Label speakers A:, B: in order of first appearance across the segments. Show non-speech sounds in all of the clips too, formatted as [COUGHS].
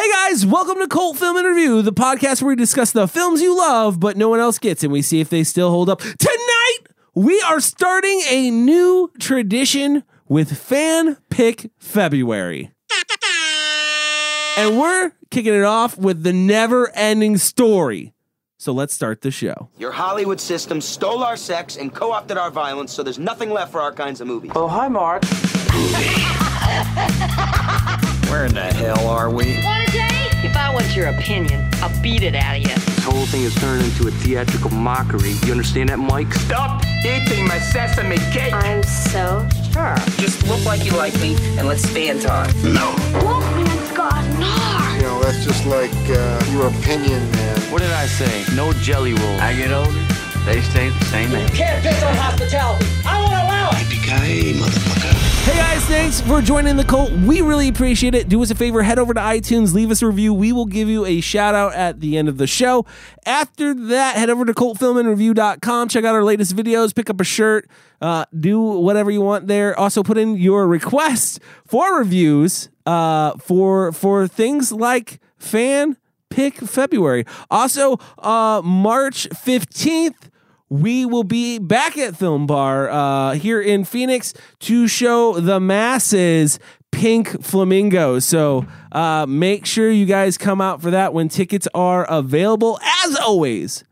A: guys, welcome to Cult Film Interview, the podcast where we discuss the films you love but no one else gets, and we see if they still hold up. Tonight, we are starting a new tradition with Fan Pick February. And we're kicking it off with the never ending story. So let's start the show.
B: Your Hollywood system stole our sex and co opted our violence, so there's nothing left for our kinds of movies.
C: Oh, hi, Mark.
B: Where in the hell are we?
D: Want a date? If I want your opinion, I'll beat it out of you.
E: This whole thing is turning into a theatrical mockery. You understand that, Mike?
F: Stop eating my sesame cake.
G: I'm so sure.
H: Just look like you like me and let's spend time.
I: No.
J: Wolfman's got gnar.
K: You know, that's just like uh, your opinion, man.
L: What did I say? No jelly roll.
M: I get older, they stay the same age.
N: You can't piss on hospitality. I won't allow it.
O: Yippee-ki-yay, motherfucker.
A: Hey guys, thanks for joining the cult. We really appreciate it. Do us a favor, head over to iTunes, leave us a review. We will give you a shout out at the end of the show. After that, head over to cultfilmandreview.com, check out our latest videos, pick up a shirt, uh, do whatever you want there. Also, put in your request for reviews uh, for for things like fan pick February. Also, uh, March 15th, we will be back at Film Bar uh, here in Phoenix to show the masses Pink Flamingo. So uh, make sure you guys come out for that when tickets are available. As always,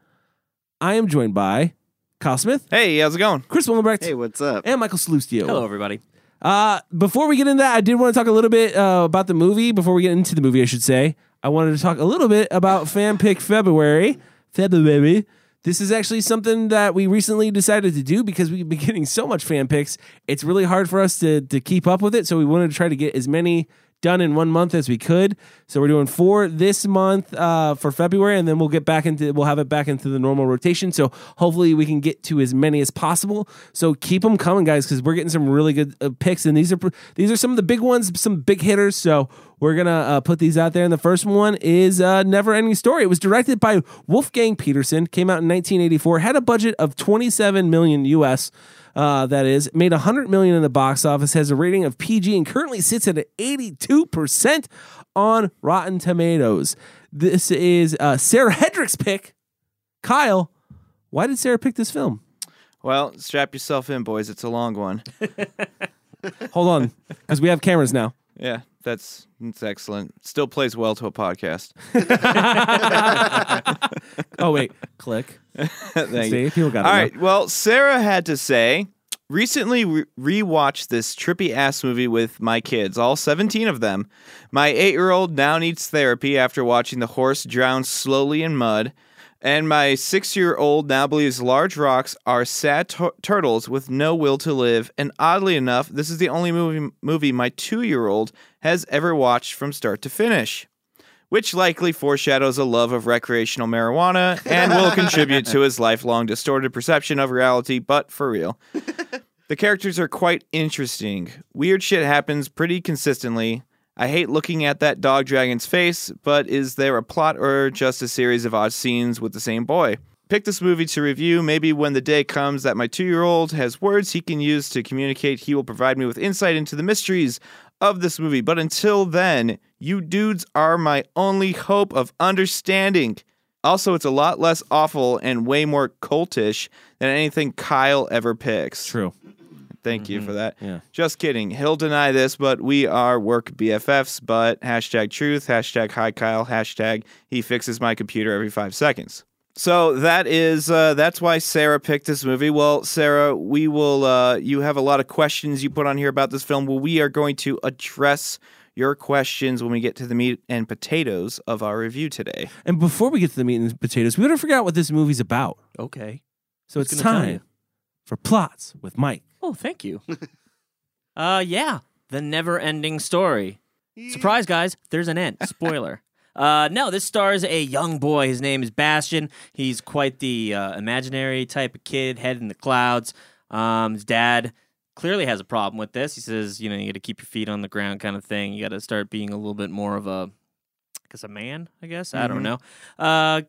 A: I am joined by Kyle Smith.
P: Hey, how's it going?
A: Chris Willenbrecht.
Q: Hey, what's up?
A: And Michael Salustio.
R: Hello, everybody.
A: Uh, before we get into that, I did want to talk a little bit uh, about the movie. Before we get into the movie, I should say, I wanted to talk a little bit about Fan Pick February. February. This is actually something that we recently decided to do because we've been [LAUGHS] getting so much fan picks. It's really hard for us to to keep up with it, so we wanted to try to get as many done in one month as we could. So we're doing four this month uh, for February, and then we'll get back into we'll have it back into the normal rotation. So hopefully we can get to as many as possible. So keep them coming, guys, because we're getting some really good uh, picks, and these are these are some of the big ones, some big hitters. So we're gonna uh, put these out there. And the first one is uh, Never Ending Story. It was directed by Wolfgang Peterson, came out in 1984, had a budget of 27 million US. Uh, that is made 100 million in the box office, has a rating of PG, and currently sits at an 82 percent on Rotten Tomatoes. This is uh, Sarah Hedrick's pick. Kyle, why did Sarah pick this film?
P: Well, strap yourself in, boys. It's a long one.
A: Hold on, because we have cameras now.
P: Yeah, that's that's excellent. Still plays well to a podcast.
A: oh wait, click.
P: [LAUGHS] Thank
A: See,
P: you.
A: people got
P: All
A: it now.
P: right. Well, Sarah had to say recently re- rewatched this trippy ass movie with my kids, all 17 of them. My 8-year-old now needs therapy after watching the horse drown slowly in mud, and my 6-year-old now believes large rocks are sad tur- turtles with no will to live, and oddly enough, this is the only movie movie my 2-year-old has ever watched from start to finish which likely foreshadows a love of recreational marijuana and will contribute to his lifelong distorted perception of reality, but for real. the characters are quite interesting. Weird shit happens pretty consistently. I hate looking at that dog dragon's face, but is there a plot or just a series of odd scenes with the same boy? Pick this movie to review. Maybe when the day comes that my two year old has words he can use to communicate, he will provide me with insight into the mysteries of this movie. But until then, you dudes are my only hope of understanding. Also, it's a lot less awful and way more cultish than anything Kyle ever picks.
A: True.
P: Thank you for that.
A: Mm-hmm. Yeah.
P: Just kidding. He'll deny this, but we are work BFFs. But hashtag truth, hashtag hi Kyle, hashtag he fixes my computer every five seconds. So that is uh, that's why Sarah picked this movie. Well, Sarah, we will. Uh, you have a lot of questions you put on here about this film. Well, we are going to address your questions when we get to the meat and potatoes of our review today.
A: And before we get to the meat and potatoes, we better figure out what this movie's about.
R: Okay.
A: So it's
R: gonna tell
A: time
R: you?
A: for plots with Mike.
R: Oh, thank you. [LAUGHS] uh, yeah, the never-ending story. Surprise, guys! There's an end. Spoiler. Uh, no, this stars a young boy. His name is Bastion. He's quite the uh, imaginary type of kid, head in the clouds. Um, his dad clearly has a problem with this. He says, you know, you got to keep your feet on the ground, kind of thing. You got to start being a little bit more of a, because a man, I guess. I don't know. Uh,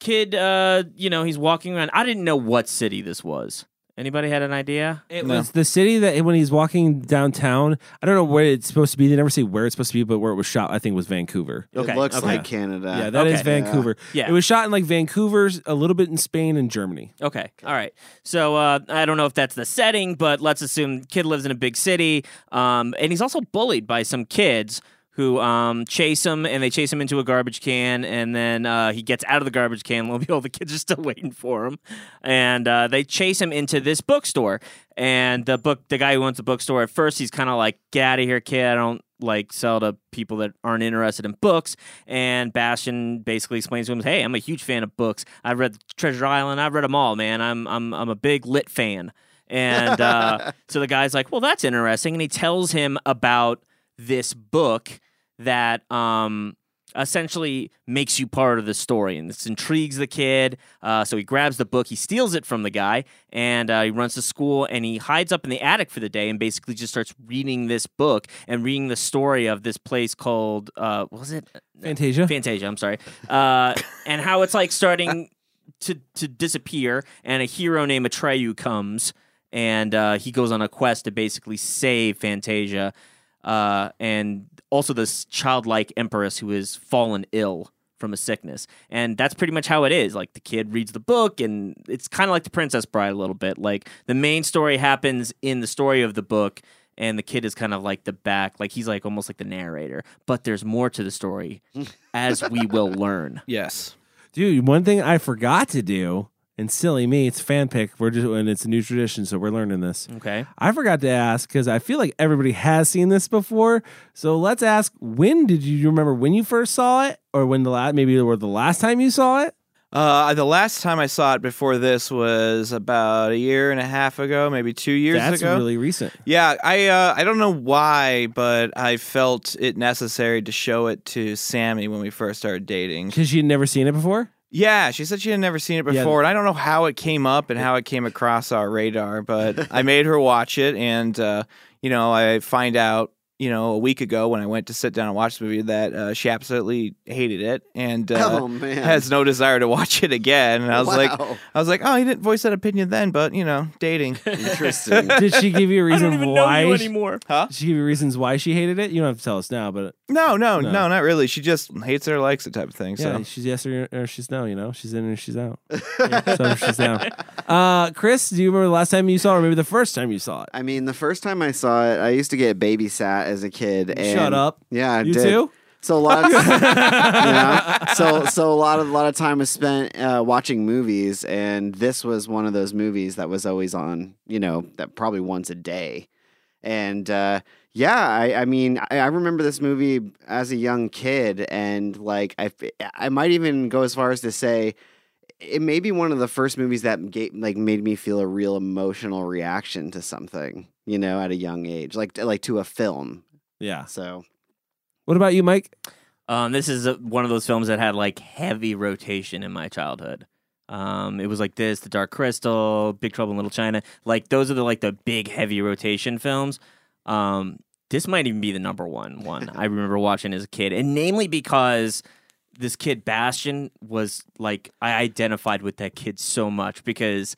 R: kid, uh, you know, he's walking around. I didn't know what city this was. Anybody had an idea?
A: It was the city that when he's walking downtown. I don't know where it's supposed to be. They never say where it's supposed to be, but where it was shot, I think was Vancouver.
R: Okay,
C: it looks
R: okay.
C: like Canada.
A: Yeah, that is
R: Okay.
A: Vancouver.
R: Yeah.
A: it was shot in like Vancouver's, a little bit in Spain and Germany.
R: Okay. All right. So uh, I don't know if that's the setting, but let's assume kid lives in a big city, um, and he's also bullied by some kids who um, chase him, and they chase him into a garbage can, and then uh, he gets out of the garbage can. Lo and behold, the kids are still [LAUGHS] waiting for him, and uh, they chase him into this bookstore. And the book, the guy who owns the bookstore, at first he's kind of like, "Get out of here, kid! I don't like sell to people that aren't interested in books. And Bastion basically explains to him, "Hey, I'm a huge fan of books. I've read Treasure Island. I've read them all, man. I'm I'm I'm a big lit fan." And uh, so the guy's like, "Well, that's interesting," and he tells him about this book that um essentially makes you part of the story and this intrigues the kid uh, so he grabs the book he steals it from the guy and uh, he runs to school and he hides up in the attic for the day and basically just starts reading this book and reading the story of this place called uh, what was it
A: Fantasia.
R: fantasia i'm sorry uh, and how it's like starting to, to disappear and a hero named atreyu comes and uh, he goes on a quest to basically save fantasia uh, and also this childlike empress who is fallen ill from a sickness. And that's pretty much how it is. Like the kid reads the book, and it's kind of like the Princess Bride a little bit. Like the main story happens in the story of the book, and the kid is kind of like the back, like he's like almost like the narrator. But there's more to the story, as we will learn.
P: Yes.
A: Dude, one thing I forgot to do, and silly me, it's fan pick. We're just and it's a new tradition, so we're learning this.
R: Okay.
A: I forgot to ask because I feel like everybody has seen this before. So let's ask: When did you you remember when you first saw it, or when the last maybe or the last time you saw it?
P: Uh, the last time I saw it before this was about a year and a half ago, maybe two years
A: That's
P: ago.
A: really recent.
P: Yeah, I uh, I don't know why, but I felt it necessary to show it to Sammy when we first started dating.
A: Because you'd never seen it before.
P: Yeah, she said she had never seen it
A: Yeah.
P: before, and I don't know how it came up and how it came across our radar,
C: [LAUGHS]
P: but I made her watch it, and uh, you know, I find out, you know, a week ago when I went to sit down and watch the movie that uh, she absolutely hated it and uh,
C: Oh, man.
P: has no desire to watch it again. And I was like,
C: Wow.
P: I was like, oh, he didn't voice that opinion then, but you know,
C: [LAUGHS]
P: dating.
C: Interesting.
A: Did she give you a reason why? she-
R: anymore.
P: Huh?
A: Did she give you reasons why she hated it? You don't have to tell us now, but
P: No, no,
A: No.
P: no, not really. She just hates it or likes it type of thing.
A: yeah,
P: So
A: she's yes or, or she's no. You know, she's in or she's
C: [LAUGHS]
A: out. so she's down. Uh, Chris, do you remember the last time you saw, it, or maybe the first time you saw it?
C: I mean, the first time I saw it, I used to get babysat as a kid. And,
A: Shut up.
C: Yeah, I
A: You
C: did. [LAUGHS]
A: too? [LAUGHS]
C: So a lot of, [LAUGHS] you know, so so a lot of a lot of time was spent uh, watching movies, and this was one of those movies that was always on. You know, that probably once a day, and uh, yeah, I, I mean, I, I remember this movie as a young kid, and like I I might even go as far as to say it may be one of the first movies that gave, like made me feel a real emotional reaction to something, you know, at a young age, like like to a film.
A: Yeah.
C: So
A: What about you, Mike?
R: Um, this is a, one of those films that had like heavy rotation in my childhood. Um, it was like this, The Dark Crystal, Big Trouble in Little China. Like those are the like the big heavy rotation films. Um, this might even be the number one one I remember watching as a kid, and namely because this kid Bastion was like I identified with that kid so much because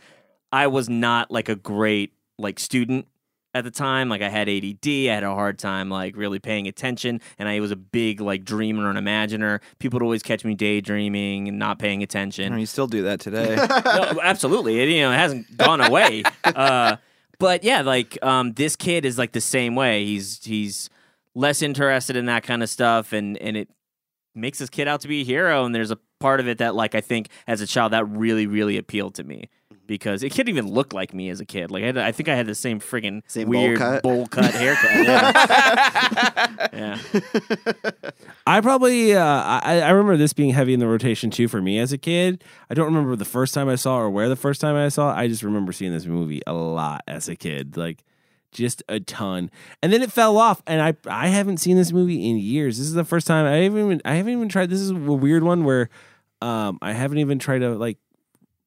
R: I was not like a great like student at the time. Like I had ADD, I had a hard time like really paying attention, and I was a big like dreamer and imaginer. People would always catch me daydreaming and not paying attention
P: you still do that today.
R: no, absolutely. It, you know, it hasn't gone away. Uh, but yeah, like um, this kid is like the same way. He's he's less interested in that kind of stuff, and and it makes this kid out to be a hero. And there's a part of it that like I think as a child that really really appealed to me. Because it could even look like me as a kid. Like I, had, I think I had the same friggin'
C: Same bowl
R: weird
C: cut?
R: bowl cut haircut. Yeah. yeah.
A: I probably uh, I, I remember this being heavy in the rotation too for me as a kid. I don't remember the first time I saw it or where the first time I saw it. I just remember seeing this movie a lot as a kid, like just a ton. And then it fell off, and I I haven't seen this movie in years. This is the first time I haven't even I haven't even tried. This is a weird one where um I haven't even tried to like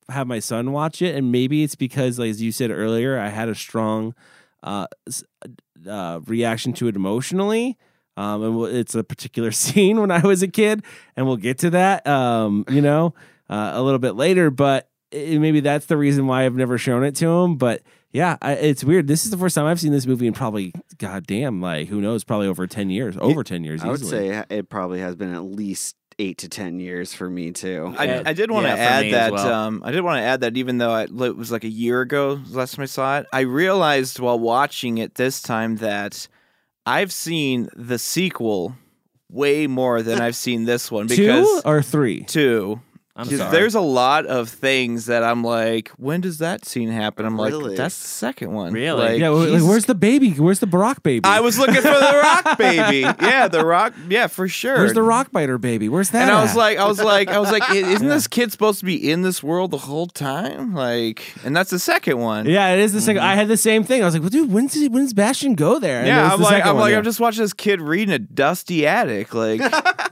A: have my son watch it, and maybe it's because like as you said earlier, I had a strong uh s- uh reaction to it emotionally. Um, and we'll, it's a particular [LAUGHS] scene when I was a kid, and we'll get to that, um, you know, uh, a little bit later. But eh, maybe that's the reason why I've never shown it to him. But yeah, I, it's weird. This is the first time I've seen this movie in probably, goddamn, like who knows, probably over ten years, over ten years.
C: I would
A: easily.
C: say it probably has been at least eight to ten years for
P: [LAUGHS]
C: me too.
P: I, I did want to
R: Yeah, for
P: add
R: me
P: that.
R: as well.
P: Um, I did want to add that even though I, it was like a year ago the last time I saw it, I realized while watching it this time that I've seen the sequel way more than I've seen this
R: [LAUGHS]
P: one because
A: two or three.
P: two.
R: Oh. I'm
P: 'Cause
R: sorry.
P: There's a lot of things that I'm like, when does that scene happen? I'm
C: Really?
P: like, that's the second one.
R: Really?
P: Like,
A: Yeah, well, like,
P: Jesus
A: where's the baby? Where's the Barack baby?
P: I was looking for the
A: [LAUGHS]
P: rock baby. Yeah, the rock. Yeah, for sure.
A: Where's the rock biter baby? Where's that?
P: And I was
A: at?
P: like, I was like, I was like, "I- isn't this kid supposed to be in this world the whole time? Like, and that's the second one.
A: Yeah, it is the 2nd I had the same thing. I was like, well, dude, when's he, when's Bastion go there? And it
P: Mm-hmm. Yeah,
A: was
P: I'm
A: the
P: like,
A: second
P: I'm
A: one,
P: like,
A: yeah.
P: I'm just watching this kid reading a dusty attic. Like,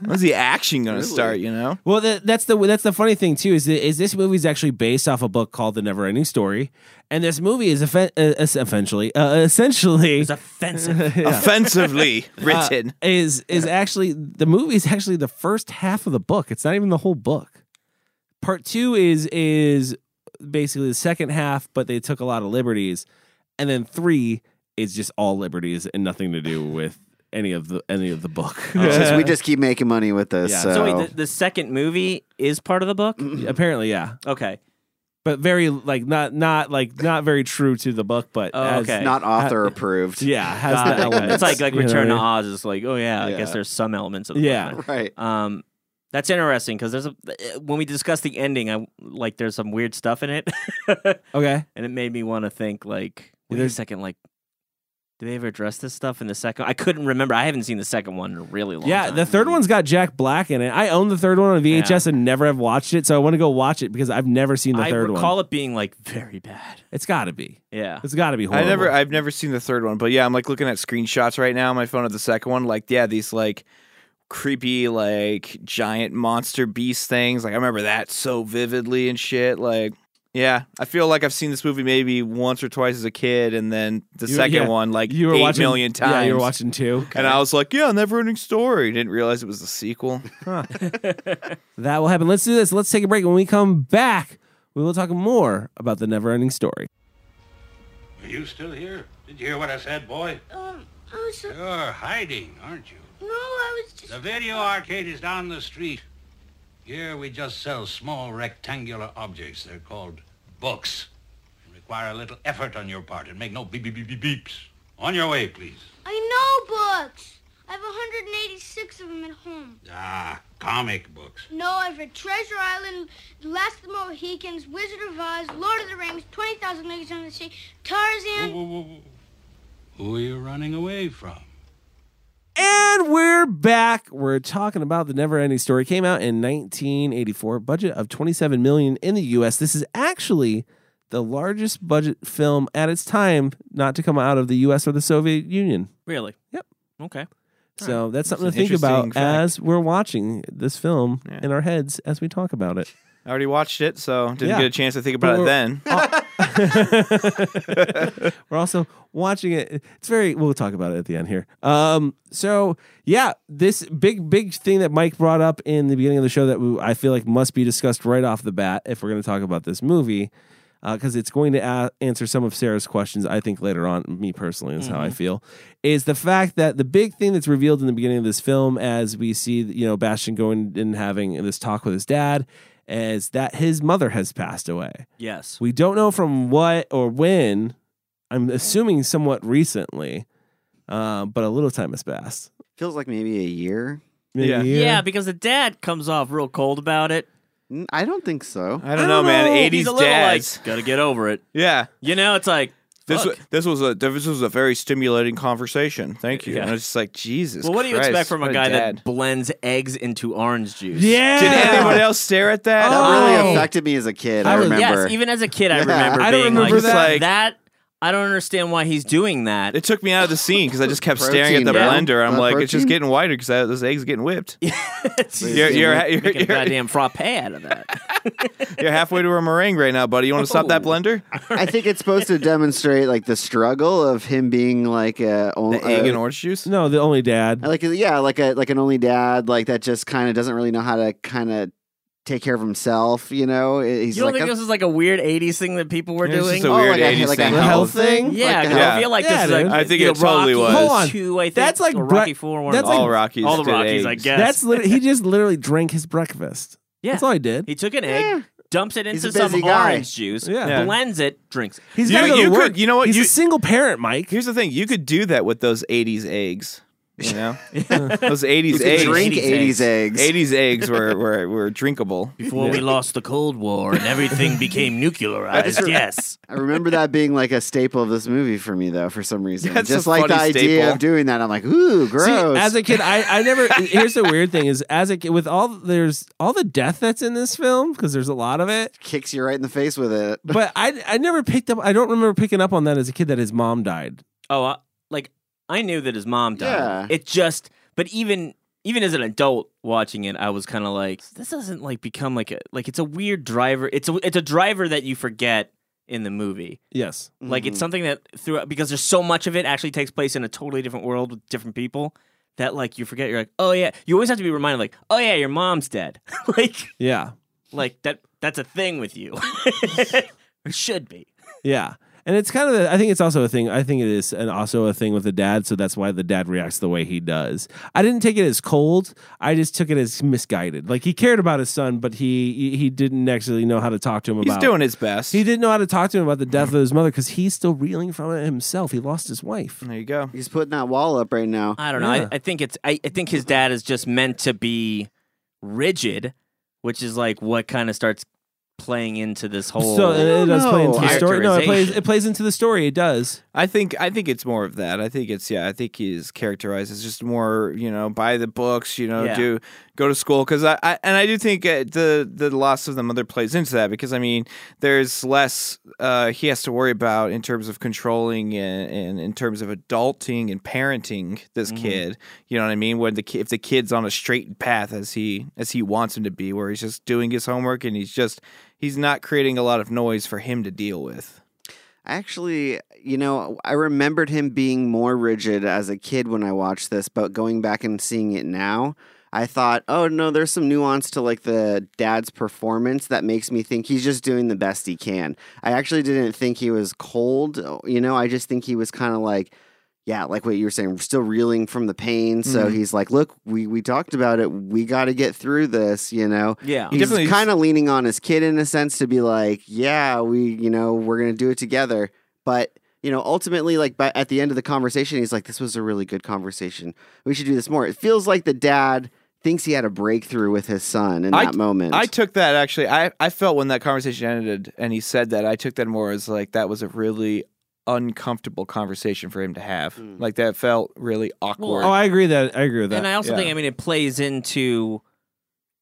A: [LAUGHS]
P: when's the action gonna start? You know?
A: Well, that, that's the that's the funny thing too is that, is this movie is actually based off a book called The Neverending Story, and this movie is effen- uh, es- essentially uh, essentially [LAUGHS]
R: It's offensive.
P: Offensively written.
A: uh, is is actually the movie is actually the first half of the book. It's not even the whole book. Part two is is basically the second half, but they took a lot of liberties, and then three is just all liberties and nothing to
R: [SIGHS]
A: do with any of the any of the
R: [LAUGHS]
A: book. Uh,
C: It's just- we just keep making money with this.
A: Yeah.
C: So,
R: So wait, the, the second movie is part of the book.
A: Mm-hmm. [LAUGHS] Apparently, yeah,
R: Okay.
A: but very like not not like not very true to the book, but
R: Oh,
A: has-
R: okay.
C: not author approved.
A: yeah, has
R: Got
A: the
R: it.
A: elements.
R: It's like like
A: you know what
R: Return
A: I
R: to
A: mean?
R: Oz. It's like, oh yeah, I guess
C: Yeah.
R: there's some elements of the
A: Yeah.
R: book.
C: [LAUGHS] Right.
R: Um, that's interesting because there's a when we discuss the ending, I like there's some weird stuff in it, [LAUGHS] and
A: Okay,
R: it made me want to think like, wait
A: There's-
R: a second, like, do they ever address this stuff in the second? I couldn't remember. I haven't seen the second one in a really long.
A: yeah,
R: time.
A: the third one's got Jack Black in it. I own the third one on VHS and never have watched it, so I want to go watch it because I've never seen the
R: I
A: third
R: recall
A: one.
R: it being like very bad.
A: It's got to be.
R: Yeah.
A: It's got to be
P: I
A: horrible.
P: never, I've never seen the third one, but yeah, I'm like looking at screenshots right now on my phone of the second one. Like, yeah, these like creepy, like giant monster beast things. Like, I remember that so vividly and shit. Like, yeah, I feel like I've seen this movie maybe once or twice as a kid, and then the
A: You-
P: second
A: yeah.
P: one like eight
A: you
P: million
A: were watching
P: times.
A: Yeah, you were watching two.
P: And I was like, yeah, never ending story. Didn't realize it was
A: [LAUGHS]
P: the sequel.
A: That will happen. Let's do this. Let's take a break. When we come back, we will talk more about the never-ending story.
G: Are you still here? Did you hear what I said, boy?
J: Um, I was.
G: You're hiding, aren't you?
J: No, I was just.
G: The video arcade is down the street. Here we just sell small rectangular objects. They're called books. They require a little effort on your part and make no beep beep beep beep beeps. On your way, please.
J: I know books. I have 186 of them at home.
G: Ah, comic books.
J: No, I've read Treasure Island, Last of the Mohicans, Wizard of Oz, Lord of the Rings, 20,000 Leagues Under the Sea,
G: Whoa,
J: Tarzan.
G: whoa, whoa, whoa. Who are you running away from?
A: And we're back. We're talking about the Never Ending Story. Came out in 1984. Budget of 27 million in the U.S. This is actually the largest budget film at its time, not to come out of the U.S. or the Soviet Union.
R: Really.
A: Yep.
R: Okay.
A: So that's something to
P: an
A: think about
P: interesting fact.
A: as we're watching this film in our heads as we talk about it.
P: I already watched it, so didn't
A: Yeah.
P: get a chance to think about it
A: we're- [LAUGHS]
P: then.
A: We're also watching it. It's very. We'll talk about it at the end here. Um. So yeah, this big big thing that Mike brought up in the beginning of the show that we, I feel like must be discussed right off the bat if we're going to talk about this movie, because it's going to a- answer some of Sarah's questions. I think later on, me personally, is how I feel. Is the fact that the big thing that's revealed in the beginning of this film, as we see, you know, Bastion going and having this talk with his dad, is that his mother has passed away.
R: Yes.
A: We don't know from what or when. I'm assuming somewhat recently, uh, but a little time has passed.
C: Feels like maybe a year.
A: Maybe a
P: Yeah.
A: year?
R: Yeah, because the dad comes off real cold about it.
C: N- I don't think so.
P: I don't know, Oh, man.
R: He's
P: 80s
R: a little
P: dads.
R: like, gotta get over it.
P: yeah.
R: You know, it's like
P: This
R: fuck.
P: was, this was a this was a very stimulating conversation. Thank you.
R: Yeah.
P: And I was just like, Jesus.
R: Well, what do you
P: Christ,
R: expect from
P: what
R: a guy
P: dad.
R: that blends eggs into orange juice?
A: Yeah.
P: Did anyone else stare at that?
C: That really
A: Oh.
C: affected me as a kid. I,
A: I was-
C: remember.
R: Yes, even as a kid, I remember
A: I don't
R: being
A: remember
R: like
A: that.
R: that. I don't understand why he's doing that.
P: It took me out of the scene because I just kept staring at the
C: Protein, yeah.
P: blender. I'm
C: Uh,
P: like, it's just
C: protein?
P: getting whiter because those eggs getting whipped.
R: [LAUGHS] [LAUGHS] It's
P: You're, you're, you're,
R: making a
P: you're-
R: goddamn frappe out
P: [LAUGHS]
R: of that.
P: you're halfway to a meringue right now, buddy. You want to stop that blender?
C: [LAUGHS] I think it's supposed to demonstrate like the struggle of him being like a uh, only
P: The egg and orange juice?
A: No, the only dad.
P: Oh,
C: like yeah, like a like an only dad, like that just kind of doesn't really know how to kind of take care of himself. You know, he's
R: you don't
C: like
R: think
C: a-
R: this is like a weird '80s thing that people were
P: Yeah, it's
R: doing?
P: just a weird
C: Oh, like a-
P: 80s
C: like a
P: thing.
C: The health thing? thing?
R: Yeah,
C: Like a
R: 'cause
P: health-
R: I feel like
A: Yeah,
R: this is
A: dude.
R: like
P: I think
R: you know,
P: it totally
R: Rocky
P: was.
A: Hold on.
R: Two, I think
A: That's like
R: or Rocky
A: Bre-
R: Four. One
A: that's
R: of them.
A: like-
P: all Rockies.
R: all the
P: did
R: Rockies, I
P: eggs.
R: guess.
A: That's lit- he just literally drank his breakfast.
R: Yeah.
A: That's all he did.
R: He took an egg, dumps it
C: He's a
R: into some
C: busy guy.
R: orange juice,
A: Yeah.
P: Yeah.
R: blends it, drinks. it.
A: He's
P: You-
A: got to go
P: you
A: to
P: could-
A: work.
P: you know what,
A: He's
P: you-
A: a single parent, Mike.
P: Here's the thing: you could do that with those '80s eggs. You
R: [LAUGHS]
P: know, those
C: you
P: '80s
C: could
P: eggs.
C: drink
R: 80s
C: 80s eggs.
P: '80s eggs were were, were drinkable.
R: Before [LAUGHS] we lost the Cold War and everything became nuclearized, yes.
C: I remember that being like a staple of this movie for me, though, for some reason.
P: That's a
C: Just like the
P: funny
C: idea
P: staple.
C: of doing that, I'm like, ooh,
A: See,
C: gross.
A: as a kid, I, I
P: [LAUGHS]
A: never. here's the weird thing: is as a kid, with all there's all the death that's in this film because there's a lot of it.
C: kicks you right in the face with it.
A: But I I never picked up. I don't remember picking up on that as a kid that his mom died.
R: Oh, I, like I knew that his mom died.
C: Yeah.
R: It just, but even even as an adult watching it, I was kind of like, this doesn't like become like a like it's a weird driver. It's a it's a driver that you forget in the movie.
A: Yes.
R: Like it's something that throughout because there's so much of it actually takes place in a totally different world with different people that like you forget. You're like, oh yeah, you always have to be reminded like, oh yeah, your mom's dead. [LAUGHS] like
A: Yeah.
R: like that that's a thing with you. [LAUGHS] It should be.
A: Yeah. And it's kind of, a, I think it's also a thing. I think it is, and also a thing with the dad. So that's why the dad reacts the way he does. I didn't take it as cold. I just took it as misguided. Like he cared about his son, but he he- he didn't actually know how to talk to him
P: He's
A: about.
P: doing his best.
A: He didn't know how to talk to him about the death of his mother because he's still reeling from it himself. He lost his wife.
P: There you go.
C: He's putting that wall up right now.
R: I don't know.
A: Yeah.
R: I, I think it's. I, I think his dad is just meant to be rigid, which is like what kind of starts playing into this whole.
A: So uh, it, it does play
C: know.
A: into the story. No, it plays
R: Characterization.
A: it plays into the story. It does.
P: I think I think it's more of that. I think it's yeah. I think he's characterized as just more you know buy the books, you know,
R: Yeah.
P: do go to school because I, I and I do think uh, the the loss of the mother plays into that because I mean there's less uh, he has to worry about in terms of controlling and, and in terms of adulting and parenting this
A: Mm-hmm.
P: kid. You know what I mean? When the ki- if the kid's on a straight path as he as he wants him to be, where he's just doing his homework and he's just he's not creating a lot of noise for him to deal with.
C: Actually, you know, I remembered him being more rigid as a kid when I watched this, but going back and seeing it now, I thought, oh no, there's some nuance to like the dad's performance that makes me think he's just doing the best he can. I actually didn't think he was cold, uh, you know, I just think he was kind of like, yeah, like what you were saying, still reeling from the pain. So he's like, look, we, we talked about it. We got to get through this, you know?
R: Yeah.
C: He's
P: Definitely-
C: kind of leaning on his kid in a sense to be like, yeah, we, you know, we're going to do it together. But, you know, ultimately, like by, at the end of the conversation, he's like, this was a really good conversation. We should do this more. It feels like the dad thinks he had a breakthrough with his son in
P: I-
C: that moment.
P: I took that actually. I, I felt when that conversation ended and he said that, I took that more as like that was a really uncomfortable conversation for him to have. Like that felt really awkward.
A: Oh, I agree that I agree with that.
R: and I also
P: yeah.
R: think I mean it plays into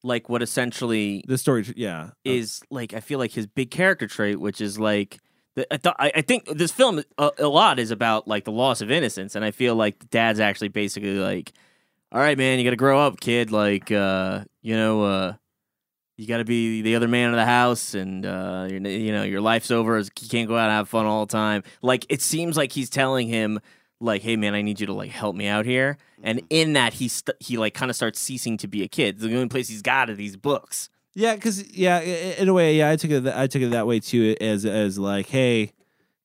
R: like what essentially
A: the story, yeah,
R: is like I feel like his big character trait, which is like the, I thought I, I think this film a, a lot is about like the loss of innocence, and I feel like the dad's actually basically like, all right, man, you got to grow up, kid. Like, uh, you know, uh, you got to be the other man of the house, and uh, you're, you know, your life's over. You can't go out and have fun all the time. Like, it seems like he's telling him. Like, hey man, I need you to like help me out here, and in that he st- he like kind of starts ceasing to be a kid. The only place he's got are these books.
A: Yeah, because yeah, i- i- in a way, yeah, I took it. That, I took it that way too, as as like, hey,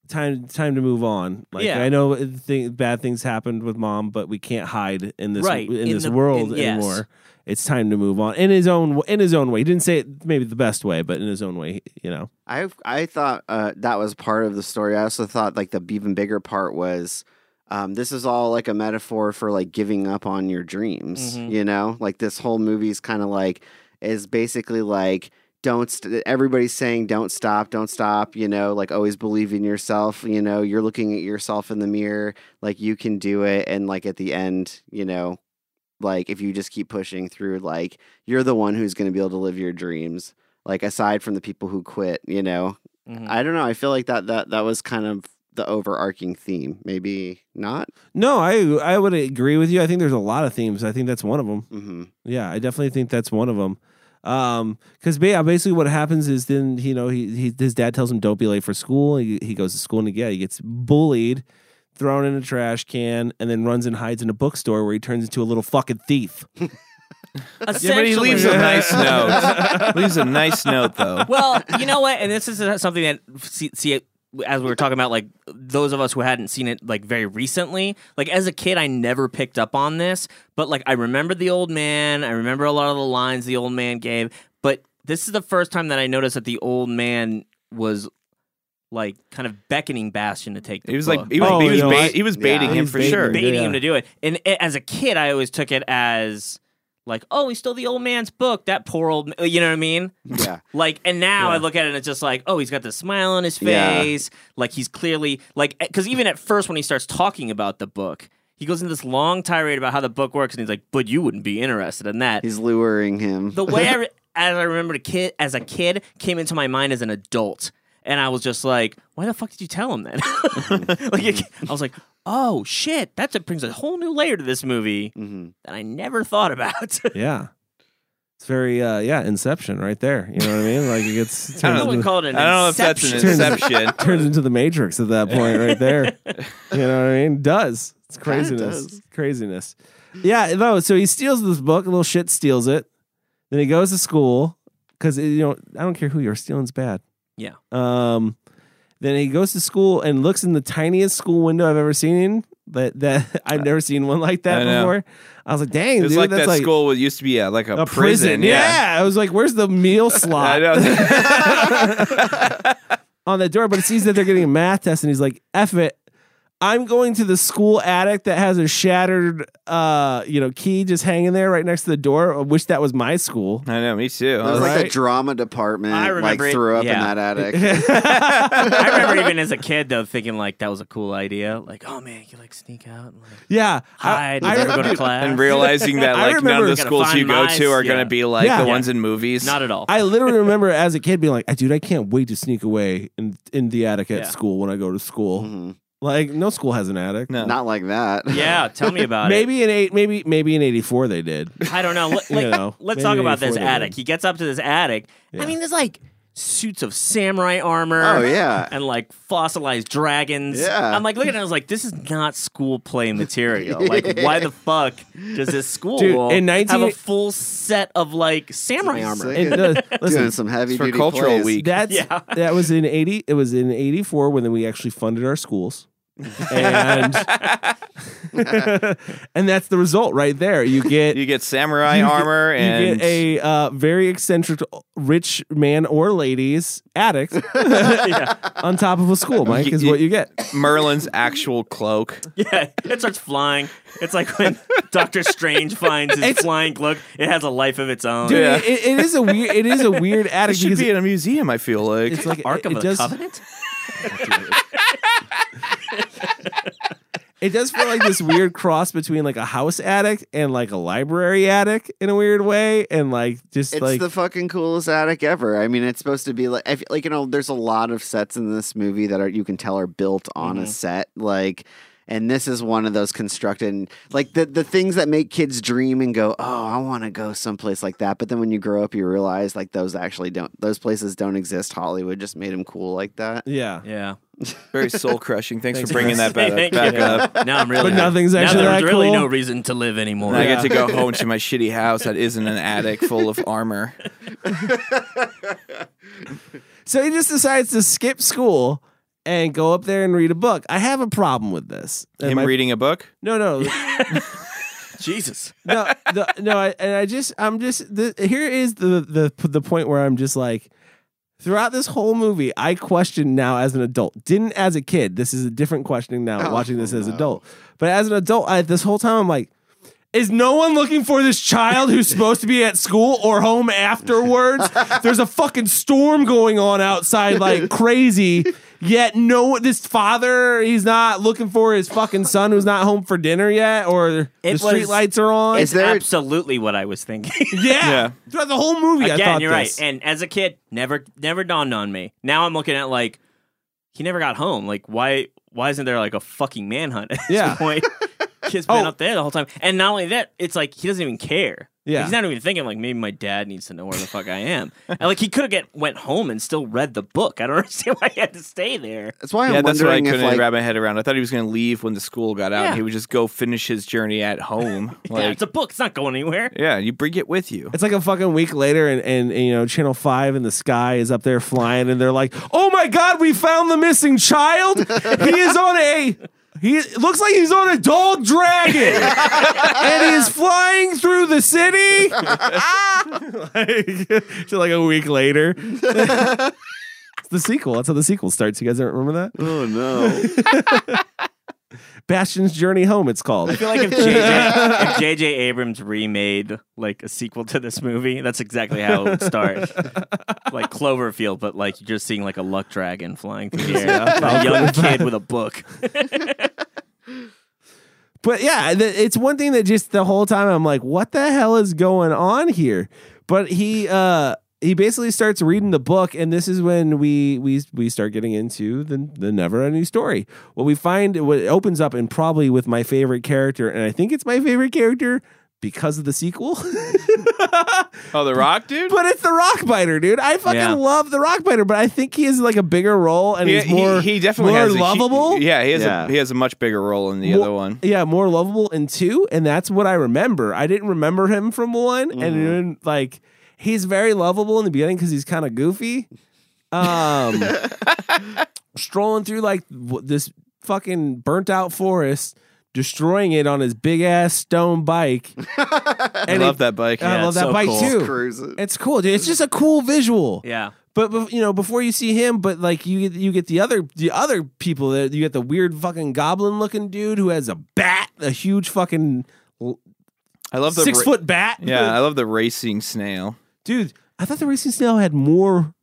A: time time to move on. Like,
R: Yeah.
A: I know th- bad things happened with mom, but we can't hide in this
R: Right,
A: in,
R: in
A: this
R: the-
A: world
R: in- yes.
A: anymore. It's time to move on in his own w- in his own way. He didn't say it maybe the best way, but in his own way, you know.
C: I I thought uh, that was part of the story. I also thought like the even bigger part was um, this is all like a metaphor for like giving up on your dreams.
R: Mhm.
C: You know, like this whole movie's kind of like is basically like don't st- everybody's saying don't stop don't stop you know like always believe in yourself you know you're looking at yourself in the mirror like you can do it and like at the end you know like if you just keep pushing through like you're the one who's going to be able to live your dreams like aside from the people who quit you know
R: Mhm.
C: i don't know i feel like that that that was kind of the overarching theme maybe not
A: No, I I would agree with you. I think there's a lot of themes. I think that's one of them.
C: mm-hmm.
A: Yeah, I definitely think that's one of them. Um, because basically what happens is then you know he, he his dad tells him don't be late for school. He, he goes to school and yeah he gets bullied,
R: [LAUGHS]
A: thrown in a trash can, and then runs and hides in a bookstore where he turns into a little fucking thief.
P: Yeah, but he leaves a
A: [LAUGHS]
P: nice note. leaves a nice note, though.
R: Well, you know what? And this is something that see, see as we were talking about, like those of us who hadn't seen it like very recently. Like as a kid, I never picked up on this, but like I remember the old man. I remember a lot of the lines the old man gave. But this is the first time that I noticed that the old man was like kind of beckoning Bastion to take. The
P: He was
R: book.
P: like he was,
A: Oh,
P: he was, bait, he was baiting
R: He
P: him
R: was
P: for
R: baiting-
P: sure.
R: Baiting him to do it. And it, as a kid, I always took it as like, oh, he stole the old man's book. That poor old, ma-" you know what I mean?
C: Yeah.
R: [LAUGHS] Like, and now
C: Yeah.
R: I look at it and it's just like, oh, he's got the smile on his
C: Yeah.
R: face. Like he's clearly like, because even at first when he starts talking about the book. He goes into this long tirade about how the book works, and he's like, "But you wouldn't be interested in that."
C: He's luring him.
R: the way I, re- as I remember a kid as a kid came into my mind as an adult, and I was just like, "Why the fuck did you tell him then?" [LAUGHS] like it- I was like, "Oh shit, that just brings a whole new layer to this movie
C: Mm-hmm.
R: that I never thought about."
A: yeah. It's very uh yeah, inception right there. You know what I mean? Like it gets
R: [LAUGHS] I
A: turns
R: don't
A: into-
R: know, call it an
P: I don't know if that's an
A: turns-
P: inception.
A: [LAUGHS] turns into the matrix at that point right there. you know what I mean? Does. It's
C: Kinda
A: craziness.
C: does.
A: Craziness. Yeah, no, so he steals this book, a little shit steals it. Then he goes to school cuz you know, I don't care who you're stealing's bad.
R: yeah,
A: Um, then he goes to school and looks in the tiniest school window I've ever seen. That that [LAUGHS] I've never seen one like that
P: I know.
A: before. I was like, dang,
P: It was
A: dude,
P: like
A: that's
P: that
A: like
P: school that used to be uh, like a,
A: a prison. Yeah. I was like, where's the
P: [LAUGHS]
A: meal
P: I
A: slot [LAUGHS]
P: know. [LAUGHS]
A: on that door? But it sees that they're getting a math test, and he's like, F it. I'm going to the school attic that has a shattered, uh, you know, key just hanging there right next to the door. I wish that was my school.
P: I know. Me too.
C: It was like the
A: Right.
C: drama department.
R: I remember
C: like
R: it-
C: threw up
R: yeah.
C: in that attic.
R: [LAUGHS] I remember even as a kid though thinking like that was a cool idea. Like, oh man, you could like sneak out and like
A: Yeah,
R: hide, and never go to class,
P: and realizing that
A: I
P: like none
A: remember-
P: of the
A: Gotta
P: schools
R: find
P: you go
R: mice,
P: to are
R: yeah.
P: gonna be like
A: Yeah.
P: the
A: Yeah.
P: ones in movies.
R: Not at all.
A: I literally remember as a kid being like, "I- dude, I can't wait to sneak away in, in the attic at
R: Yeah. Mm-hmm.
A: school when I go to school. Like, no school has an attic.
P: No.
C: Not like that. [LAUGHS]
R: yeah, tell me about
A: [LAUGHS]
R: it.
A: Maybe in eight, maybe maybe in eighty four they
R: [LAUGHS]
A: did.
R: I don't know.
A: [LAUGHS]
R: Let,
A: You
R: like,
A: know,
R: let's
A: maybe
R: talk about
A: before
R: this
A: they
R: attic.
A: did.
R: He gets up to this attic. I mean, there's like suits of samurai armor.
C: Oh, yeah.
R: and like fossilized dragons.
C: Yeah.
R: I'm like looking at. it, I was like, this is not school
A: [LAUGHS]
R: play material. Like, why the fuck does this school
A: Dude,
R: wall
A: in
R: have
A: 19
R: a full set of like samurai armor? [LAUGHS]
C: Sick.
A: And, uh,
C: Doing
A: listen,
C: some heavy
P: for
C: duty
P: Cultural
C: plays.
P: Week.
A: that's
R: Yeah.
A: that was in eighty. It was in eighty four when we actually funded our schools, and [LAUGHS] and that's the result right there. You get
P: [LAUGHS] You get samurai
A: you get-
P: armor and
A: you get a uh, very eccentric rich man or lady's attic
P: [LAUGHS]
A: on top of a school. Mike is
P: you-
A: what you get.
P: Merlin's actual cloak.
R: Yeah, it starts flying. It's like
A: [LAUGHS]
R: when Doctor Strange finds his flying cloak. It has a life of its own.
A: Dude,
P: Yeah.
A: it, it is a weird. It is a weird
P: It
A: attic
P: should
A: because
P: be in a museum. I feel like.
A: it's like it-
R: Ark of
A: it,
R: the
A: does.
R: Covenant.
A: It does feel like this weird cross between like a house attic and like a library attic in a weird way, and like just
C: It's
A: like
C: the fucking coolest attic ever. I mean, it's supposed to be like, I feel like you know, there's a lot of sets in this movie that are you can tell are built on
P: Mm-hmm.
C: a set, like, and this is one of those constructed, and, like the the things that make kids dream and go, oh, I want to go someplace like that. But then when you grow up, you realize like those actually don't, those places don't exist. Hollywood just made them cool like that.
A: yeah.
R: Yeah.
P: Very soul crushing. Thanks,
A: Thanks,
P: for bringing
A: Chris.
P: that back,
R: Thank
P: back
R: you.
P: up.
R: Now I'm really.
A: But nothing's
R: now
A: actually
R: there's
A: that
R: really
A: cool.
R: no reason to live anymore.
P: And I get to go home to my shitty house that isn't an attic full of armor.
A: So he just decides to skip school and go up there and read a book. I have a problem with this. And
P: Him
A: my-
P: reading a book.
A: No, no,
R: Jesus.
A: no, no, no. I, and I just, I'm just. The, here is the the the point where I'm just like, throughout this whole movie, I question now as an adult. Didn't as a kid. This is a different questioning now. watching this as adult, but as an adult, I, this whole time I'm like. Is no one looking for this child who's supposed to be at school or home afterwards? There's a fucking storm going on outside like crazy. Yet no this father, he's not looking for his fucking son who's not home for dinner yet or
R: It
A: the street
R: was-
A: lights are on.
C: Is there-
R: absolutely what I was thinking.
A: Yeah.
P: Yeah.
A: Throughout the whole movie, [LAUGHS] I
R: Again,
A: thought
R: you're
A: this.
R: right. And as a kid, never never dawned on me. Now I'm looking at like he never got home. Like why why isn't there like a fucking manhunt at this
A: Yeah. [LAUGHS]
R: point? Kid's been
A: Oh.
R: up there the whole time. And not only that, it's like he doesn't even care.
A: Yeah.
R: Like, he's not even thinking like maybe my dad needs to know where the fuck I am. [LAUGHS] And, like he could have get went home and still read the book. I don't [LAUGHS] understand why he had to stay there.
C: That's why
P: yeah,
C: I'm
P: that's what I
C: wondering if,
P: couldn't
C: like-
P: wrap my head around. I thought he was going to leave when the school got out.
R: Yeah.
P: And he would just go finish his journey at home.
R: yeah,
P: Like,
R: it's a book. It's not going anywhere.
P: yeah, you bring it with you.
A: It's like a fucking week later, and, and, and, you know, Channel Five in the sky is up there flying, and they're like, "Oh my God, we found the missing child. he is on a he it looks like he's on a dog dragon, and he is flying through the city." [LAUGHS] like, [LAUGHS] so like a week later, it's the sequel. That's how the sequel starts. You guys don't remember that?
C: Oh no.
A: [LAUGHS] Bastion's Journey Home. It's called.
R: I feel like if JJ, if JJ Abrams remade like a sequel to this movie, that's exactly how it would start. like Cloverfield, but like you're just seeing like a luck dragon flying through the air. by a young kid with a book.
A: But yeah, th- it's one thing that just the whole time I'm like, what the hell is going on here? But he uh he basically starts reading the book, and this is when we we we start getting into the the never ending story. What we find what it opens up and probably with my favorite character, and I think it's my favorite character because of the sequel. [LAUGHS]
P: Oh, The Rock, dude?
A: but it's the Rockbiter, dude. I fucking
P: Yeah.
A: love the Rockbiter, but I think he has like a bigger role and
P: He-
A: he's more
P: he, he definitely
A: more
P: has a hu-
A: lovable.
P: yeah, he has
C: Yeah.
P: a he has a much bigger role in the
A: More-
P: other one.
A: Yeah, more lovable in two, and that's what I remember. I didn't remember him from one,
P: Mm.
A: and then, like he's very lovable in the beginning because he's kind of goofy. Um,
P: [LAUGHS]
A: strolling through like w- this fucking burnt out forest, destroying it on his big ass stone
P: [LAUGHS]
A: bike.
P: I
A: and
P: love
A: it- Uh,
P: that bike.
A: I
R: Yeah,
A: love
R: it's
A: that
R: so
A: bike
R: cool.
A: too.
C: Cruise it.
A: It's cool, dude. It's just a cool visual.
R: Yeah.
A: But, bef- you know, before you see him, but like you, you get the other the other people that you get the weird fucking goblin looking dude who has a bat, a huge fucking
P: I love the
A: six
P: ra-
A: foot bat.
P: Yeah, I love the racing snail.
A: dude. I thought the racing snail had more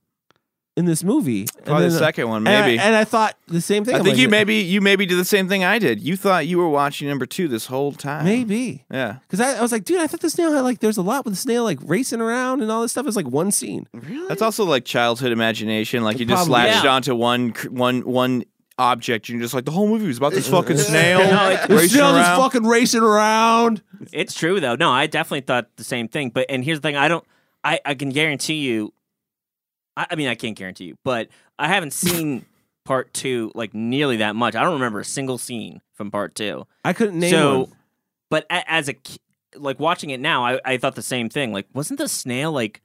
A: in this movie. And
P: Probably the
A: then- uh,
P: second one,
A: and I-
P: maybe.
A: And I, thought the same thing.
P: I
A: I'm
P: think
A: like,
P: you maybe you maybe did the same thing I did. You thought you were watching number two this whole time.
A: maybe
P: Yeah.
A: because I, I was like, dude, I thought the snail had like there's a lot with the snail like racing around and all this stuff. It's like one
P: [LAUGHS]
A: scene.
P: That's also like childhood imagination. Like you just
A: Probably.
P: latched
R: Yeah.
P: onto one cr- one one object, and you're just like the whole movie was about this fucking
A: [LAUGHS]
P: snail
R: No, it-
A: The
P: racing
A: snail just
P: around.
A: fucking racing around.
R: It's true though. No, I definitely thought the same thing. But and here's the thing: I don't. I I can guarantee you. I, I mean, I can't guarantee you, but I haven't seen part two like nearly that much. I don't remember a single scene from part two.
A: I couldn't name
R: so,
A: one.
R: but a, as a ki- like watching it now, I, I thought the same thing. Like, wasn't the snail like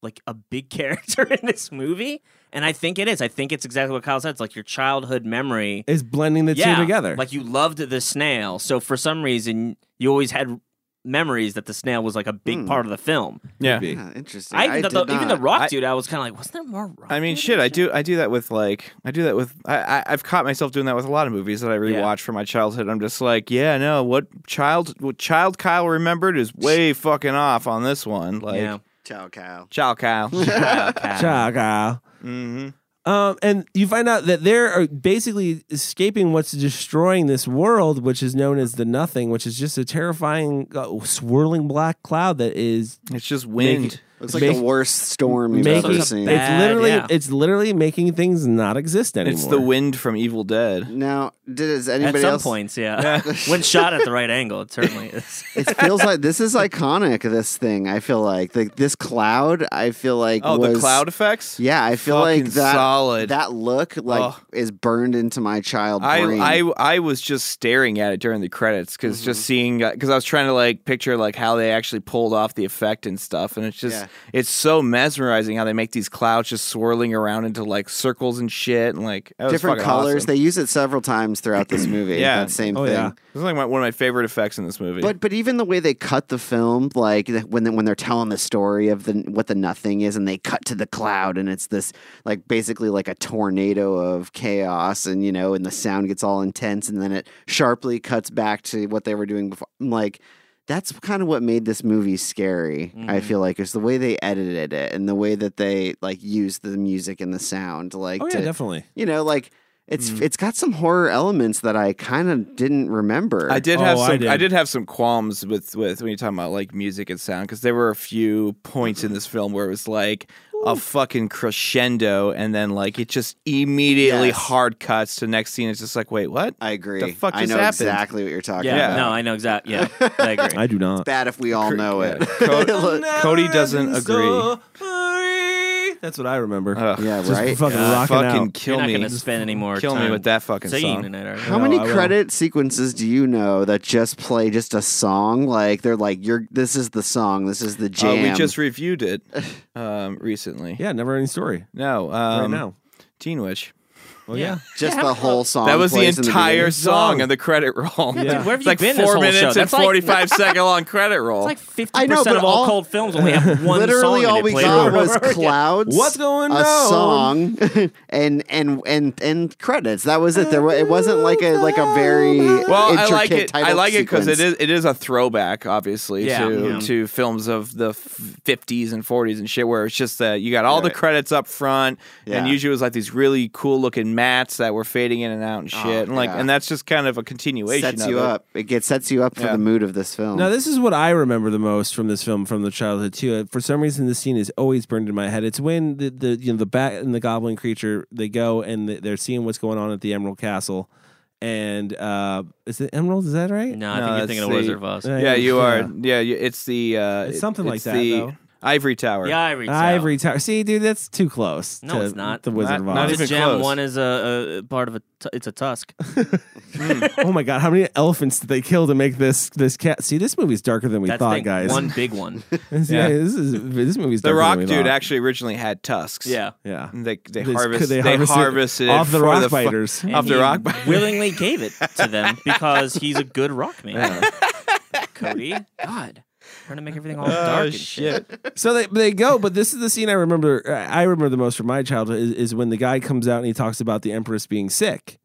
R: like a big [LAUGHS] character in this movie? And I think it is. I think it's exactly what Kyle said. It's like your childhood memory
A: Is blending the two together.
R: like you loved the snail, so for some reason you always had memories that the snail was like a big
C: Hmm.
R: part of the film.
P: Yeah.
A: Maybe.
C: [LAUGHS] Yeah, interesting.
R: I,
C: I,
R: even
C: did
R: thought the, even the
C: not.
R: rock
P: I-
R: dude, I was kind of like, wasn't there more rock?
P: I mean,
R: dude?
P: shit. I do. I do that with like. I do that with. I, I I've caught myself doing that with a lot of movies that I rewatch
R: Yeah.
P: from my childhood. I'm just like, yeah, no. What child? What child Kyle remembered is way fucking off on this one. Like,
R: yeah.
C: [LAUGHS] Ciao, Kyle.
P: child
C: [LAUGHS]
P: Kyle. Mm-hmm.
A: Chaga.
P: hmm
A: Um, and you find out that they're uh, basically escaping what's destroying this world, which is known as the Nothing, which is just a terrifying, uh, swirling black cloud that is
P: It's just wind.
C: Looks like
A: Make-
C: the worst storm you've
A: making.
C: ever
A: It's
C: seen.
R: bad-
A: literally,
R: yeah.
A: it's literally making things not exist anymore.
P: It's the wind from Evil Dead.
C: Now, did is
R: At
C: anybody
R: some
C: else?
R: points, yeah. [LAUGHS] when shot at the right angle, it certainly is.
C: It feels like this is iconic. This thing, I feel like like this cloud. I feel like
P: Oh,
C: was,
P: the cloud effects.
C: Yeah, I feel
P: Fucking
C: like that
P: solid.
C: that look like
P: Ugh.
C: is burned into my child
P: I,
C: brain.
P: I I was just staring at it during the credits because
C: Mm-hmm.
P: just seeing because I was trying to like picture like how they actually pulled off the effect and stuff, and it's just
C: Yeah.
P: it's so mesmerizing how they make these clouds just swirling around into like circles and shit and like that was
C: different
P: fucking
C: colors.
P: awesome.
C: They use it several times throughout this
P: [CLEARS THROAT]
C: movie.
P: Yeah.
C: that same
A: Oh,
C: thing.
A: yeah.
P: This is like my, one of my favorite effects in this movie.
C: But but even the way they cut the film, like the- when they, when they're telling the story of the what the nothing is, and they cut to the cloud, and it's this like basically like a tornado of chaos, and you know, and the sound gets all intense, and then it sharply cuts back to what they were doing before. I'm like. That's kind of what made this movie scary.
A: Mm-hmm.
C: I feel like is the way they edited it and the way that they like used the music and the sound, like
A: oh yeah, Mm-hmm.
C: to,
A: definitely.
C: you know, like It's it's got some horror elements that I kind of didn't remember.
P: I did
A: Oh,
P: have some. I did. have some qualms with with when you're talking about like music and sound because there were a few points in this film where it was like a fucking crescendo and then like it just immediately
C: Yes.
P: hard cuts to next scene. It's just like, wait, what?
C: I agree.
P: The fuck
C: I
P: just
C: know
P: happened?
C: exactly what you're talking
R: Yeah,
C: about.
R: no, I know exactly. Yeah, I agree.
A: I do
C: It's
A: not.
C: bad if we all know it. [LAUGHS]
A: Oh,
P: Co- Cody doesn't agree.
A: That's what I remember.
P: Ugh.
C: Yeah,
A: Just
C: right?
A: Fucking
P: God,
A: rocking
P: fucking
A: out.
P: kill
R: You're not
P: me.
R: gonna spend any more
P: Kill me
R: time
P: with that fucking
R: singing
P: song.
R: tonight, are you?
C: How
A: No,
C: many
A: I will.
C: credit sequences do you know that just play just a song? Like they're like, "You're this is the song, this is the
P: Uh,
C: jam."
P: we just reviewed
C: [SIGHS]
P: it um, recently.
A: Yeah, never ending story.
P: No,
A: Right
P: um,
A: now.
P: Teen Witch.
A: Well, yeah.
C: Just the whole song.
P: That was the
C: plays in
P: entire
C: beginning.
P: song on the credit roll.
A: dude,
R: where have
P: It's
R: you
P: like
R: been this
P: four
R: whole
P: minutes
R: show?
P: and
R: That's like- [LAUGHS]
P: forty-five second long credit roll.
R: It's like
C: I
R: fifty
C: know,
R: percent
C: but
R: of all,
C: all-
R: cold films only have one song.
C: Literally,
R: that
C: all
R: they
C: we
R: play
C: got
R: over and
C: was
R: over again.
C: clouds.
A: What's going
C: a
A: on?
C: song, [LAUGHS] and and and and credits. That was it. There was, it wasn't like a like a very
P: well, I
C: intricate
P: like it. I
C: title
P: like it because it
C: sequence.
P: is it is a throwback, obviously,
R: Yeah.
P: to
R: Yeah.
P: to films of the fifties and forties and shit, where it's just that you got all the
C: Right.
P: credits up front, and
C: Yeah.
P: usually it was like these really cool looking mats that were fading in and out and shit, and like
C: Oh, yeah.
P: and that's just kind of a continuation.
C: sets
P: of
C: you
P: it.
C: up. It gets sets you up for
P: Yeah.
C: the mood of this film.
A: Now, this is what I remember the most from this film from the childhood too. Uh, For some reason, this scene is always burned in my head. It's when the, the you know the bat and the goblin creature they go and th- they're seeing what's going on at the Emerald Castle, and uh is it Emerald? Is that right?
R: No,
P: No,
R: I think you're
P: that's
R: thinking of
P: the-
R: Wizard of Oz.
A: Yeah.
P: Yeah, you
A: Yeah.
P: are. Yeah, you, it's the uh,
A: It's something like that,
P: the
A: though.
P: Ivory Tower.
R: Yeah, Ivory Tower.
A: Ivory Tower. See, dude, that's too close.
R: No,
A: to
R: it's not.
A: The Wizard of Oz.
P: Not- not
R: One is a
P: even
R: gem.
P: close.
R: One is a, a part of a. T- it's a tusk.
A: [LAUGHS] oh my god, how many elephants did they kill to make this this cat? See, this movie's darker than we
R: That's the
A: thought,
R: thing.
A: guys. [LAUGHS]
R: One big one.
A: yeah,
P: Yeah.
A: this is this movie's
P: The
A: darker
P: Rock
A: than we
P: dude
A: thought.
P: actually originally had tusks.
R: Yeah.
A: Yeah.
P: And They they
A: They-
P: harvest
A: they
P: they, harvested
A: harvest it off the
P: for
A: rock
P: fu-
A: biters. And
P: off
R: he
P: the rock biters.
R: [LAUGHS] willingly gave it to them because he's a good rock man.
A: Yeah.
R: [LAUGHS] Cody, God, trying to make everything all
P: Oh,
A: Oh,
R: dark and shit.
A: So they they go, but this is the scene I remember. I remember the most from my childhood is, is when the guy comes out and he talks about the Empress being sick,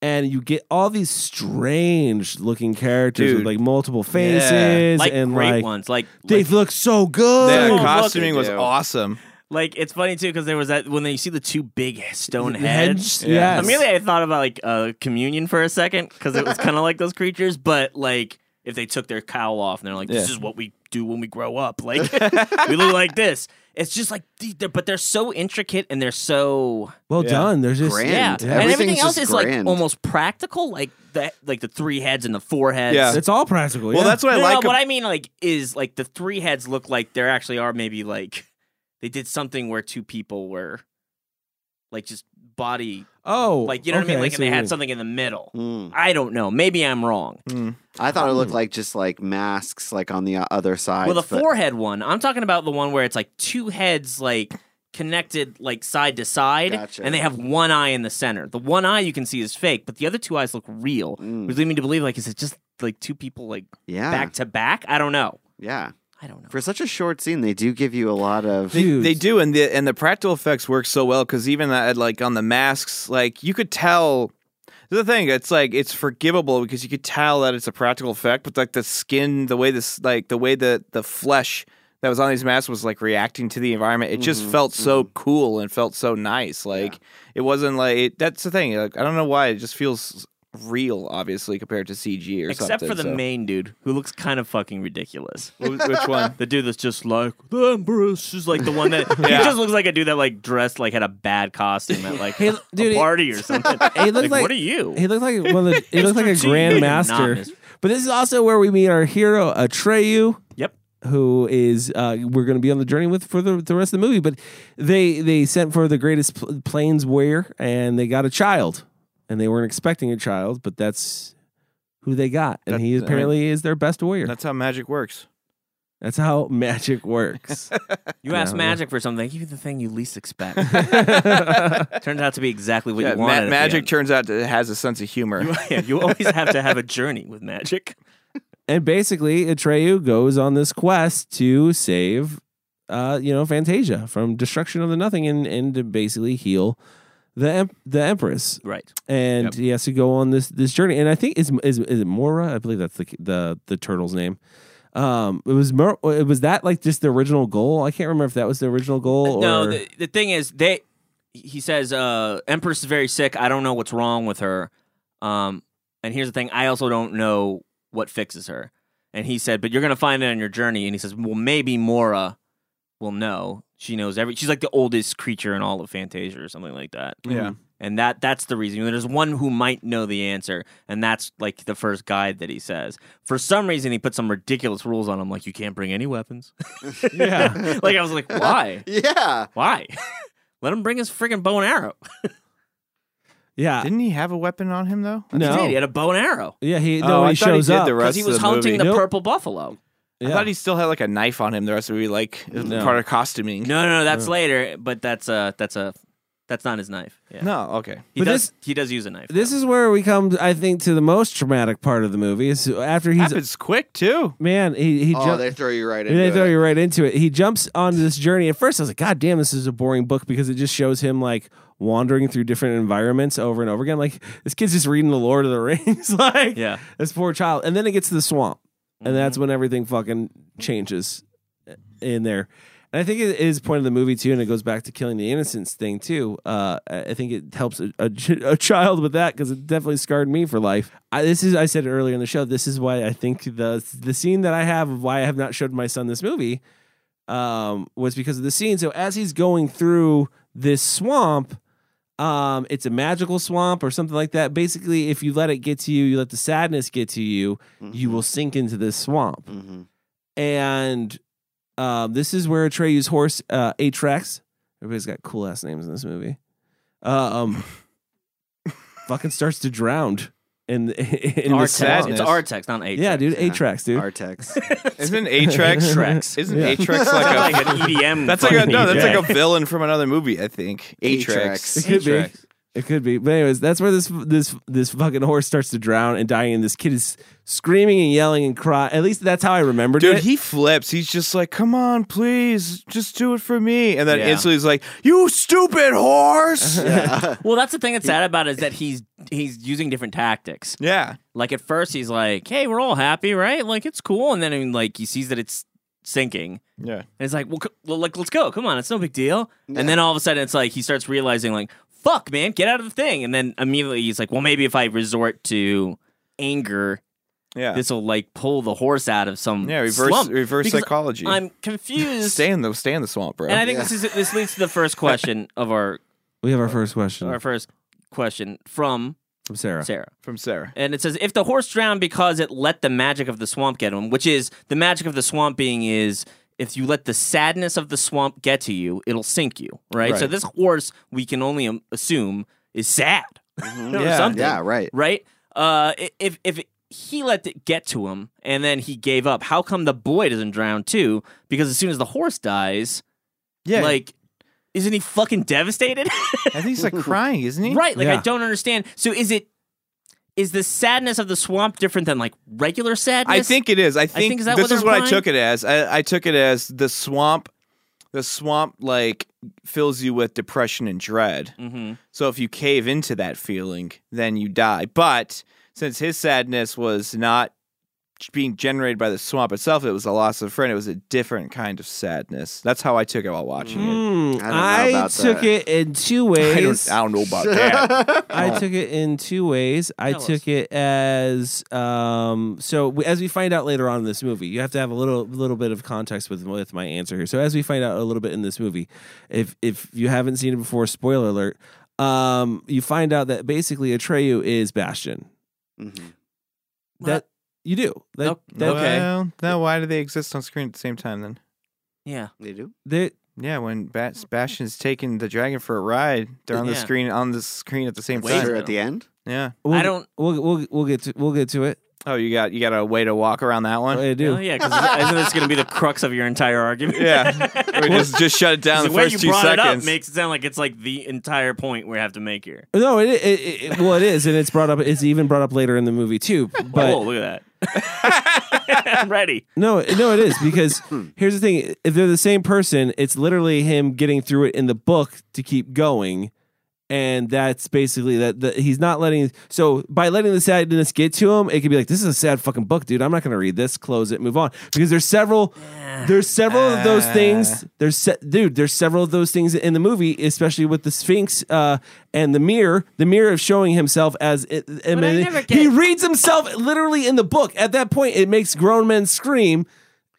A: and you get all these strange looking characters
P: Dude.
A: with like multiple faces
R: Like
A: and
R: great
A: like
R: ones, like
A: they
R: like,
A: look so good.
P: Their
R: look,
P: costuming
C: they
P: was
C: do.
P: awesome.
R: like it's funny too because there was that when they see the two big stone
A: The
R: heads.
A: heads,
P: Yeah.
A: yes.
R: Immediately, I thought about like uh, communion for a second because it was kind of like those creatures, but like if they took their cowl off and they're like, "This
P: Yeah.
R: is what we do when we grow up," like we look like this. It's just like, the- they're, but they're so intricate and they're so
A: well
P: Yeah.
A: done. There's just
C: Grand.
R: yeah,
C: Everything's
R: and everything else
C: just
R: is like
C: grand.
R: almost practical, like the like the three heads and the four heads.
P: Yeah.
A: it's all practical.
P: Well,
A: yeah.
P: that's what I
R: No, no,
P: like.
R: no, what
P: ab-
R: I mean, like, is like the three heads look like there actually are maybe like they did something where two people were like just body,
A: oh,
R: like you know what I
A: okay,
R: mean, like,
A: see
R: and they
A: what you
R: had
A: mean.
R: something in the middle.
C: Mm.
R: I don't know. Maybe I'm wrong.
C: I thought it looked like just like masks, like on the o- other side.
R: Hmm. well, the
C: but-
R: forehead one. I'm talking about the one where it's like two heads, like connected, like side to side,
C: Gotcha.
R: and they have one eye in the center. The one eye you can see is fake, but the other two eyes look real,
C: Mm. Ah.
R: which lead me to believe like is it just like two people like
C: yeah,
R: back to back? I don't know.
C: yeah.
R: I don't know.
C: For such a short scene, they do give you a lot of.
A: Dude.
P: They do, and the and the practical effects work so well because even at, like on the masks, like you could tell. The thing, it's like it's forgivable because you could tell that it's a practical effect, but like the skin, the way this, like the way the the flesh that was on these masks was like reacting to the environment. It
R: Mm-hmm,
P: just felt so cool and felt so nice. Like it wasn't like it, that's the thing. Like I don't know why it just feels real, obviously compared to CG or
R: Except
P: something.
R: for the
P: so.
R: main dude who looks kind of fucking ridiculous.
P: Wh- Which one?
R: The dude that's just like the Empress is like the one that
P: Yeah.
R: he just looks like a dude that like dressed like had a bad costume at like
A: Hey, dude,
R: a
A: he-
R: party or something.
A: He looked
R: Like,
A: like
R: what are you?
A: He looked like one of the, he looked like a
R: Mr. T. You're not
A: grandmaster.
R: Mr.
A: But this is also where we meet our hero Atreyu.
R: Yep.
A: who is uh, we're going to be on the journey with for the, the rest of the movie. But they they sent for the greatest pl- planes warrior, and they got a child, and they weren't expecting a child, but that's who they got, and
P: That-
A: he
P: I mean-
A: apparently is their best warrior. That's,
P: That's how magic works.
A: how [LAUGHS] magic
P: [LAUGHS]
A: works.
R: You ask
A: Yeah.
R: magic for something, they give you the thing you
A: [LAUGHS]
R: least expect. Turns out to be exactly what
P: Yeah,
R: you
P: ma-
R: wanted. at the
P: magic
R: end.
P: turns out it has a sense of humor.
R: [LAUGHS] yeah, you always have to have a journey with magic.
A: and basically, Atreyu goes on this quest to save, uh, you know, Fantasia from destruction of the nothing, and and to basically heal the em- the Empress.
R: Right.
A: and
P: Yep.
A: he has to go on this this journey. And I think is is is it Mora? I believe that's the the the turtle's name. Um, it was Mor- it was that like just the original goal. I can't remember if that was the original goal.
R: No,
A: or...
R: the, the thing is they he says, uh, "Empress is very sick. I don't know what's wrong with her." Um, and here's the thing: I also don't know what fixes her. And he said, "But you're gonna find it on your journey." And he says, "Well, maybe Mora will know. She knows every. She's like the oldest creature in all of Fantasia, or something like that."
P: Yeah.
R: Mm-hmm. And that that's the reason. There's one who might know the answer, and that's like the first guide that he says. For some reason, he put some ridiculous rules on him, like you can't bring any weapons. [LAUGHS]
A: Yeah.
R: like I was like, why?
C: [LAUGHS] yeah.
R: Why? [LAUGHS] Let him bring his freaking bow and [LAUGHS] arrow.
A: Yeah.
P: Didn't he have a weapon on him though?
A: No.
R: He did. He had a bow and arrow.
A: Yeah, he
P: Oh,
A: no,
P: I
A: he
P: thought he
A: shows
P: did
A: up.
P: the rest
R: he
P: of
R: was
P: the
R: hunting
P: movie.
R: the
A: Nope.
R: purple buffalo.
P: I thought he still had like a knife on him the rest of the movie, like it was
A: No.
P: part of costuming.
R: No, no, no, that's later, but that's uh that's a that's not his knife. Yeah.
P: No, okay.
R: He
A: But
R: does
A: this-
R: he does use a knife.
A: This is where we come, I think, to the most traumatic part of the movie. Is after he's
P: Happens quick too.
A: man, he he
C: oh,
A: jump-
C: they throw you right
A: And
C: into
A: they throw
C: it.
A: you right into it. He jumps on this journey. At first, I was like, God damn, this is a boring book because it just shows him like wandering through different environments over and over again. Like, this kid's just reading The Lord of the [LAUGHS] Rings. like,
R: Yeah.
A: this poor child. And then it gets to the swamp. And that's when everything fucking changes in there. And I think it is point of the movie too, and it goes back to killing the innocence thing too. Uh, I I think it helps a, [LAUGHS] a ch- a child with that because it definitely scarred me for life. I, this is I said it earlier in the show. This is why I think the the scene that I have of why I have not showed my son this movie um, was because of the scene. So as he's going through this swamp, um, it's a magical swamp or something like that. Basically, if you let it get to you, you let the sadness get to you, you will sink into this swamp.
C: Mm-hmm. [LAUGHS]
A: And um, this is where Atreus' horse uh, Atrax. Everybody's got cool ass names in this movie. Uh, um, fucking starts to drown in [LAUGHS] in the
R: Artex.
A: swamp.
R: It's Artex, not Atrax.
A: Yeah, dude,
C: yeah.
A: Atrax, dude.
R: [LAUGHS]
P: [LAUGHS]
C: Artex.
P: Isn't Atrex [LAUGHS]
R: Trex.
P: Isn't
A: Yeah.
P: Atrex
R: Like
P: like a [LAUGHS]
R: an EDM.
P: That's like a no, that's
R: fucking E
P: like a villain from another movie, I think. Atrex.
A: It could be.
P: Atrex.
A: It could be. But anyways, that's where this this this fucking horse starts to drown and dying, and this kid is screaming and yelling and crying. At least that's how I remembered
P: Dude,
A: it.
P: he flips. He's just like, "Come on, please, just do it for me." And then
R: Yeah.
P: instantly he's like, "You stupid [LAUGHS] horse!"
C: Yeah.
R: Well, that's the thing that's sad about it is that he's he's using different tactics.
P: yeah.
R: Like at first he's like, "Hey, we're all happy, right? Like it's cool," and then I mean, like he sees that it's sinking,
P: Yeah.
R: and it's like, "Well, c- well, like let's go, come on, it's no big deal." And then all of a sudden it's like he starts realizing, like, "Fuck, man, get out of the thing!" And then immediately he's like, "Well, maybe if I resort to anger,
P: Yeah.
R: this will like pull the horse out of some
P: yeah, reverse
R: slump."
P: reverse
R: Because
P: psychology.
R: I'm confused,
P: stay in the stay in the swamp, bro.
R: and I think this is this leads to the
P: [LAUGHS]
R: first question of our
A: we have our first question
R: our first question from
A: from Sarah.
R: Sarah.
P: From Sarah.
R: And it says if the horse drowned because it let the magic of the swamp get him, which is the magic of the swamp being is if you let the sadness of the swamp get to you, it'll sink you, right? So
P: Right.
R: this horse we can only um, assume is sad [LAUGHS] or
P: Mm-hmm. Yeah.
R: something,
C: yeah, right.
R: right? Uh, i- if if he let it get to him and then he gave up, how come the boy doesn't drown too? Because as soon as the horse dies,
P: Yeah.
R: like isn't he fucking devastated?
P: I think he's [LAUGHS] like crying, isn't he?
R: Right. Like I
A: Yeah.
R: don't understand. So is it is the sadness of the swamp different than like regular sadness?
P: I think it is. I think,
R: is that
P: this
R: what
P: is
R: they're
P: what I
R: implying?
P: took it as. I, I took it as the swamp. The swamp like fills you with depression and dread.
R: Mm-hmm.
P: So if you cave into that feeling, then you die. But since his sadness was not being generated by the swamp itself, it was the loss of a friend. It was a different kind of sadness. That's how I took it while watching
R: Mm.
P: it.
A: Hmm,
C: I don't know about
A: took
C: that.
A: it in two
P: I
A: ways.
P: don't, I don't know about
R: [LAUGHS]
P: that.
A: I took it in two ways. I
R: Tell us.
A: took it as um, so w- as we find out later on in this movie, you have to have a little little bit of context with with my answer here. So as we find out a little bit in this movie, if if you haven't seen it before, spoiler alert, um, you find out that basically Atreyu is Bastion.
C: Mhm.
R: What?
A: That you do. That,
R: Nope.
A: that-
R: Okay.
P: Well, now why do they exist on screen at the same time then?
R: Yeah.
C: They do.
A: that-
P: Yeah, when Bat- Bastion's taking the dragon for a ride, they're on the
R: Yeah.
P: screen on the screen at the same
R: Wait.
C: Sure,
P: time.
C: at the end.
P: Yeah.
A: we'll,
R: I don't-
A: We'll, we'll we'll get to we'll get to it.
P: Oh, you got you got a way to walk around that one.
A: I do.
R: Oh yeah, because isn't this going to be the crux of your entire argument? [LAUGHS]
P: Yeah. we just just shut it down
R: the
P: the
R: way you
P: first two
R: brought it up
P: seconds.
R: makes it sound like it's like the entire point we have to make here.
A: No, it, it, it, it- well it is, and it's brought up. It's even brought up later in the movie too. But
R: [LAUGHS] oh, look at that!
P: [LAUGHS]
R: [LAUGHS] I'm ready.
A: No, no, it is
I: [COUGHS]
A: because
I: Hmm.
A: here's the thing: if they're the same person, it's literally him getting through it in the book to keep going, and that's basically that, that he's not letting so by letting the sadness get to him it could be like this is a sad fucking book dude i'm not gonna read this close it move on because there's several there's several of
I: Uh.
A: those things there's se- dude there's several of those things in the movie especially with the sphinx uh and the mirror the mirror of showing himself as it, I mean,
I: never get-
A: he reads himself literally in the book at that point it makes grown men scream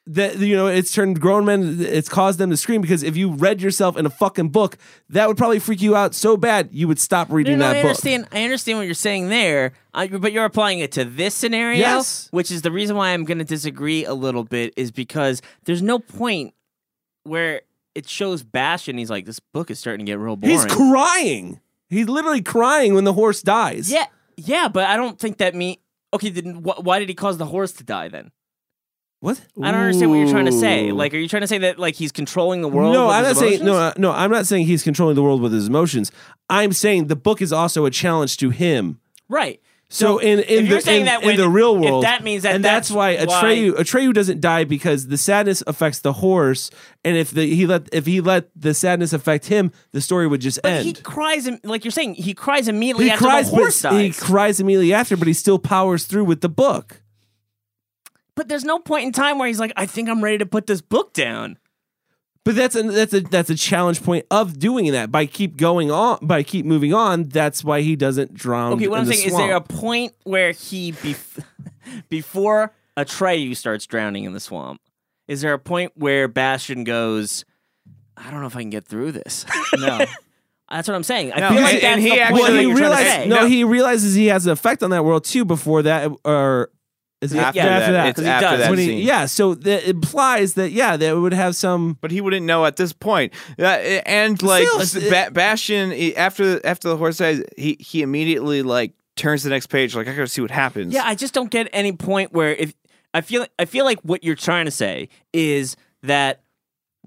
A: that you know it's turned grown men it's caused them to scream because if you read yourself in a fucking book that would probably freak you out so bad you would stop
R: No,
A: reading
R: no,
A: that
R: I
A: book
R: understand. I understand what you're saying there, I, but you're applying it to this scenario,
A: Yes.
R: which is the reason why I'm going to disagree a little bit. Is because there's no point where it shows Bash and he's like, "This book is starting to get real boring."
A: he's crying he's literally crying when the horse dies
R: Yeah, yeah, but I don't think that mean. Okay, then wh- why did he cause the horse to die then?
A: what
R: I don't understand what you're trying to say.
A: Ooh.
R: Like, are you trying to say that like he's controlling the world?
A: no
R: with
A: i'm not
R: his
A: saying no
R: emotions?
A: uh, no i'm not saying he's controlling the world with his emotions i'm saying the book is also a challenge to him
R: Right.
A: So in in
R: if you're
A: the,
R: saying
A: in,
R: that
A: in
R: when-
A: the real
R: if
A: world,
R: that means that
A: and that's,
R: that's
A: why
R: why-
A: Atreyu Atreyu doesn't die because the sadness affects the horse, and if the he let if he let the sadness affect him, the story would just
R: But
A: end.
R: he cries, im- like you're saying, he cries immediately after the
A: but
R: horse dies.
A: he cries immediately after, but he still powers through with the book.
R: But there's no point in time where he's like, I think I'm ready to put this book down.
A: But that's a that's a that's a challenge point of doing that by keep going on by keep moving on. That's why he doesn't drown.
R: Okay, what
A: Um, in
R: I'm
A: the
R: saying is
A: swamp.
R: there a point where he bef- [LAUGHS] before Atreyu starts drowning in the swamp? Is there a point where Bastion goes, I don't know if I can get through this? No. [LAUGHS] that's what I'm saying. I
P: No,
R: feel
P: and-
R: like that's
P: and he
R: the
P: actually-
R: point
A: well,
R: that
A: he
R: you're trying to say.
A: realizes no, he realizes he has an effect on that world too. Before that, or is it
P: After that.
A: after that?
P: It's after that
A: When he-
P: scene.
A: yeah, so that implies that yeah, that it would have some.
P: But he wouldn't know at this point. Uh, and like
A: Still,
P: s-
A: it-
P: ba- Bastion, he- after after the horse dies, he he immediately like turns to the next page. Like I gotta see what happens.
R: Yeah, I just don't get any point where if I feel I feel like what you're trying to say is that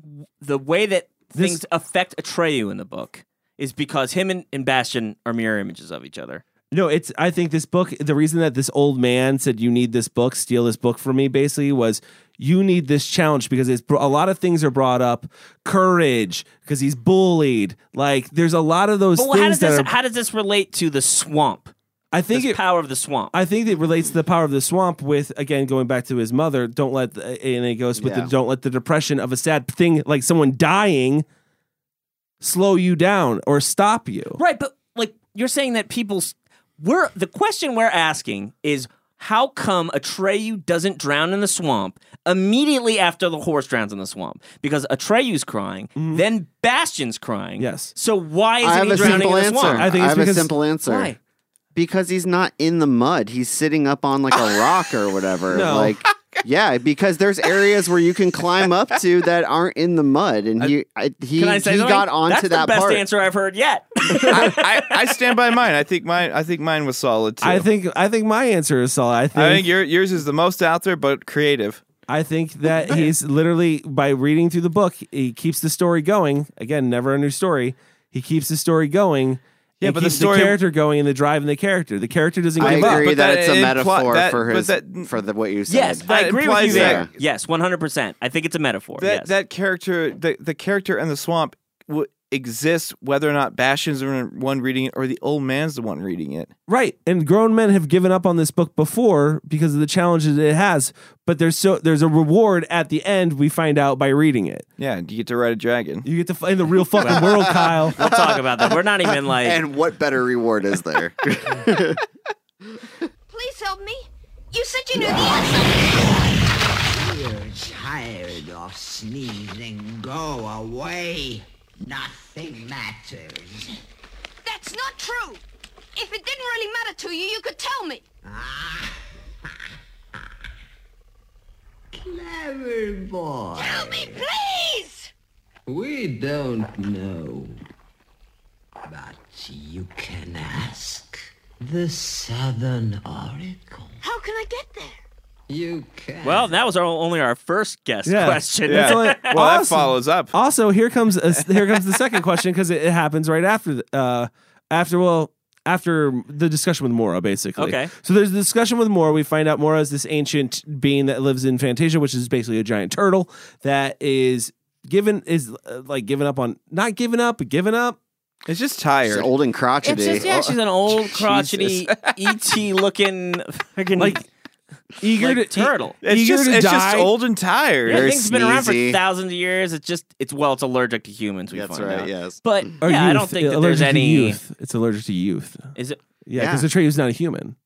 R: w- the way that things affect Atreyu in the book is because him and, and Bastion are mirror images of each other.
A: No, it's. I think this book. The reason that this old man said you need this book, steal this book from me, basically was you need this challenge because it's br- a lot of things are brought up. Courage, because he's bullied. Like there's a lot of those
R: But
A: things
R: how does
A: that
R: this
A: are.
R: how does this relate to the swamp?
A: I think
R: This
A: it-
R: power of the swamp.
A: I think it relates to the power of the swamp with again going back to his mother. Don't let the, and it goes with
R: Yeah.
A: the don't let the depression of a sad thing like someone dying slow you down or stop you.
R: Right, but like you're saying that people's we're the question we're asking is how come Atreyu doesn't drown in the swamp immediately after the horse drowns in the swamp? Because Atreyu's crying,
P: Mm-hmm.
R: then Bastion's crying. Yes. So why isn't
C: I have
R: he
C: a
R: drowning
C: simple
R: in the
C: answer.
R: swamp?
C: I, have a simple answer.
R: Why?
C: Because he's not in the mud. He's sitting up on like
R: [LAUGHS]
C: a rock or whatever.
P: No.
C: Like yeah, because there's areas where you can climb up to that aren't in the mud, and he I, he,
R: Can I say
C: he
R: something?
C: got onto
R: That's
C: that
R: the best
C: part.
R: answer I've heard
C: [LAUGHS]
R: yet.
P: [LAUGHS] I, I, I stand by mine. I think mine. I think mine was solid too.
A: I think I think my answer is solid. I think
P: I think your, yours is the most out there, but creative.
A: I think that he's literally by reading through the book, he keeps the story going. Again, never a new story. He keeps the story going.
P: Yeah,
A: and
P: but the
A: keeps
P: story-
A: character going and the drive in the character. The character doesn't
C: I
A: give up.
C: agree that, it's a
P: that impli-
C: metaphor
P: that-
C: for
P: but
C: his
P: that-
C: for the what you said.
R: Yes, I
P: That
R: agree with you
P: implies
R: there.
P: that-
R: Yes, 100%. I think it's a metaphor.
P: That
R: yes.
P: that character, the the character in the swamp, w- exists whether or not Bastion's the one reading it or the old man's the one reading it.
A: Right, and grown men have given up on this book before because of the challenges it has. But there's so there's a reward at the end. We find out by reading it.
P: Yeah, you get to ride a dragon.
A: You get to find the real fucking
P: [LAUGHS]
A: world, Kyle.
R: We'll talk about that. We're not even like.
C: And what better reward
P: [LAUGHS]
C: is there?
J: Please help me. You said you knew the answer.
O: You're tired of sneezing. Go away. Nothing matters.
J: That's not true. If it didn't really matter to you, you could tell me.
O: Clever boy.
J: Tell me, please!
O: We don't know. But you can ask the Southern Oracle.
J: How can I get there?
O: You can.
R: well, that was our, only our first guest question.
A: That's only- Awesome.
P: up.
A: Also, here comes a, here comes the second question because it, it happens right after the, uh after well after the discussion with Mora basically.
R: Okay.
A: So there's a discussion with Mora. We find out Mora is this ancient being that lives in Fantasia, which is basically a giant turtle that is given is uh, like given up on not given up but given up
P: It's just tired.
C: She's old and crotchety.
R: It's just, yeah, she's an
C: [LAUGHS]
R: old crotchety
P: Jesus.
R: ET looking fucking
A: Like, eager
R: like
A: to e
R: turtle.
P: It's
A: Eager
P: just
A: to
P: it's
A: die.
P: just old and tired.
R: Yeah,
C: very
R: thing's been around for
C: sneezy.
R: thousands of years. It's just it's well, it's allergic to humans. We
C: [LAUGHS] That's
R: find
C: right,
R: out.
C: yes.
R: but yeah,
A: Or
R: I
A: youth,
R: don't think that
A: allergic
R: there's
A: to
R: any.
A: youth. It's allergic to youth.
R: Is it?
A: Yeah, because
C: Yeah.
A: the tree is not a human.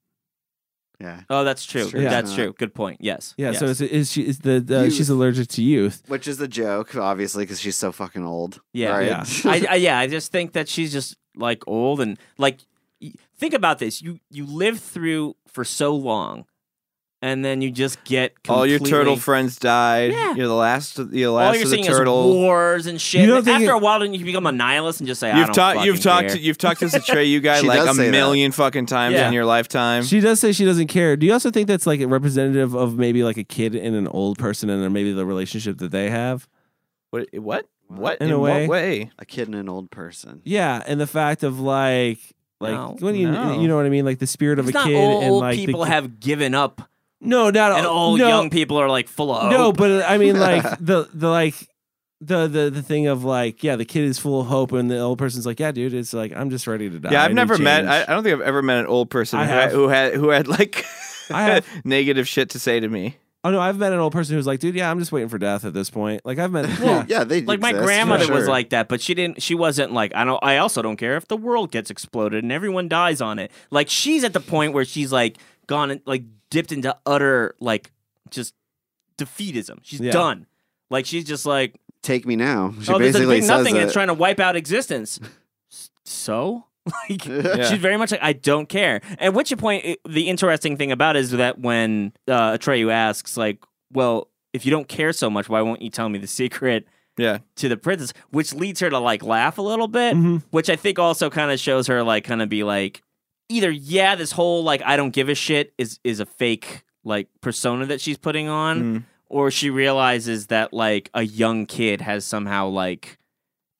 C: yeah.
R: Oh, that's true.
C: It's true.
R: That's
C: Yeah.
R: true. Good point. Yes.
A: Yeah,
R: Yes.
A: so it's, is she is the uh,
C: Youth.
A: she's allergic to youth.
C: Which is the joke, obviously, because she's so fucking old.
R: Yeah.
C: right?
A: Yeah.
R: I, I yeah, I just think that she's just like old and like y- think about this. You you live through for so long and then you just get completely,
P: All your turtle friends died.
R: Yeah.
P: You're the last. You're the
R: all
P: last
R: you're
P: of the
R: seeing
P: turtle.
R: is wars and shit.
A: You don't
R: And
A: think
R: After
A: it-
R: a while, then you become a nihilist and just say, "I
P: You've
R: don't
P: talked. You've
R: fucking
P: talked.
R: care."
P: You've talked to this
C: [LAUGHS]
P: Atreyu guy
C: She
P: like
C: does
P: a
C: say that.
P: million fucking times
R: Yeah.
P: in your lifetime.
A: She does say she doesn't care. Do you also think that's like a representative of maybe like a kid and an old person and then maybe the relationship that they have?
P: what? What? What?
A: In a way.
P: what way?
C: [LAUGHS] A kid and an old person.
A: Yeah, and the fact of like like
R: No.
A: what do you
P: No.
A: you know what I mean? Like the spirit of
R: It's
A: a
R: not
A: kid
R: all
A: and
R: old
A: like the
R: people
A: ki-
R: have given up,
A: no, not
R: and all
A: no,
R: young people are like full of
A: No,
R: hope.
A: but uh, I mean
R: [LAUGHS]
A: like the the like the the the thing of like yeah, the kid is full of hope and the old person's like yeah, dude, it's like I'm just ready to die.
P: Yeah,
A: I
P: I've
A: need
P: never met.
A: change."
P: I, I don't think I've ever met an old person
A: I
P: who had,
A: have.
P: who had who had like
A: I have.
P: [LAUGHS] negative shit to say to me.
A: Oh no, I've met an old person who's like, dude, yeah, I'm just waiting for death at this point. Like I've [LAUGHS] met
C: Well, yeah, they
R: like my
C: exist, for
R: grandmother was
C: sure.
R: like that but she didn't she wasn't like i don't i also don't care if the world gets exploded and everyone dies on it like she's at the point where she's like gone and like dipped into utter like just defeatism she's
A: Yeah.
R: done like she's just like
C: "Take me now." She
R: oh there's a
C: basically
R: big
C: says
R: nothing
C: it.
R: that's trying to wipe out existence S- so [LAUGHS] like
C: [LAUGHS] Yeah.
R: she's very much like i don't care at which point it- the interesting thing about it is that when uh atreyu asks like well if you don't care so much why won't you tell me the secret
P: Yeah,
R: to the princess, which leads her to like laugh a little
C: Mm.
R: bit,
A: Mhm.
R: which I think also kind of shows her like kind of be like either yeah, this whole like I don't give a shit is is a fake like persona that she's putting on,
P: Mm.
R: or she realizes that like a young kid has somehow like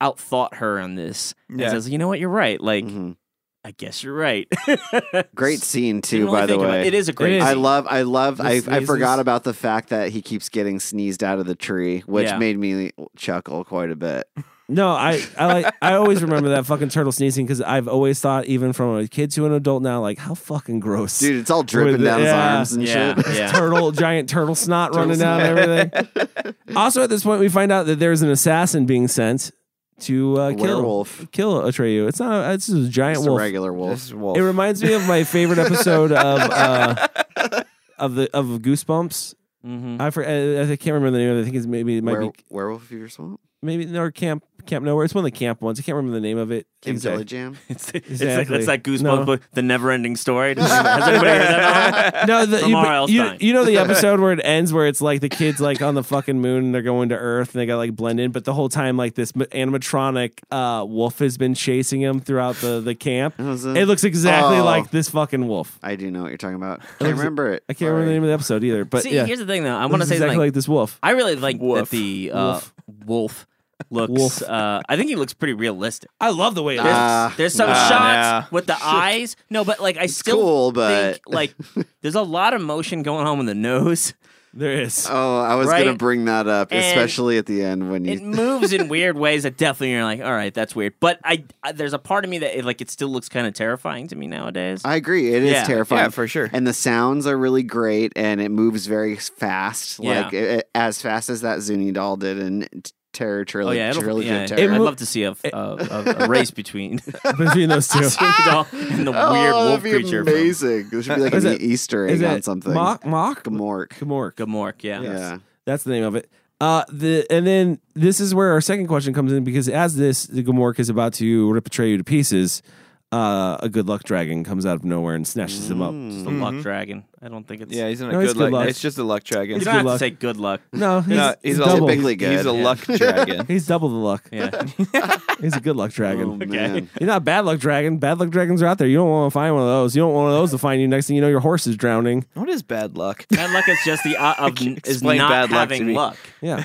R: outthought her on this and
P: Yeah.
R: says, you know what, you're right. Like [LAUGHS]
C: Mhm.
R: I guess you're right. [LAUGHS]
C: Great scene too,
R: Didn't really
C: by the
R: think about
C: way.
R: it. it is a great.
A: is.
C: I
R: scene.
C: love, I love, I,
A: The
C: I forgot
A: sneezes.
C: about the fact that he keeps getting sneezed out of the tree, which
R: Yeah.
C: made me chuckle quite a bit.
A: No, I I like I always remember that fucking turtle sneezing because I've always thought, even from a kid to an adult now, like how fucking gross, [LAUGHS]
C: Dude, it's all dripping
A: With the-
C: down his
A: yeah.
C: arms and
R: yeah,
C: shit. [LAUGHS]
R: yeah.
A: Turtle, giant turtle snot running down everything. also, at this point, we find out that there's an assassin being sent to uh, kill
C: [LAUGHS] Werewolf.
A: kill Atreyu. It's not. A, it's just a giant
C: Just a
A: wolf.
C: regular wolf.
P: This wolf.
A: It reminds me of my favorite episode of uh, of the of Goosebumps.
R: Mhm.
A: I, for, I, I can't remember the name. of it. I think it's maybe it might be
C: Were- werewolf of your swamp.
A: maybe no or camp camp nowhere. It's one of the camp ones. I can't remember the name of it.
C: Camp
A: Exact-
C: Dilly Jam.
R: It's, it's, like,
A: Exactly.
R: that's that Goosebumps
A: No.
R: book, the never-ending
C: [LAUGHS]
R: story. Has anybody
A: [LAUGHS]
R: heard that one?
A: No, the,
R: From
A: you,
R: R.L.
A: you,
R: Stine.
A: you know the episode where it ends where it's like the kids like on the fucking moon and they're going to Earth and they got like blend in, but the whole time like this ma- animatronic uh, wolf has been chasing him throughout the the camp.
C: That was
A: It looks exactly
C: Oh.
A: like this fucking wolf.
C: I do know what you're talking about. I remember it.
A: I can't remember the
C: Sorry.
A: name of the episode either, but
R: See,
A: yeah,
R: here's the thing, though. I
A: It
R: want to
A: looks
R: say
A: exactly
R: something.
A: like this wolf. [LAUGHS]
R: I really like
P: Woof.
R: that the uh,
A: Woof.
R: wolf. looks.
A: Wolf.
R: Uh, I think he looks pretty realistic.
A: I love the way it
R: There's,
C: Ah,
R: there's some
C: nah.
R: shots
P: Nah.
R: with
C: [LAUGHS]
R: the eyes. No, but like I still
C: cool, but- [LAUGHS]
R: think, like there's a lot of motion going on with the nose.
A: there is.
C: Oh, I was gonna
R: Right?
C: bring that up,
R: And
C: especially at the end when
R: It
C: you.
R: moves in weird ways that definitely you're like, all right, that's weird. But I, I there's a part of me that it, like it still looks kind of terrifying to me nowadays.
C: I agree. It is
R: Yeah.
C: terrifying
P: Yeah, for sure.
C: And the sounds are really great, and it moves very fast,
R: Yeah.
C: like it, it- as fast as that Zuni doll did in t- Terror Trilogy.
R: oh yeah, it'll,
C: trilogy
R: yeah,
C: of Terror.
R: I'd
A: mo-
R: love to see a, a,
C: [LAUGHS]
R: a, a race between [LAUGHS]
A: between those two.
R: Doll and the weird
C: oh,
R: wolf
C: that'd be
R: creature. from-
C: Amazing. There should be like
A: Is
C: an
A: it-
C: Easter egg
A: Is
C: on
A: it
C: something.
A: Mock Mock
C: Gamork.
A: Gamork?
R: Gamork, yeah.
C: Yeah.
A: That's the name of it. Uh, the and then this is where our second question comes in because as this the Gamork is about to rip Atreyu to pieces, uh, a good luck dragon comes out of nowhere and snatches him up.
R: It's the luck dragon. I don't think it's.
P: Mm-hmm. yeah, he's in a
A: No,
P: good,
A: it's good
P: luck.
A: luck.
P: It's just a luck dragon.
R: you
A: It's
R: don't have
A: good
R: to
A: luck.
R: say
P: [LAUGHS]
R: good luck.
A: No, he's,
P: no, he's,
A: he's,
P: a
A: double.
C: typically good.
P: He's a
C: Yeah. [LAUGHS]
P: luck dragon.
A: He's double the luck.
R: Yeah.
A: He's a good luck dragon.
C: Oh, man.
A: He's not a bad luck dragon. Bad luck dragons are out there. You don't want to find one of those. You don't want one of those to find you. Next thing you know, your horse is drowning.
P: What is bad luck?
R: bad luck is just the uh, of
P: can't
R: is
P: explain
R: not
P: bad luck to
R: having
P: me.
R: luck.
A: Yeah.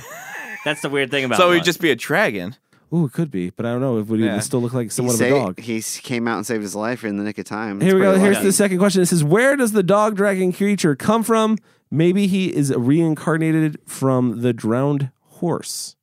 R: That's the weird thing about.
P: So
R: luck.
P: he'd just be a dragon.
A: Ooh, it could be, but I don't know. It would even
P: Yeah.
A: still look like
C: He,
A: somewhat of
C: sa-
A: a dog.
C: he s- came out and saved his life in the nick of time. That's
A: Here we go.
C: pretty
A: Here's
C: lucky.
A: the second question. It says, "Where does the dog dragon creature come from? Maybe he is reincarnated from the drowned horse."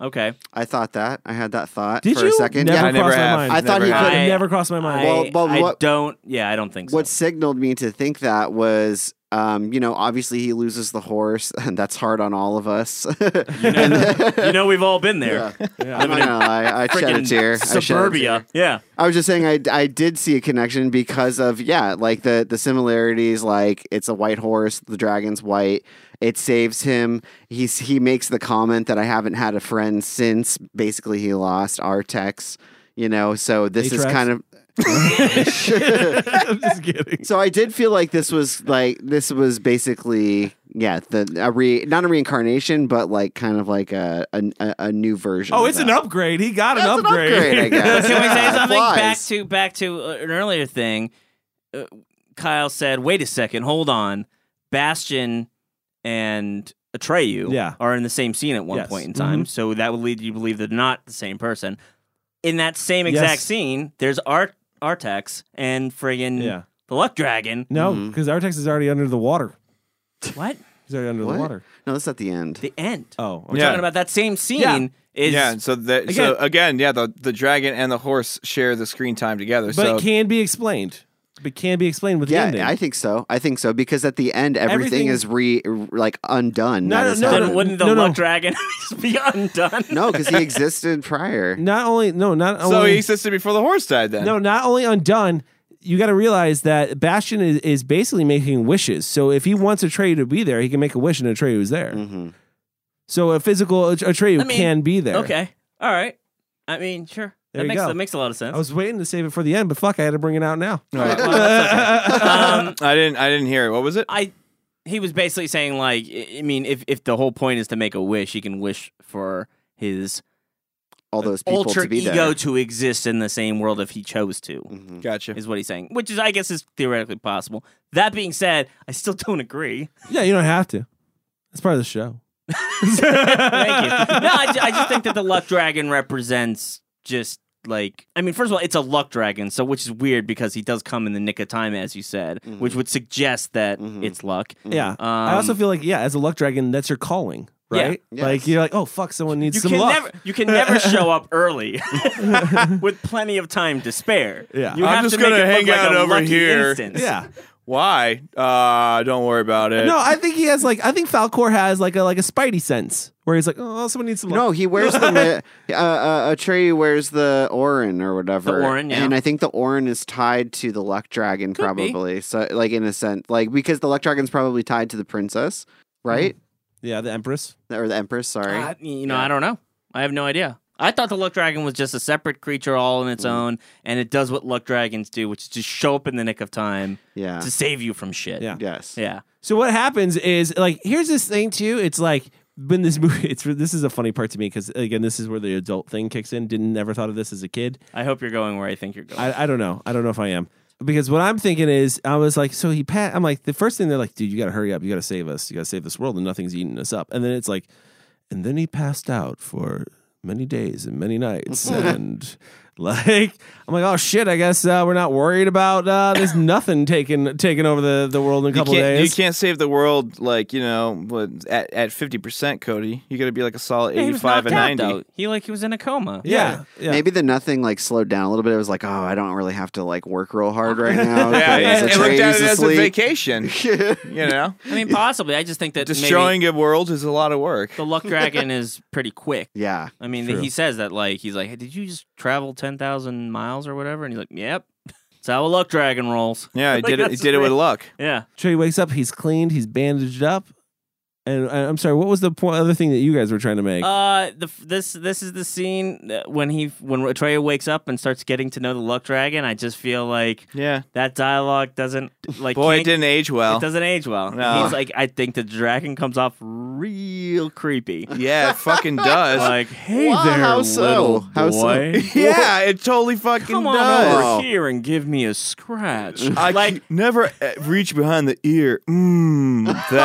R: Okay.
C: I thought that. I had that thought
A: Did
C: for
A: you?
C: a second.
A: Never
C: yeah,
A: crossed my mind.
C: I thought
A: Never
C: he
A: have.
C: could
A: I- Never crossed my mind.
R: I,
C: Well, but
R: I
C: what-
R: don't. Yeah, I don't think so.
C: What signaled me to think that was, um, you know, obviously he loses the horse, [LAUGHS] and that's hard on all of us.
R: [LAUGHS]
C: [LAUGHS]
R: you know, we've all been there.
C: Yeah. I'm
R: Living in [LAUGHS]
C: not gonna lie, I shed a
R: frickin'
C: tear. I shed a tear.
R: Suburbia. Yeah.
C: I was just saying I, I did see a connection because of yeah like the the similarities like it's a white horse the dragon's white it saves him he's he makes the comment that I haven't had a friend since basically he lost Artex you know so this is
A: Atrax?
C: kind of
A: [LAUGHS] I'm just
C: [LAUGHS]
A: kidding.
C: so I did feel like this was like this was basically yeah the a re not a reincarnation but like kind of like a a, a- a new version
A: Oh,
C: of
A: it's an
C: that.
A: upgrade. He got
C: That's
A: an
C: an
A: upgrade. [LAUGHS]
C: upgrade, I guess.
R: Can we
C: Yeah,
R: say
C: it
R: something back
C: flies.
R: to back to uh, an earlier thing? Uh, Kyle said, "Wait a second, hold on. Bastion and Atreyu
A: Yeah.
R: are in the same scene at one
A: Yes.
R: point in time,
A: Mhm.
R: so that would lead you to believe they're not the same person. In that same
A: Yes.
R: exact scene, there's Art Artax and friggin'
A: Yeah.
R: the Luck
A: [LAUGHS]
R: Dragon.
A: no,
C: Mhm.
A: because Artex is already under the water.
R: What?
A: He's already under
C: What?
A: the water.
C: no that's at the end
R: The end.
A: Oh,
R: We're
A: okay.
P: Yeah.
R: talking about that same scene.
A: Yeah.
R: Is
P: yeah, so the, so again, yeah, the, the dragon and the horse share the screen time together.
A: but
P: so
A: it can be explained. But can be explained with
C: yeah
A: the ending.
C: I think so I think so because at the end
A: Everything-
C: everything, is re like undone
A: No,
C: That
A: no,
C: is
A: no,
C: how
A: no,
C: it-
R: then wouldn't the
A: No, no.
R: Luck Dragon [LAUGHS] just be undone?
C: No, because he existed prior.
A: [LAUGHS] not only no, not
P: so
A: only
P: he existed before the horse died. Then
A: No, not only undone, you got to realize that Bastion is, is basically making wishes. So if he wants Atreyu to be there, he can make a wish and Atreyu is there.
C: Mhm.
A: So a physical At- Atreyu
R: Mm. I mean,
A: can be there.
R: Okay. All right. I mean, sure.
A: There
R: that
A: you
R: makes
A: go.
R: that makes a lot of sense.
A: I was waiting to save it for the end, but fuck, I had to bring it out now.
P: [LAUGHS]
R: All right, [LAUGHS] well, that's okay. um,
P: I didn't. I didn't hear it. What was it?
R: I he was basically saying like I I mean if if the whole point is to make a wish, he can wish for his
C: All those people
R: alter
C: to be
R: ego
C: there.
R: to exist in the same world if he chose to.
A: Mm-hmm.
C: Mhm.
P: Gotcha.
R: Is what he's saying, which is I guess is theoretically possible. That being said, I still don't agree.
A: [LAUGHS] yeah, you don't have to. It's part of the show.
P: [LAUGHS]
R: Thank you. No, I, ju- I just think that the luck dragon represents just like I mean, first of all, it's a luck dragon, so which is weird because he does come in the nick of time, as you said,
P: Mm-hmm.
R: which would suggest that
C: Mhm.
R: it's luck.
A: [LAUGHS] Yeah. I also feel like, yeah, as a luck dragon, that's your calling,
R: um, Yeah.
A: right?
C: Yes.
A: Like you're like, oh fuck, someone needs
R: You
A: some
R: can
A: luck.
R: never you
A: [LAUGHS]
R: can never show up early [LAUGHS] with plenty of time to spare.
A: Yeah.
R: You
P: I'm
R: have
P: just
R: to make
P: gonna
R: it look
P: hang
R: like
P: out
R: a
P: over
R: lucky
P: here.
R: instance.
A: yeah.
P: Why? Uh, don't worry about it.
A: No, I think he has like I think Falcor has like a like a Spidey sense where he's like, oh, someone needs some luck.
C: No, he wears the
P: [LAUGHS]
C: li- uh, uh, Atreyu wears the Orin or whatever.
R: The Orin, yeah.
C: And I think the Orin is tied to the Luck Dragon,
R: be.
C: probably. So, like in a sense, like because the Luck Dragon's probably tied to the princess,
P: Mm-hmm.
C: right?
A: yeah, the Empress.
C: Or the Empress. Sorry.
R: I, you know, I don't know. I have no idea. I thought the luck dragon was just a separate creature all on
P: Mm-hmm.
R: its own, and it does what luck dragons do, which is just show up in the nick of time
C: yeah.
R: to save you from shit.
A: Yeah.
C: yes.
R: Yeah.
A: So what happens is like here's this thing too. It's like when this [LAUGHS] movie. It's this is a funny part to me because again, this is where the adult thing kicks in. Didn't never thought of this as a kid.
R: I hope you're going where I think you're going.
A: I, I don't know. I don't know if I am because what I'm thinking is I was like, so he pat. I'm like the first thing they're like, dude, you got to hurry up. You got to save us. You got to save this world, and nothing's eating us up. And then it's like, and then he passed out for many days and many
P: [LAUGHS]
A: nights and. Like I'm like oh shit I guess uh, we're not worried about uh,
P: [COUGHS]
A: there's nothing taking taking over the, the world in a
P: You
A: couple
P: can't, you
A: days
P: can't save the world like you know what, at at fifty percent, Cody. You got to be like a solid
R: he
P: eighty
R: was
P: five and
R: knocked out,
P: ninety.
R: though. He like he was in a coma.
A: yeah, yeah.
C: Maybe the nothing like slowed down a little bit. It was like, oh, I don't really have to like work real
P: [LAUGHS]
C: hard right now.
P: Yeah, yeah,
C: because
P: it looked at
C: Atreyu's
P: it as a
C: asleep.
P: vacation. you [LAUGHS] know,
R: I mean, possibly. I just think that
P: destroying
R: maybe
P: a world is a lot of work.
R: the luck dragon is pretty quick.
C: [LAUGHS] yeah.
R: I mean,
A: True.
R: he says that like he's like, hey, "Did you just travel ten thousand miles or whatever?" And he's like, "Yep." That's how a luck dragon rolls.
P: [LAUGHS] Yeah, he
R: [LAUGHS] Like,
P: did it. He
R: that's
P: did it with
R: the-
P: luck.
R: Yeah.
A: Trey wakes up. He's cleaned. He's bandaged up. And I- I'm sorry, what was the point, other thing that you guys were trying to make?
R: Uh, the f- this this is the scene that when he when Atreyu wakes up and starts getting to know the luck dragon. I just feel like
P: Yeah,
R: that dialogue doesn't like
P: boy, it
R: can't-
P: didn't age well.
R: It doesn't age well.
P: No.
R: He's like, I think the dragon comes off real
P: [LAUGHS]
R: creepy.
P: Yeah, it fucking does.
R: like, hey
C: Wow,
R: there,
C: how so?
R: little
C: How so?
R: boy.
P: [LAUGHS] yeah, it totally fucking
R: Come on
P: does.
R: over here and give me a scratch.
P: [LAUGHS] I
R: like,
P: like never uh, reach behind the ear. Mmm, that's the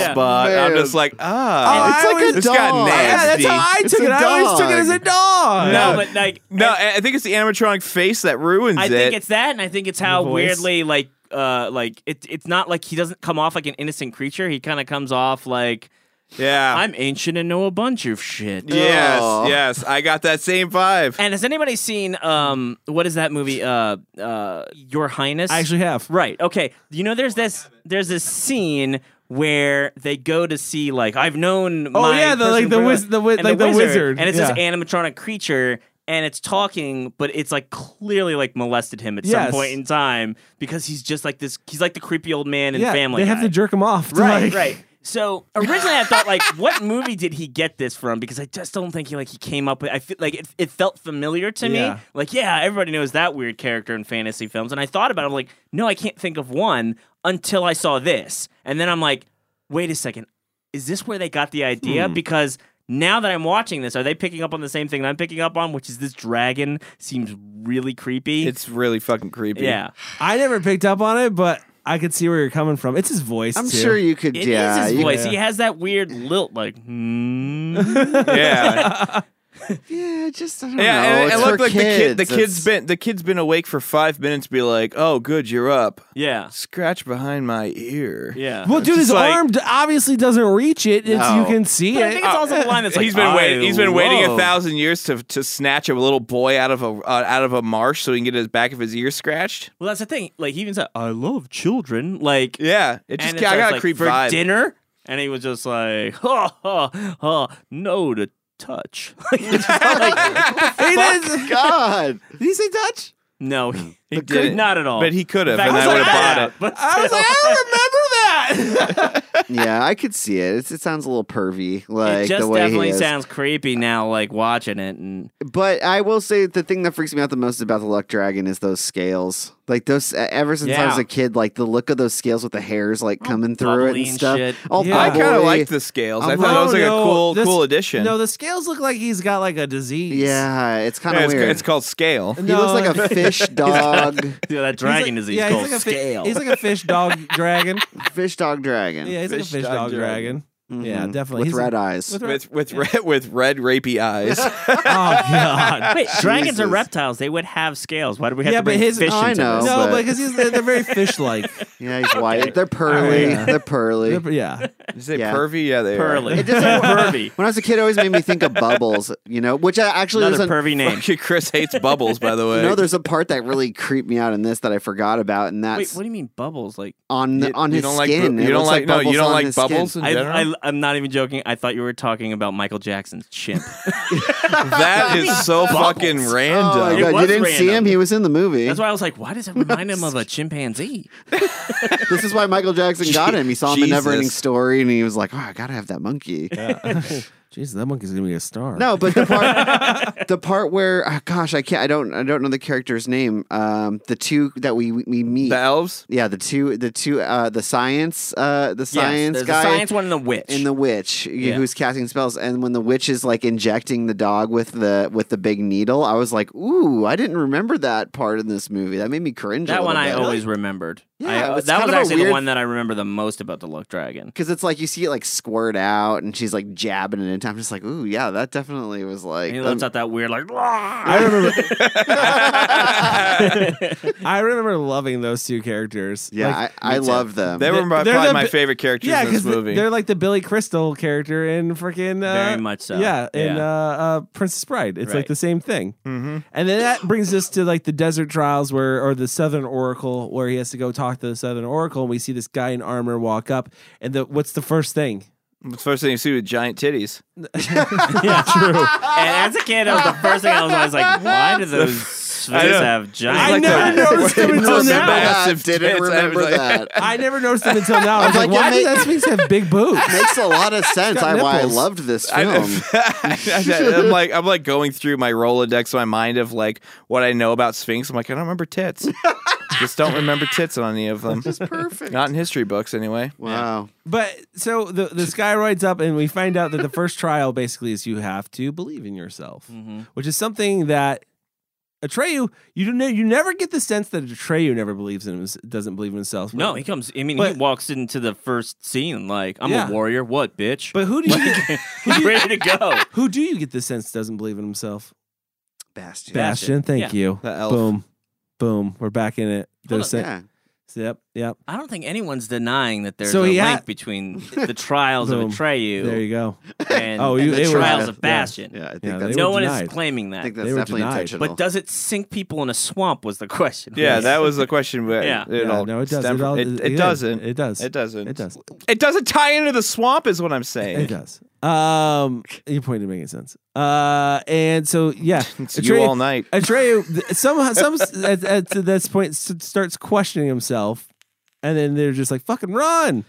R: Yeah.
P: spot. I'm
C: man.
P: just like, ah,
C: Oh, it's
P: I
C: like a
P: It's got
C: dog.
A: yeah,
P: nasty.
A: that's how I
C: It's
A: took
C: a
A: it. I always took it
C: dog.
A: as a dog.
R: no,
P: No.
R: but like,
P: no, I I think it's the animatronic face that ruins
R: I
P: it.
R: think it's that, and I think it's how
A: voice.
R: weirdly like uh like it, it's not like he doesn't come off like an innocent creature. He kind of comes off like
P: Yeah.
R: I'm ancient and know a bunch of shit.
P: Yes, yes. I got that same vibe.
R: And has anybody seen um what is that movie? Uh uh Your Highness?
A: I actually have.
R: Right. Okay. You know
A: Oh,
R: there's this there's this scene where they go to see like I've known
A: Oh,
R: my
A: yeah, the-
R: person
A: like the
R: for-
A: wiz- the wi-
R: and
A: like the wizard,
R: and it's this
A: yeah.
R: animatronic creature and it's talking but it's like clearly like molested him at some
A: Yes.
R: point in time because he's just like this he's like the creepy old man in
A: yeah,
R: family
A: they have
R: Guy.
A: to jerk him off. to,
R: [LAUGHS] Right,
A: like-
R: right. So originally I thought like, what movie did he get this from? Because I just don't think he like he came up with. I feel like it, it felt familiar to
A: Yeah.
R: me. Like yeah, everybody knows that weird character in fantasy films. And I thought about it. I'm like, no, I can't think of one until I saw this. And then I'm like, wait a second, is this where they got the idea?
A: Hmm.
R: Because now that I'm watching this, are they picking up on the same thing that I'm picking up on, which is this dragon seems really creepy.
P: It's really fucking creepy.
R: yeah.
A: I never picked up on it, but I could see where you're coming from. It's his voice.
C: I'm
A: too.
C: sure you could.
R: It is
C: yeah,
R: his
C: you-
R: voice. He has that weird lilt, like, hmm.
P: Yeah.
C: yeah, just I don't
P: yeah,
C: know.
P: and,
C: it's
P: and
C: for
P: look like the kid the
C: kids.
P: kid's
C: It's-
P: been the kid's been awake for five minutes be like, Oh good, you're up.
R: yeah.
P: Scratch behind my ear.
R: Yeah.
A: Well, dude,
P: It's
A: his
P: just like-
A: arm d- obviously doesn't reach it. It's,
C: No.
A: You can see
R: But
A: it.
R: I think it's also the line that's like
P: he's been waiting.
R: "I
P: He's been waiting a
R: love
P: thousand years to to snatch a little boy out of a uh, out of a marsh so he can get his back of his ear scratched.
R: Well, that's the thing. Like he even said, "I love children." Like,
P: Yeah, it just
R: and
P: I got a
R: like,
P: creep
R: for
P: vibe.
R: dinner, and he was just like, "Ha ha ha, no to touch." [LAUGHS] Like, it's
P: [LAUGHS]
R: just like,
A: He didn't-
C: [LAUGHS] God.
A: Did he say touch?
R: no, he,
P: He
R: could
P: didn't.
R: not at all.
P: but he could have,
R: In fact,
P: and
R: I
P: I
R: was
P: would
R: like,
P: have
R: "Ah!"
P: bought it.
R: But
A: Uh, I was
R: still,
A: like, I
R: [LAUGHS]
A: remember that.
C: yeah, I could see it. It's, it sounds a little pervy, like
R: it just
C: the way
R: definitely
C: he is.
R: sounds creepy now, like watching it. And
C: But I will say the thing that freaks me out the most about the Luck Dragon is those scales. Like those, e, ever since I was
R: Yeah.
C: a kid, like the look of those scales with the hairs like coming through it
R: bubbly
C: and
R: and
C: stuff.
R: shit.
C: All
A: Yeah.
P: I kind of
C: bubbly.
P: liked the scales. i
C: Oh, I'm
P: thought it
C: like-
P: was like
A: No,
P: a cool
A: this-
P: cool addition.
A: No, the scales look like he's got like a disease.
C: Yeah, it's kind
P: Yeah,
C: of
P: it's,
C: weird.
P: it's called scale.
C: he
P: [LAUGHS]
C: looks like a fish dog,
R: yeah, that
A: He's like-
R: dragon disease
A: yeah,
R: called
A: he's like a fi- [LAUGHS]
R: scale. [LAUGHS]
A: he's like a fish dog dragon.
C: fish dog dragon.
A: Yeah, he's like a
P: Fish
A: fish
P: dog
A: dog,
P: dragon.
A: dragon. Yeah,
C: Mhm.
A: definitely.
C: With
A: He's a-
C: red eyes.
A: with red-
P: with with red, with red rapey
C: [LAUGHS]
P: eyes.
A: oh [LAUGHS] god.
R: Wait, dragons are
C: Jesus.
R: reptiles. They would have scales. Why do we have
A: Yeah,
R: to bring
A: but his-
R: fish
C: I
R: into
C: know.
R: this?
A: No,
C: but-
A: because he's they're, they're very fish-like.
C: yeah, he's white. They're pearly.
A: Yeah.
C: They're pearly.
A: They're- yeah.
P: Is it
C: Yeah.
P: pervy? Yeah, they
R: Pearly.
P: [LAUGHS]
C: It
R: [LAUGHS]
C: [LAUGHS] doesn't-
R: pervy.
C: When I was a kid, it always made me think of bubbles. You know, which I actually
R: Another
C: was an-
R: [LAUGHS] pervy
P: Are.
R: name.
P: Fucking Chris hates bubbles. By the way,
C: No, there's a part that really creeped me out in this that I forgot about, and
R: Wait,
C: that's
R: what do you mean bubbles? Like
C: on the,
P: You-
C: on
P: you
C: his
P: don't like
C: skin.
P: bu- you
C: It
P: don't
C: looks
P: like- no, you
C: bubbles
P: don't
C: on
P: like
C: his skin.
P: bubbles in
R: I,
P: general?
R: I, I'm not even joking. I thought you were talking about Michael Jackson's chimp.
P: that is so fucking
C: Oh
P: random.
C: my
R: It
C: god,
R: was
C: you didn't see
R: random.
C: him? He was in the movie.
R: That's why I was like, why does it remind him of a chimpanzee?
C: this is why
P: [LAUGHS]
C: Michael Jackson got him. He saw him in
P: Jesus.
C: Never Ending Story, and he was like, "Oh, I gotta have that monkey."
A: Jeez, that monkey's gonna be a star.
C: No, but the
R: [LAUGHS]
C: part, the part where, oh, gosh, I can't, I don't, I don't know the character's name. Um, the two that we we meet,
P: The elves.
C: yeah, the two, the two, uh, the science, uh, the science
R: yes, there's
C: guy,
R: a science one and the witch.
C: and the witch
R: Yeah.
C: who's casting spells and when the witch is like injecting the dog with the with the big needle i was like ooh i didn't remember that part in this movie that made me cringe
R: that one I always remembered.
C: Yeah,
R: I,
C: it was
R: that
C: kind
R: was
C: of a
R: actually the
C: weird-
R: one that I remember the most about the Luck Dragon.
C: because it's like you see it like squirt out and she's like jabbing it into i'm just like ooh yeah that definitely was like
R: And he
C: um,
R: lets out that weird like.
A: I
R: [LAUGHS]
A: remember. I remember loving those two characters.
C: yeah
A: Like,
C: i, I
A: me too.
C: love them [LAUGHS]
P: They were my-
A: they're
P: probably
A: the
P: my
A: bi-
P: favorite characters
A: Yeah,
P: in this
A: because
P: movie.
A: they're like the Billy Crystal character in freaking uh,
R: Very much so.
A: Yeah, in
R: Yeah.
A: Uh, uh, Princess Bride, it's
R: Right.
A: like the same thing.
C: Mm-hmm.
P: Mhm.
A: And then that brings us to like the Desert Trials, where or the Southern Oracle, where he has to go talk to the Southern Oracle, and we see this guy in armor walk up, and the what's the first thing?
P: The first thing you see with giant titties.
A: yeah, true.
R: and as a kid, that was the first thing I was always like, why do those
P: I
R: sphinxes
P: know.
R: have giant?
A: I
P: Like the-
A: never
R: [LAUGHS]
A: noticed them
P: Those
A: until now.
P: massive
C: I didn't
P: tits. I was
C: remember
P: like-
C: that
A: I never noticed them until now. I was like,
C: like,
A: why
C: yeah,
A: do
C: mate-
A: that Sphinx have big boobs?
C: makes a lot of sense
A: got
C: I, why i
A: nipples.
C: loved this
P: [LAUGHS] I,
C: film
P: am like I'm like going through my Rolodex in my mind of like what I know about Sphinx. I'm like I don't remember tits. Just don't remember tits on any of them.
C: perfect
P: Not in history books anyway.
C: wow
A: But so the the sky rides up, and we find out that the first trial basically is you have to believe in yourself,
R: Mm-hmm.
A: which is something that Atreyu you don't know you never get the sense that Atreyu never believes in him, doesn't believe in himself.
R: No, he comes. I mean,
A: But-
R: he walks into the first scene like, "I'm
A: Yeah.
R: a warrior. What, bitch? [LAUGHS]
A: But who do you [LAUGHS] get, who,
R: I'm
A: do you,
R: ready to go."
A: who do you get the sense doesn't believe in himself?
C: bastion
A: Bastion, thank
R: Yeah.
A: you.
P: The elf.
A: Boom, boom. We're back in it.
R: Hold
A: Those
R: on,
A: sen-
C: yeah
A: Yep, yep.
R: I don't think anyone's denying that there's
A: So
R: a
A: he
R: link
A: had-
R: between the trials
A: [LAUGHS]
R: of
A: Boom.
R: Atreyu
A: There you go.
R: and
A: Oh, you-
R: the
A: they were-
R: trials
A: yeah,
R: of Bastion.
C: yeah, I think
A: Yeah,
C: that's-
A: they
R: no
A: were
R: one
A: denied.
R: is claiming that.
C: I think that's
A: They were
C: definitely
A: denied.
C: intentional.
R: but does it sink people in a swamp? Was the [LAUGHS] question.
P: Yeah, that was the question. But
R: Yeah.
P: it
A: Yeah,
P: all
A: no, it does.
P: stemmed
A: It
P: from-
A: all-
P: it,
A: it-
P: it doesn't.
A: it does.
P: It doesn't.
A: It does.
P: It doesn't tie into the swamp, is what I'm saying.
A: It does. Um, your point is making sense. Uh, and so yeah,
P: It's you all night.
A: Atreyu th- somehow some at, at to this point s- starts questioning himself, and then they're just like fucking run,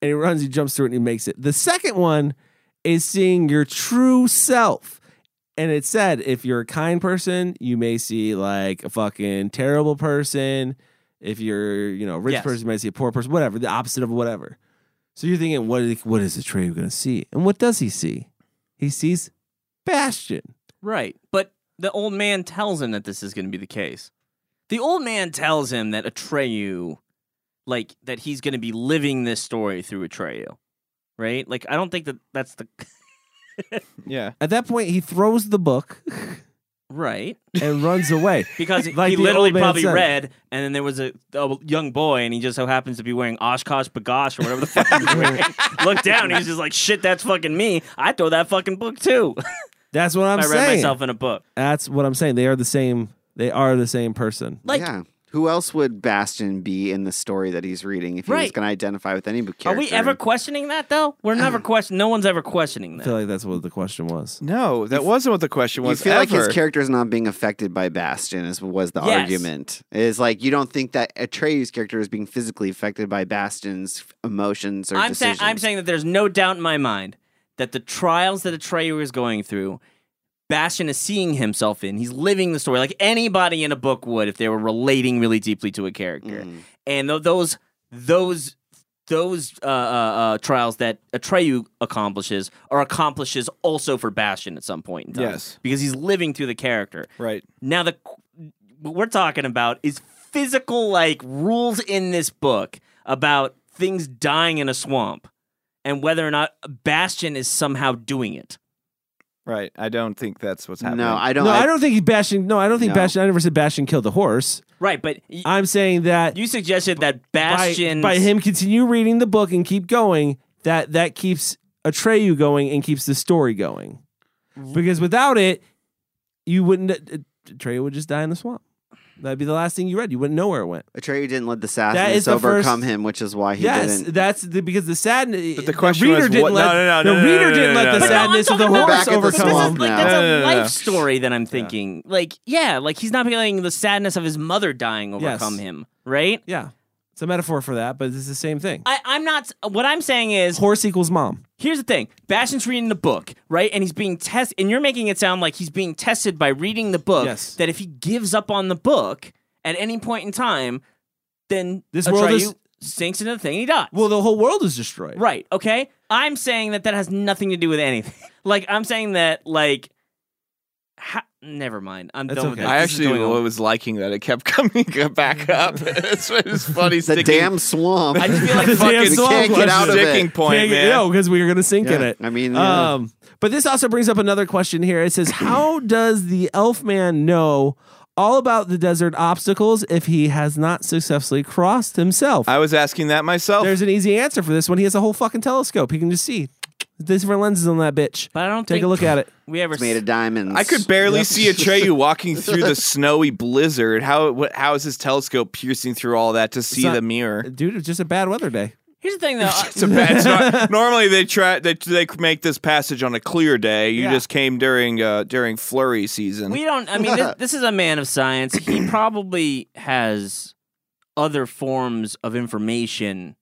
A: and he runs, he jumps through it, and he makes it. The second one is seeing your true self. And it said, if you're a kind person, you may see like a fucking terrible person. If you're, you know, a rich
R: Yes.
A: person, you might see a poor person, whatever, the opposite of whatever. So you're thinking, what is, what is Atreyu going to see? And what does he see? He sees Bastion.
R: Right. But the old man tells him that this is going to be the case. The old man tells him that Atreyu, like, that he's going to be living this story through Atreyu. Right? Like, I don't think that that's the. [LAUGHS]
P: Yeah.
A: At that point, he throws the
R: [LAUGHS]
A: book
R: Right.
A: and runs away.
R: Because
A: [LAUGHS] Like
R: he
A: the
R: literally
A: old man
R: probably
A: said.
R: read, and then there was a, a young boy, and he just so happens to be wearing Oshkosh Bagosh or whatever the fuck he
A: [LAUGHS]
R: was wearing. [LAUGHS] Looked down, he was just like, shit, that's fucking me. I throw that fucking book too. [LAUGHS]
A: That's what I'm
R: I read
A: saying.
R: myself in a book.
A: That's what I'm saying. They are the same. They are the same person.
R: Like,
C: yeah. Who else would Bastion be in the story that he's reading if he was
R: Right.
C: going to identify with any character?
R: Are we ever questioning that though? We're [CLEARS THROAT] never question. No one's ever questioning
A: I
R: that.
A: feel like that's what the question was.
P: No, that wasn't what the question
C: You
P: was.
C: feel like his
P: ever.
C: character is not being affected by Bastion is was the
R: Yes.
C: argument. Is like you don't think that Atreyu's character is being physically affected by Bastion's emotions or
R: I'm saying
C: decisions.
R: I'm saying that there's no doubt in my mind that the trials that Atreyu is going through, Bastion is seeing himself in. He's living the story like anybody in a book would if they were relating really deeply to a character.
A: Mm.
C: Mm.
R: And th- those those those uh, uh, uh, trials that Atreyu accomplishes are accomplishes also for Bastion at some point in time.
P: Yes.
R: because he's living through the character.
P: Right.
R: Now the what we're talking about is physical like rules in this book about things dying in a swamp and whether or not Bastion is somehow doing it.
P: Right. I don't think that's what's happening.
C: no, I don't.
A: no, I,
C: I,
A: don't think he Bastion. No, I don't think
C: No.
A: Bastion. I never said Bastion killed the horse.
R: Right, but y-
A: I'm saying that
R: you suggested that
A: by,
R: Bastion
A: by him continue reading the book and keep going, that that keeps Atreyu going and keeps the story going. Because without it, you wouldn't. Atreyu would just die in the swamp. That'd be the last thing you read. You wouldn't know where it went.
C: Atreyu didn't let the
A: That is
C: Sassanids
A: the
C: overcome
A: first-
C: him, which is why he
A: yes,
C: didn't.
A: that's the, because the sadness.
P: But the question
A: reader
P: was
A: didn't
P: what-
A: let
P: no, no, no,
A: the
P: no, no,
A: reader
P: no,
A: didn't
P: no,
A: let
P: no,
A: the
P: no.
R: But no, I'm
A: sadness of the
R: talking
A: horse
R: about-
C: Back at the
A: overcome
C: swamp
A: him.
R: Like
C: No.
R: that's
P: No,
R: a
P: no, no, no.
R: life story that I'm thinking. Like, yeah, like he's not feeling the sadness of his mother dying
A: Yes.
R: overcome him, right?
A: Yeah, it's a metaphor for that, but it's the same thing.
R: I, I'm not. What I'm saying is,
A: Horse equals mom.
R: Here's the thing. Bastion's reading the book, right? And he's being tested and you're making it sound like he's being tested by reading the book
A: Yes.
R: that if he gives up on the book at any point in time, then
A: This
R: Atreyu
A: world is-
R: sinks into the thing and he dies.
A: Well, the whole world is destroyed.
R: right, okay? I'm saying that that has nothing to do with anything. [LAUGHS] like I'm saying that like ha- never mind. I'm
A: That's
R: done
A: okay.
R: with this.
P: I
R: This is
P: actually
R: going on.
P: was liking that it kept [LAUGHS] coming back up. [LAUGHS] That's what is funny.
C: the damn swamp. [LAUGHS]
R: I just
P: [LAUGHS]
R: feel like
A: The
R: fucking
A: damn
P: fucking
C: we
A: swamp
C: can't get
A: was-
C: out of it.
P: sticking point,
A: Can't get-
P: man.
A: No, because we are going to sink in
C: Yeah,
A: it.
C: I mean, yeah.
A: um, but this also brings up another question here. It says,
P: [CLEARS THROAT]
A: "How does the elf man know all about the desert obstacles if he has not successfully crossed himself?"
P: I was asking that myself.
A: There's an easy answer for this one. He has a whole fucking telescope. He can just see different lenses on that bitch.
R: But I don't
A: Take a
R: think-
A: look at it.
R: we ever
C: It's made
R: s-
C: of diamonds.
P: I could barely see
A: [LAUGHS]
P: Atreyu walking through the snowy blizzard. How what, how is his telescope piercing through all that to see
A: not-
P: the mirror?
A: Dude, it's just a bad weather day.
R: Here's the
A: [LAUGHS]
R: thing though. I-
P: [LAUGHS] It's a bad. It's not, normally they try they, they make this passage on a clear day. You
A: Yeah.
P: just came during uh, during flurry season.
R: We don't. I mean, this, this is a man of science. He probably has other forms of information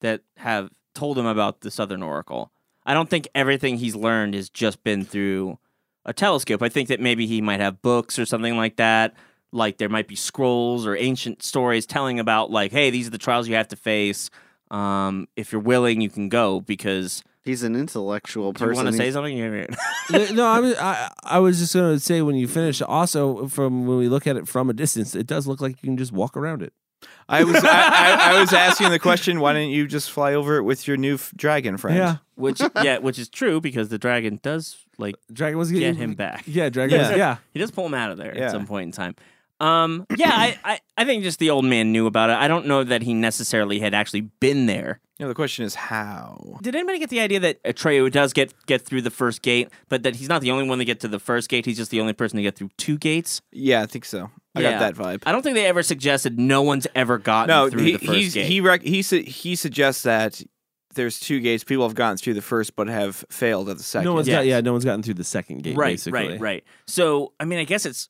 R: that have told him about the Southern Oracle. I don't think everything he's learned has just been through a telescope. I think that maybe he might have books or something like that. Like there might be scrolls or ancient stories telling about like, hey, these are the trials you have to face. Um, if you're willing, you can go because
C: He's an intellectual
R: do you
C: person.
R: want to say
C: He's-
R: something. [LAUGHS] You're-
A: no, no, I was, I, I was just going to say when you finish, also from when we look at it from a distance, it does look like you can just walk around it.
P: I was I,
A: [LAUGHS]
P: I, I was asking the question. Why didn't you just fly over it with your new f- dragon friend?
A: Yeah.
R: which yeah, which is true because the dragon does like
A: Dragon was
R: get
A: getting
R: [LAUGHS] him back.
A: Yeah, Dragon was,
P: Yeah.
A: yeah.
R: He does pull him out of there
P: Yeah.
R: at some point in time. Um, yeah, I, I, I think just the old man knew about it. I don't know that he necessarily had actually been there.
P: You know, the question is how.
R: Did anybody get the idea that Atreyu does get get through the first gate, but that he's not the only one to get to the first gate? He's just the only person to get through two gates.
P: Yeah, I think so. I
R: Yeah.
P: got that vibe.
R: I don't think they ever suggested no one's ever gotten
P: No,
R: through
P: he
R: the first
P: he's,
R: gate.
P: he rec- he su- he suggests that there's two gates. People have gotten through the first, but have failed at the second.
A: No one's
R: Yes.
A: got yeah, no one's gotten through the second gate.
R: right,
A: basically.
R: right, right. So, I mean, I guess it's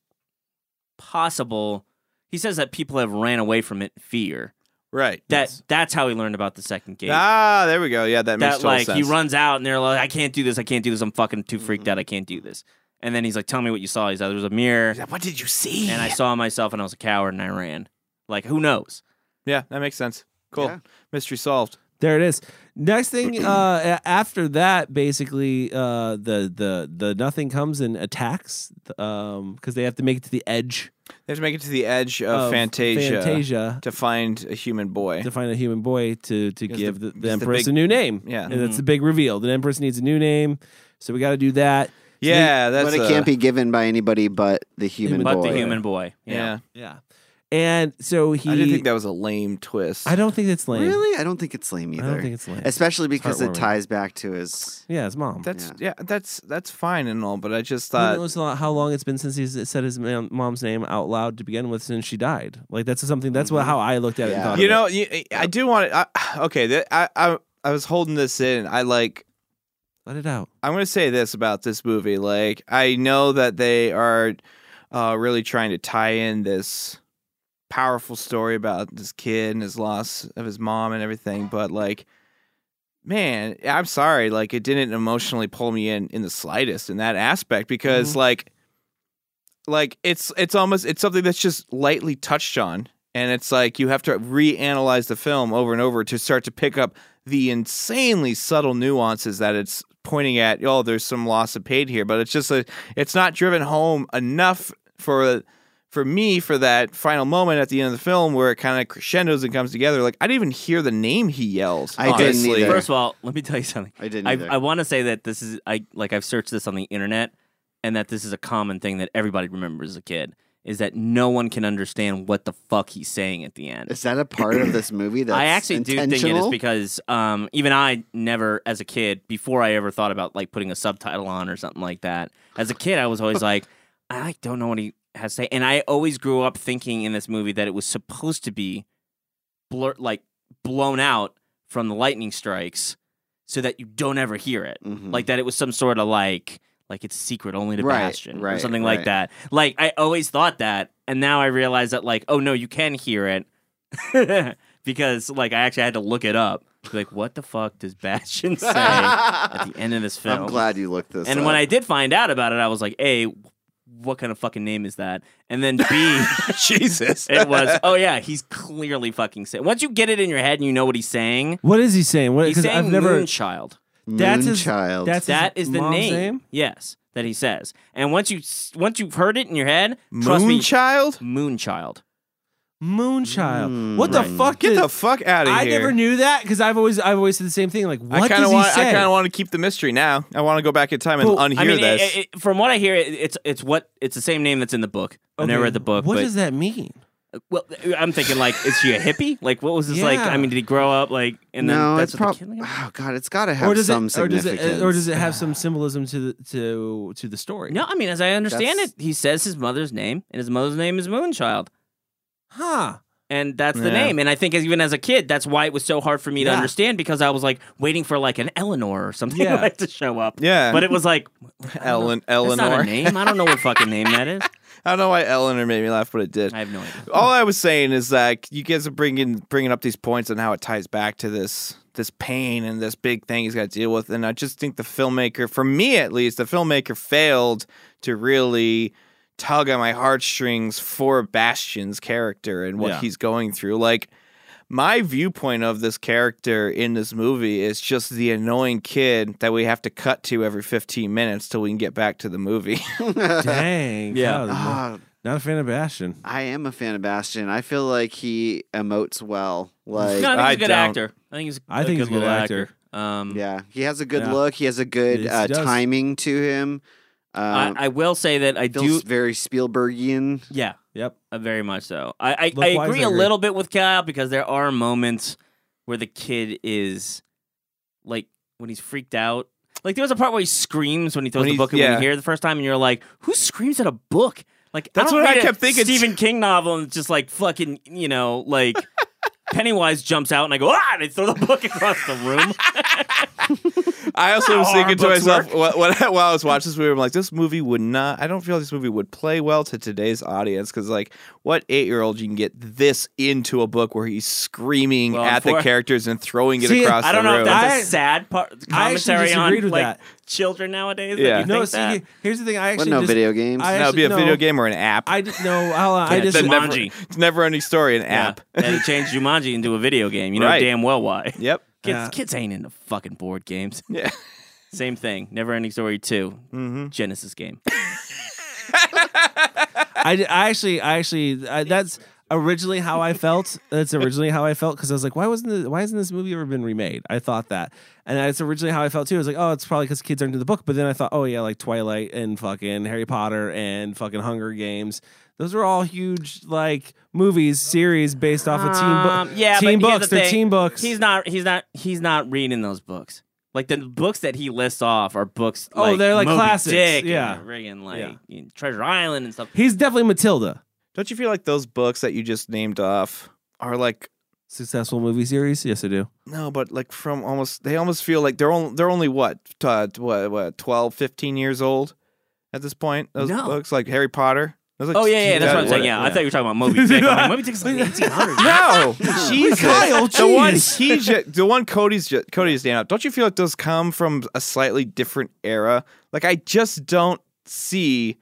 R: possible. He says that people have ran away from it in fear.
P: Right.
R: That that's how he learned about the second gate.
P: Ah, there we go. Yeah, that, makes
R: that
P: total
R: like
P: sense.
R: he runs out and they're like, I can't do this, I can't do this, I'm fucking too freaked
P: Mm-hmm.
R: out, I can't do this. And then he's like, Tell me what you saw. He's like, There was a mirror.
P: He's like, what did you see?
R: And I saw myself and I was a coward and I ran. Like, who knows?
P: Yeah, that makes sense. Cool.
C: Yeah.
P: Mystery solved.
A: There it is. Next thing uh, a- after that, basically uh, the the the nothing comes and attacks because they have to make it to the edge
P: They have to make it to the edge of,
A: Of
P: Fantasia,
A: Fantasia.
P: to find a human boy.
A: to find a human boy to to
P: Because
A: give
P: the-
A: the, the,
P: because the
A: empress
P: big-
A: a new name.
P: Yeah.
A: and that's the big reveal. The empress needs a new name, so we got to do that. So they-
P: yeah, that's
C: but it
P: a-
C: can't be given by anybody but the human
R: but
C: boy.
R: the human boy.
P: Yeah.
A: yeah. And so he.
P: I didn't think that was a lame twist.
A: I don't think it's lame.
C: Really? I don't think it's lame
A: I
C: either.
A: don't think it's lame.
C: Especially because it
A: heartwarming.
C: ties back to his.
A: Yeah, his mom.
P: That's yeah. that's that's fine and all, but I just
A: Who
P: thought
A: knows lo- how long it's been since he's said his ma- mom's name out loud to begin with since she died. Like that's something that's what how I looked at it. And
C: Yeah.
A: thought
P: Mm-hmm. you
A: of it.
P: know you, I do want to. I, [SIGHS] okay, th- I, I I was holding this in. I like
A: let it out.
P: I'm gonna say this about this movie. Like I know that they are uh, really trying to tie in this powerful story about this kid and his loss of his mom and everything, but like. Man, I'm sorry. Like, it didn't emotionally pull me in in the slightest in that aspect because,
C: Mm-hmm.
P: like, like it's it's almost it's something that's just lightly touched on and it's like you have to reanalyze the film over and over to start to pick up the insanely subtle nuances that it's pointing at oh there's some loss of pain here but it's just a, it's not driven home enough for for me for that final moment at the end of the film where it kind of crescendos and comes together like i didn't even hear the name he yells
C: I didn't
P: honestly.
C: either.
R: First of all, let me tell you something.
C: I didn't
R: I,
C: either.
R: I want to say that this is I like I've searched this on the internet, and that this is a common thing that everybody remembers as a kid is that no one can understand what the fuck he's saying at the end.
C: Is that a part of this movie that's
R: [CLEARS THROAT] I actually do think it is
C: intentional?
R: because um, even I never, as a kid, before I ever thought about like putting a subtitle on or something like that. As a kid, I was always like, [LAUGHS] I like, don't know what he has to say, and I always grew up thinking in this movie that it was supposed to be blur, like blown out from the lightning strikes, so that you don't ever hear it,
C: Mhm.
R: like that it was some sort of like like it's secret only to
C: Right,
R: Bastion or
C: right,
R: something like
C: right.
R: that. Like I always thought that, and now I realize that like oh no, you can hear it. [LAUGHS] because like I actually had to look it up. Be Like, what the fuck does
C: [LAUGHS]
R: Bastion say at the end of this film?
C: I'm glad you looked this.
R: and
C: up.
R: when I did find out about it, I was like, A, what kind of fucking name is that? And then
C: [LAUGHS]
R: B,
P: [LAUGHS] jesus
R: it was, oh yeah, he's clearly fucking saying. Once you get it in your head and you know what he's saying,
A: What is he saying? What?
R: he's
A: Because
R: saying
A: I've never.
R: Moonchild.
A: That's his-
C: Moonchild.
A: That's his
R: That is the
A: mom's
R: name. Yes, that he says. And once you s- once you've heard it in your head, trust me,
P: moonchild
R: Moonchild.
A: Moonchild.
C: Mm,
A: what the
C: right.
A: fuck?
P: get
A: is-
P: the fuck out of
A: I
P: here
A: never knew that because I've always I've always said the same thing. Like, what
P: I kind
A: does
P: of
A: he
P: want.
A: say?
P: I kind of want to keep the mystery now. I want to go back in time and
A: Well,
P: unhear
R: I mean,
P: this.
R: it- it- from what I hear, it, it's it's what it's the same name that's in the book. I never
A: Okay,
R: read the book.
A: What
R: but,
A: does that mean?
R: Well, I'm thinking like, is she a hippie? Like, what was this like?
A: Yeah.
R: I mean, did he grow up like? And then
C: no,
R: that's
C: it's
R: what the
C: probably.
R: kid-
C: Oh god, it's got to have
A: or does
C: some
A: it, or does
C: significance.
A: it
R: uh,
A: uh, or does it have some symbolism to the to to the story?
R: No, I mean, as I understand
C: That's-
R: it, he says his mother's name, and his mother's name is Moonchild,
C: [LAUGHS]
A: Huh.
R: and that's the
P: Yeah.
R: name. And I think, as, even as a kid, that's why it was so hard for me to
A: Yeah.
R: understand because I was like waiting for like an Eleanor or something [LAUGHS]
A: Yeah.
R: like to show up.
P: Yeah.
R: but it was like
P: Ellen,
R: Eleanor. That's not
P: Eleanor.
R: a name. I don't know what fucking name
P: [LAUGHS]
R: that is.
P: I don't know why Eleanor made me laugh, but it did.
R: I have
P: [LAUGHS]
R: no idea.
P: All I was saying is that you guys are bringing bringing up these points on how it ties back to this this pain and this big thing he's got to deal with, and I just think the filmmaker, for me at least, the filmmaker failed to really tug on my heartstrings for Bastion's character and what
A: Yeah.
P: he's going through. Like my viewpoint of this character in this movie is just the annoying kid that we have to cut to every 15 minutes till we can get back to the movie.
A: Dang.
R: Yeah.
A: God,
C: Ah,
A: not a fan of Bastion.
C: I am a fan of Bastion. I like, I feel like he emotes well. Like,
R: [LAUGHS] No, I think
P: I
R: he's a good
P: don't.
R: actor. I think he's.
A: I think he's a good
R: little
A: actor.
R: Um,
C: yeah, he has a good
A: Yeah.
C: look. He has a good
A: Yes,
C: uh,
A: he does.
C: timing to him. Um,
R: I, I will say that I do.
C: feels very Spielbergian.
R: Yeah,
A: Yep.
R: Uh, very much so. I I, I
A: Look-wise,
R: agree
A: I agree.
R: a little bit with Kyle because there are moments where the kid is like when he's freaked out. Like there was a part where he screams when he throws
P: When
R: the
P: he's-
R: book and when
P: yeah.
R: you hear it the first time, and you're like, "Who screams at a book?" Like
P: That's
R: I don't
P: what I
R: read a
P: kept thinking.
R: Stephen King novel and it's just like fucking you know like Pennywise jumps out and I go ah and I throw the book across the room.
P: I also
R: How
P: was thinking to
R: horror books
P: myself wh- when I, while I was watching this movie, I'm like, this movie would not. I don't feel this movie would play well to today's audience because, like, what eight year old you can get this into a book where he's screaming
R: Well,
P: at the
R: for-
P: characters and throwing it
A: See,
P: across
R: I don't
P: the
R: know
P: room?
R: if that's a
A: I-
R: sad part
A: I actually
R: commentary on
A: disagreed with
R: like
A: that.
R: children nowadays.
P: Yeah.
R: Yeah,
A: No, see, here's the thing. I
C: What,
A: actually
C: no
A: dis-
C: video games?
A: I
P: no, it'd be a
A: actually-
P: video
A: no.
P: game or an app.
A: I d- no, I'll, I
R: Yeah,
A: just
R: the
P: It's never, [LAUGHS]
R: Jumanji.
P: it's never ending story, an app.
R: Yeah. And he changed Jumanji into a video game. You know
P: Right.
R: damn well why.
P: Yep.
R: Kids,
A: Yeah.
R: kids ain't into fucking board games. [LAUGHS]
P: Yeah.
R: Same thing. Never Ending Story 2,
P: Mm-hmm.
R: Genesis game.
A: I, d- I actually, I actually, I, that's originally how I felt. That's originally how I felt because I was like, why wasn't, the, why hasn't this movie ever been remade? I thought that, and that's originally how I felt too. I was like, oh, it's probably because kids aren't into the book. But then I thought, oh yeah, like Twilight and fucking Harry Potter and fucking Hunger Games. Those are all huge like movies series based off of teen
R: Um,
A: books.
R: yeah,
A: teen
R: but here's
A: books.
R: the
A: They're
R: thing.
A: teen books.
R: He's not he's not he's not reading those books. Like the books that he lists off are books
A: Oh,
R: like
A: they're like
R: Moby
A: classics,
R: Dick
A: yeah.
R: and friggin' like
A: Yeah.
R: Treasure Island and stuff.
A: He's definitely Matilda.
P: Don't you feel like those books that you just named off are like
A: Successful movie series. Yes, I do.
P: No, but like from almost they almost feel like they're only they're only what t- uh, what what 12, 15 years old at this point. Those
R: No.
P: books like Harry Potter. Those, like,
R: Oh yeah, yeah, that's
P: that-
R: what I'm saying. Yeah, I thought you were talking
A: [LAUGHS]
R: about Moby Dick. I'm like, Moby Dick's like 1800.
P: No, [LAUGHS] Jesus.
A: Kyle,
P: the one
A: jeez.
P: he, [LAUGHS] ju- the one Cody's, ju- Cody's stand up. Don't you feel like those come from a slightly different era? Like I just don't see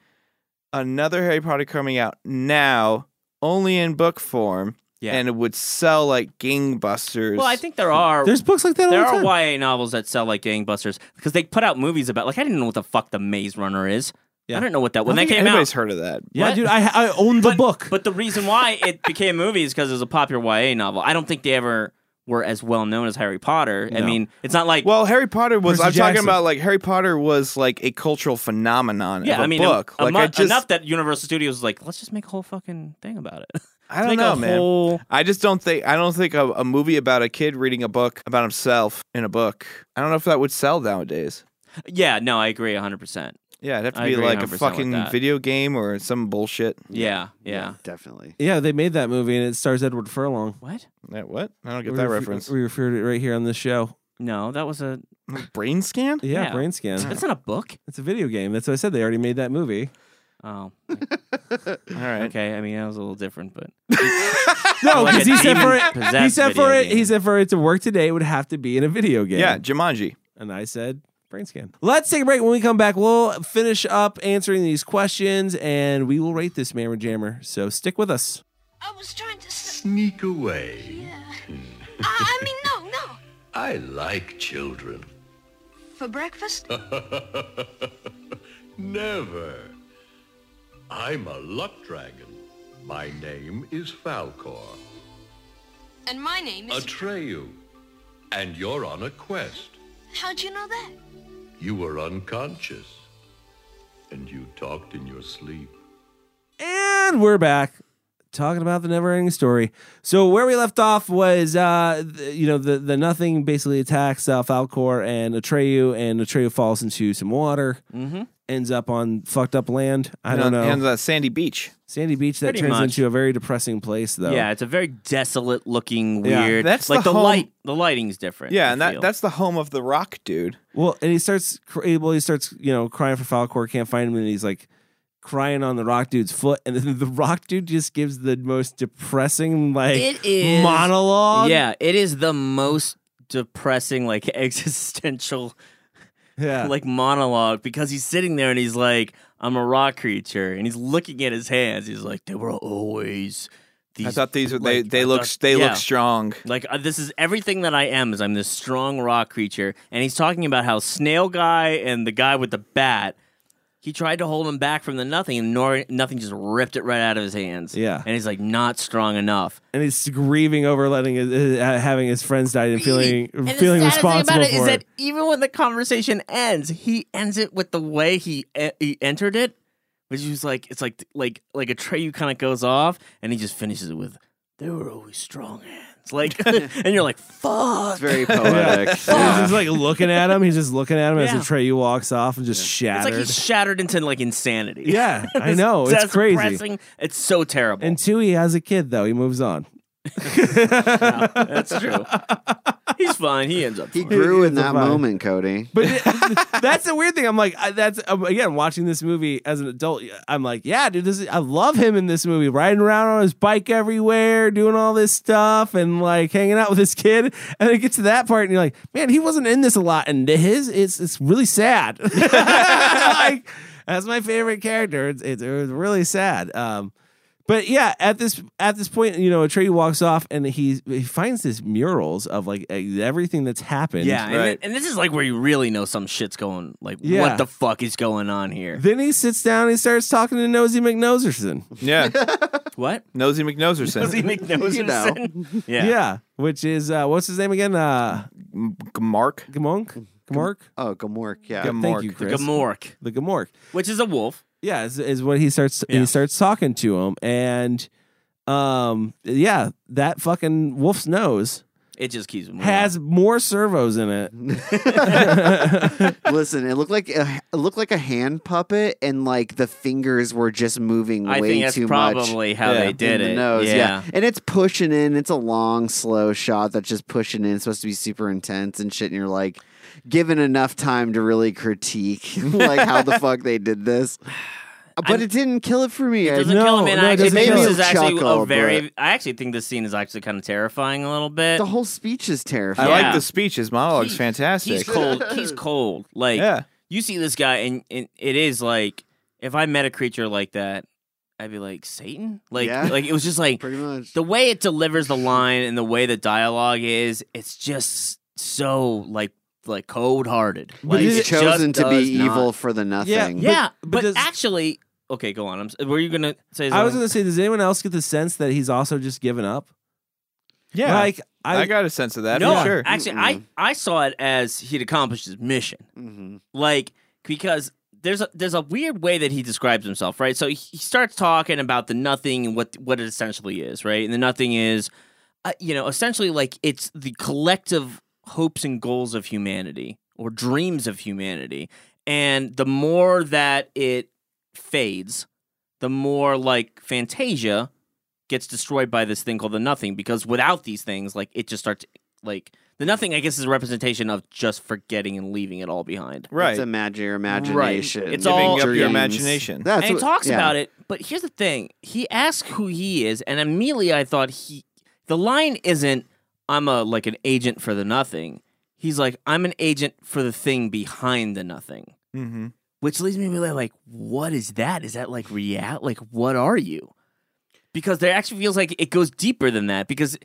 P: another Harry Potter coming out now, only in book form,
R: Yeah.
P: and it would sell like gangbusters.
R: Well, I think there are
A: There's books like that.
R: There
A: all the
R: are
A: time.
R: YA novels that sell like gangbusters because they put out movies about like I didn't know what the fuck the Maze Runner is.
A: Yeah.
R: I don't know what that when
P: I
R: that
P: think
R: came
P: anybody's
R: out.
P: heard of that.
A: Yeah,
R: What?
A: dude, I I own the book.
R: But the reason why
P: [LAUGHS]
R: it became a movie is because it was a popular YA novel. I don't think they ever were as well known as Harry Potter. I
A: No.
R: mean, it's not like
P: Well, Harry Potter was.
A: Percy
P: I'm talking
A: Jackson.
P: about like Harry Potter was like a cultural phenomenon.
R: yeah,
P: of a
R: I mean,
P: book.
R: a- a
P: like
R: mu-
P: I just,
R: enough that Universal Studios was like, let's just make a whole fucking thing about it. [LAUGHS]
P: I don't
R: Make
P: know,
R: a
P: man.
R: whole-
P: I just don't think. I don't think a, a movie about a kid reading a book about himself in a book. I don't know if that would sell nowadays.
R: yeah, no, I agree, hundred percent.
P: Yeah, it'd have to
R: I
P: be
R: agree
P: like a
R: 100% with
P: fucking
R: that.
P: video game or some bullshit.
R: Yeah, yeah.
C: Definitely.
A: yeah, they made that movie and it stars Edward Furlong.
R: What?
P: Yeah, what? I don't get
A: We
P: that
A: refer-
P: reference.
A: We referred it right here on this show.
R: No, that was a.
P: [LAUGHS] Brain
R: [LAUGHS]
P: scan?
A: Yeah,
R: Yeah.
A: brain scan.
R: That's not a book.
A: It's a video game. That's what I said. They already made that movie.
P: All
R: Oh,
P: right.
R: okay. I mean, that was a little
P: [LAUGHS]
R: different, but [LAUGHS]
A: No,
R: [LAUGHS] Like
A: because
R: a
A: he said for it. He
R: demon-possessed
A: said for
R: video
A: it. He
R: game.
A: said for it to work today, it would have to be in a video game.
P: Yeah, Jumanji.
A: and I said brain scan. Let's take a break. When we come back, we'll finish up answering these questions, and we will rate this mammer jammer. So stick with us.
J: I was trying to. s-
F: Sneak away.
J: Yeah. I, I mean, no, no.
F: [LAUGHS] I like children.
J: For breakfast?
F: Never. I'm a luck dragon. My name is Falcor.
J: And my name is.
F: Atreyu. And you're on a quest.
J: How'd you know that?
F: You were unconscious. And you talked in your sleep.
A: And we're back talking about the never ending story. So where we left off was uh th- you know the the nothing basically attacks uh, Falcor and Atreyu and Atreyu falls into some water.
R: Mhm.
A: Ends up on fucked up land. I
P: And
A: don't
P: on-
A: know.
P: And uh, Sandy Beach.
A: Sandy Beach that
R: Pretty
A: turns
R: much.
A: into a very depressing place though.
R: yeah, it's a very desolate looking,
A: Yeah,
R: weird.
P: that's
R: like
P: the
R: the,
P: home-
R: light. The lighting's different.
P: Yeah,
R: I
P: and that,
R: feel.
P: that's the home of the Rock dude.
A: Well, and he starts cr- well he starts, you know, crying for Falcor, can't find him and he's like crying on the rock dude's foot and [LAUGHS] then the rock dude just gives the most depressing like
R: It is-
A: monologue.
R: yeah. It is the most depressing, like [LAUGHS] existential,
A: Yeah.
R: like monologue because he's sitting there and he's like, "I'm a rock creature," and he's looking at his hands. He's like, "They were always these."
P: I thought these were they
R: like,
P: they
R: I
P: look
R: thought-
P: they
R: yeah.
P: look
R: [LAUGHS]
P: strong.
R: Like uh, this is everything that I am is I'm this strong rock creature, and he's talking about how snail guy and the guy with the bat. He tried to hold him back from the nothing, and nor- nothing just ripped it right out of his hands.
A: Yeah.
R: and he's like, not strong enough.
A: and he's grieving over letting his, uh, having his friends die and feeling
R: And
A: feeling
R: the saddest
A: responsible
R: thing about it is
A: for [LAUGHS]
R: that even when the conversation ends, he ends it with the way he e- he entered it, Which is like it's like like like a tray you kind of goes off, and he just finishes it with "They were always strong hands." Like, [LAUGHS] and you're like, "Fuck!" [LAUGHS]
C: It's very poetic. [LAUGHS]
A: He's just like looking at him. He's just looking at him as
R: Yeah.
A: the tray walks off and just
R: It's like
A: shattered.
R: he's shattered into like insanity. [LAUGHS]
A: Yeah, I know. It's
R: That's
A: crazy.
R: depressing. It's so terrible.
A: and two, he has a kid though. He moves on. [LAUGHS]
R: That's true. He's fine. He ends up.
C: He
R: fine.
C: grew in
A: It's a
C: that
A: vibe.
C: moment, Cody.
A: But it- [LAUGHS] that's the weird thing. I'm like, I, that's um, again watching this movie as an adult. I'm like, yeah, dude, this is, I love him in this movie, riding around on his bike everywhere, doing all this stuff, and like hanging out with his kid. And then it gets to that part, and you're like, man, he wasn't in this a lot, and his it's it's really sad. [LAUGHS] like that's my favorite character. It's, it's, it's really sad. Um, but yeah, at this at this point, you know, Atreyu walks off and he he finds this murals of like everything that's happened.
R: Yeah, and,
P: Right.
R: thi- and this is like where you really know some shit's going. Like,
A: Yeah.
R: what the fuck is going on here?
A: Then he sits down and he starts talking to Nosy McNoserson.
P: Yeah.
R: What?
P: Nosy McNoserson.
A: [LAUGHS]
R: Nosy McNoserson.
C: You know.
R: Yeah.
A: Which is, uh, what's his name again? Uh,
P: Mark.
A: Gamonk? Gamork?
C: Oh, Gamork, yeah.
P: Gam-
A: Thank you,
P: Gamork.
A: Chris.
R: Gamork,
A: The Gamork.
R: which is a wolf.
A: Yeah, is, is what he starts,
R: Yeah.
A: he starts talking to him. And, um, yeah, that fucking wolf's nose
R: It just keeps moving.
A: has more servos in it.
C: [LAUGHS] Listen, it looked like a, it looked like a hand puppet, and like the fingers were just moving
R: I
C: way
R: think that's
C: too much.
R: probably how
P: Yeah,
R: they
P: in
R: did
C: in
R: it.
C: the nose. Yeah.
R: yeah.
C: and it's pushing in. It's a long, slow shot that's just pushing in. It's supposed to be super intense and shit. And you're like, given enough time to really critique [LAUGHS] like how the fuck they
R: [SIGHS]
C: did this. But it didn't kill it for me. I-
R: Doesn't
A: No,
R: kill him, and
A: no,
R: I
A: it
R: actually
A: doesn't
R: think
A: kill
R: this
A: him.
R: is actually
C: Chuckle,
R: a very. I actually think this scene is actually kind of terrifying a little bit.
C: the whole speech is terrifying.
P: I
R: Yeah.
P: like the speech. His monologue's
R: He-
P: fantastic.
R: He's cold. He's cold. Like
P: Yeah.
R: you see this guy, and, and it is like if I met a creature like that, I'd be like Satan. Like
C: Yeah.
R: like it was just like
C: Pretty much.
R: the way it delivers the line and the way the dialogue is. It's just so like like cold hearted. Like
A: did
C: He's
R: it just
C: chosen to be
R: does not-
C: evil for the nothing.
R: Yeah,
A: but
R: but,
A: does-
R: actually, okay, go on. I'm, s- were you gonna say?
A: I was
R: something?
A: going to say, does anyone else get the sense that he's also just given up?
P: yeah.
A: Like, I,
P: I, got a sense of that
R: no,
P: for sure.
R: Actually, I, I saw it as he'd accomplished his mission.
C: Mhm.
R: like because there's a there's a weird way that he describes himself, right? So he, he starts talking about the nothing and what what it essentially is, right? And the nothing is, uh, you know, essentially like it's the collective hopes and goals of humanity or dreams of humanity, and the more that it fades, the more like Fantasia gets destroyed by this thing called the nothing because without these things, like it just starts like the nothing. I guess is a representation of just forgetting and leaving it all behind.
P: right.
C: It's a magic your imagination.
R: It's
P: Giving
R: all-
P: up your
C: dreams.
P: imagination.
C: That's
R: and
C: what-
R: he talks
C: yeah.
R: about it. But here's the thing: he asks who he is, and immediately I thought he. The line isn't "I'm a like an agent for the nothing." He's like "I'm an agent for the thing behind the nothing,"
P: mm-hmm.
R: which leads me to be like, "What is that? Is that like react? Like what are you?" Because there actually feels like it goes deeper than that. Because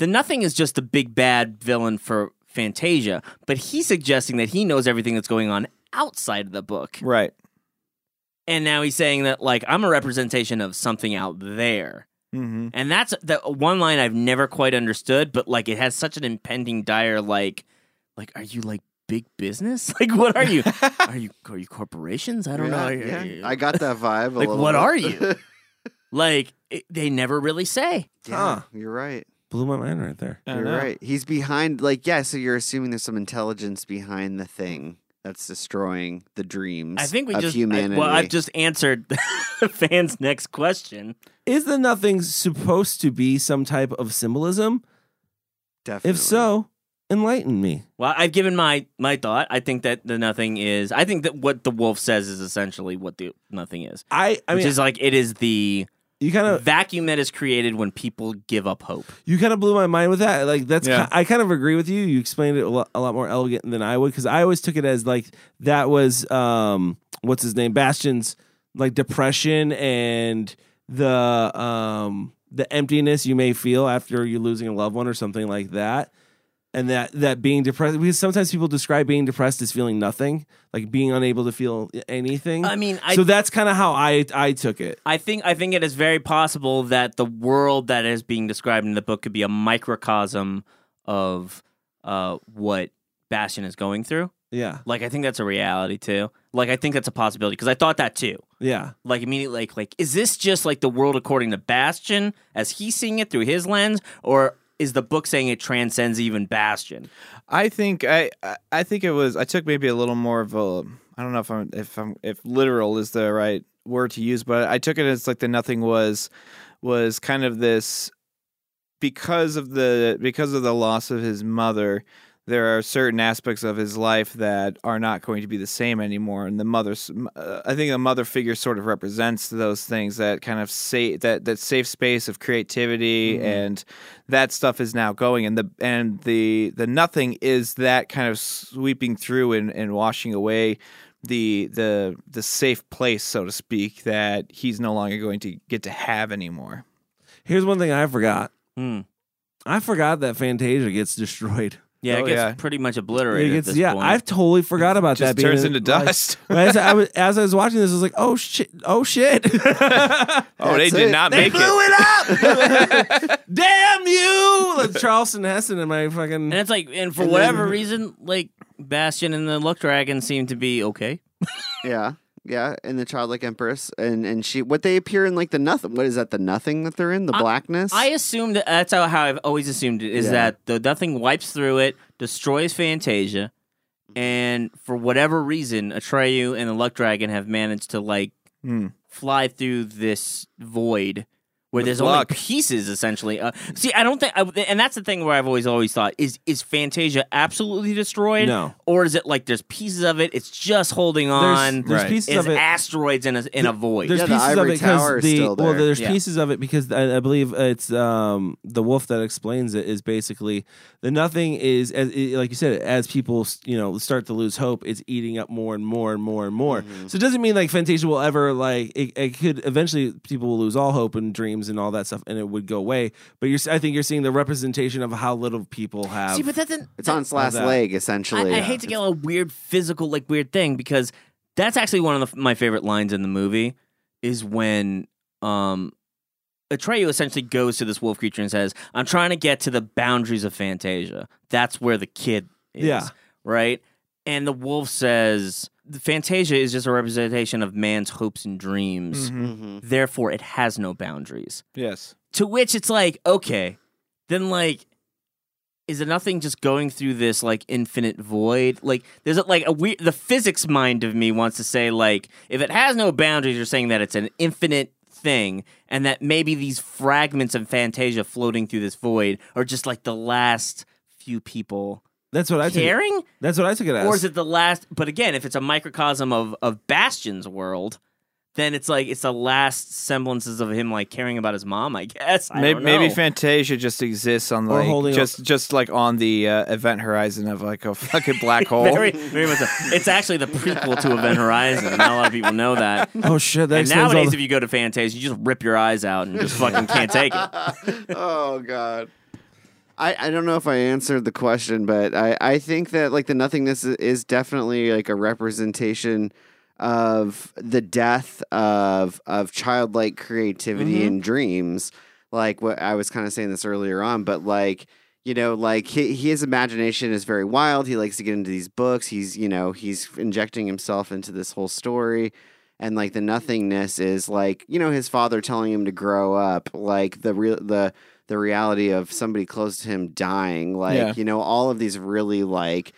R: the nothing is just the big bad villain for Fantasia, but he's suggesting that he knows everything that's going on outside of the book.
P: Right.
R: And now he's saying that like I'm a representation of something out there.
P: Mm-hmm.
R: And that's the one line I've never quite understood, but like it has such an impending dire like like are you like big business? [LAUGHS] Like what are
C: [LAUGHS]
R: you? are you are you corporations? I don't know. Are you-
C: Yeah,
R: are
C: yeah.
R: you-
C: I got that vibe. a
R: Like,
C: little
R: what
C: bit.
R: are
C: [LAUGHS]
R: you? like it, they never really say.
C: Yeah,
A: Huh.
C: you're right.
A: blew my mind right there.
C: You're right. He's behind. Like, yeah. So you're assuming there's some intelligence behind the thing that's destroying the dreams.
R: I think we
C: of
R: just I-
C: humanity.
R: well I've just answered [LAUGHS] the fans next question.
A: Is the nothing supposed to be some type of symbolism?
C: Definitely.
A: If so, enlighten me.
R: Well, I've given my my thought. I think that the nothing is. I think that what the wolf says is essentially what the nothing is,
A: I I
R: which
A: mean,
R: is like it is the
A: you kind of
R: vacuum that is created when people give up hope.
A: you kind of blew my mind with that. Like that's
P: Yeah.
A: ki- I kind of agree with you. You explained it a lot, a lot more elegant than I would because I always took it as like that was um what's his name Bastion's like depression and the um the emptiness you may feel after you losing a loved one or something like that. And that that being depressed because sometimes people describe being depressed as feeling nothing, like being unable to feel anything.
R: I mean, Um, I
A: so that's kind of how I I took it.
R: I think I think it is very possible that the world that is being described in the book could be a microcosm of uh, what Bastion is going through.
A: Yeah.
R: Like I think that's a reality too. Like I think that's a possibility because I thought that too.
A: Yeah.
R: Like immediately, like like is this just like the world according to Bastion as he's seeing it through his lens, or is the book saying it transcends even Bastion?
P: I think I I- I think it was I took maybe a little more of a I don't know if I'm if I'm if literal is the right word to use, but I took it as like the nothing was was kind of this because of the because of the loss of his mother, there are certain aspects of his life that are not going to be the same anymore. And the mother, uh, I think, the mother figure sort of represents those things that kind of say that that safe space of creativity
I: Mhm.
P: and that stuff is now going. And the and the the nothing is that kind of sweeping through and, and washing away the the the safe place, so to speak, that he's no longer going to get to have anymore.
A: Here's one thing I forgot.
R: Hmm.
A: I forgot that Fantasia gets destroyed.
R: Yeah, it
A: Oh,
R: gets
A: yeah.
R: pretty much
A: It
R: obliterated.
A: gets-
R: at this
A: yeah,
R: point.
A: I've totally forgot about
P: Just
A: that.
P: turns
A: being
P: into
A: like-
P: dust.
A: [LAUGHS]
P: [LAUGHS]
A: as, I was, as I was watching this, I was like, "Oh shit! Oh shit! [LAUGHS]
P: Oh, they did not
A: They
P: make
A: blew
P: it. [LAUGHS]
A: Damn you!" Like Charleston Heston and my fucking. And
R: it's like, and for
A: And
R: whatever
A: then-
R: reason, like Bastion and the Look Dragon seem to be okay.
C: Yeah. Yeah, and the childlike empress, and and she, what they appear in like the nothing. What is that? The nothing that they're in, the blackness.
R: I assume that that's how, how I've always assumed it is
C: Yeah.
R: that the nothing wipes through it, destroys Fantasia, and for whatever reason, Atreyu and the Luck Dragon have managed to like
P: Hmm.
R: fly through this void where
P: With
R: there's
P: luck.
R: only pieces essentially. Uh, see, I don't think, I, and that's the thing where I've always always thought is is Fantasia absolutely destroyed?
A: No.
R: or is it like there's pieces of it? It's just holding on.
A: there's Right. pieces
R: It's
A: of it-
R: asteroids in a in a void.
A: There's pieces of it because the well, there's
R: Yeah.
A: pieces of it because I, I believe it's um the wolf that explains it is basically the nothing is as it- like you said as people you know start to lose hope it's eating up more and more and more and more.
R: Mm-hmm.
A: So it doesn't mean like Fantasia will ever like it, it could eventually people will lose all hope and dreams and all that stuff and it would go away. But you're I think you're seeing the representation of how little people have.
R: See, but that didn't-
C: it's on its
A: that-
C: last
A: that-
C: leg,
R: I,
C: essentially.
R: I hate to get a weird physical, like weird thing because that's actually one of the, my favorite lines in the movie is when um, Atreyu essentially goes to this wolf creature and says, "I'm trying to get to the boundaries of Fantasia. That's where the kid is,
A: Yeah.
R: right?" And the wolf says, "The "Fantasia is just a representation of man's hopes and dreams.
C: Mhm.
R: Therefore, it has no boundaries."
P: Yes.
R: To which it's like, okay, then like, is it nothing just going through this like infinite void? Like, there's a, like a weird. The physics mind of me wants to say like, if it has no boundaries, you're saying that it's an infinite thing, and that maybe these fragments of Fantasia floating through this void are just like the last few people.
A: That's what I took it-
R: caring.
A: That's what I took it as.
R: Or is it the last? But again, if it's a microcosm of of Bastion's world, then it's like it's the last semblances of him like caring about his mom. I guess. I
P: maybe,
R: don't
P: maybe
R: know.
P: Fantasia just exists on
R: Or
P: like
R: holding
P: just just like on the uh, event horizon of like a fucking black hole.
R: [LAUGHS] [LAUGHS] Very, very much so. It's actually the prequel to Event Horizon. Not a lot of people
A: [LAUGHS]
R: know that.
A: Oh shit! That
R: and
A: explains all
R: nowadays,
A: the-
R: if you go to Fantasia, you just rip your eyes out and just fucking can't take it.
A: [LAUGHS]
C: oh god. I, I don't know if I answered the question, but I, I think that like the nothingness i- is definitely like a representation of the death of of childlike creativity and dreams. Like what I was kind of saying this earlier on, but like you know, like hi his imagination is very wild. He likes to get into these books. He's you know he's injecting himself into this whole story and like the nothingness is like you know his father telling him to grow up like the real the the reality of somebody close to him dying like
P: Yeah.
C: you know all of these really like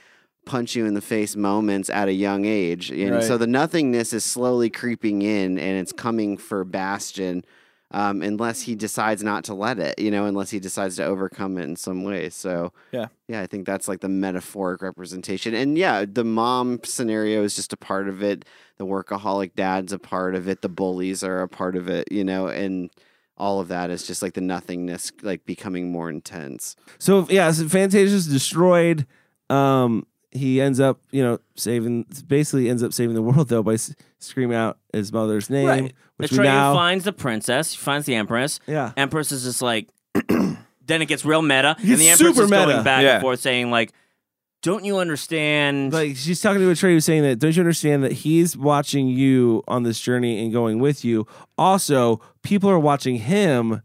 C: punch you in the face moments at a young age and so
P: Right.
C: the nothingness is slowly creeping in and it's coming for bastion um, unless he decides not to let it you know unless he decides to overcome it in some way so
P: Yeah.
C: yeah, I think that's like the metaphoric representation. And yeah, the mom scenario is just a part of it. The workaholic dad's a part of it. The bullies are a part of it, you know, and all of that is just like the nothingness like becoming more intense.
A: So yeah, so Fantasia's destroyed. Um, he ends up, you know, saving. Basically, ends up saving the world though by s- screaming out his mother's name,
R: Right.
A: which we
R: Atreyu
A: now
R: finds the princess. She finds the empress.
A: Yeah.
R: Empress is just like. [CLEARS THROAT] then it gets real meta,
A: It's
R: and the empress
A: super
R: is
A: meta.
R: going back
A: Yeah.
R: and forth saying like, "Don't you understand?"
A: like she's talking to Atreyu, saying that don't you understand that he's watching you on this journey and going with you. Also, people are watching him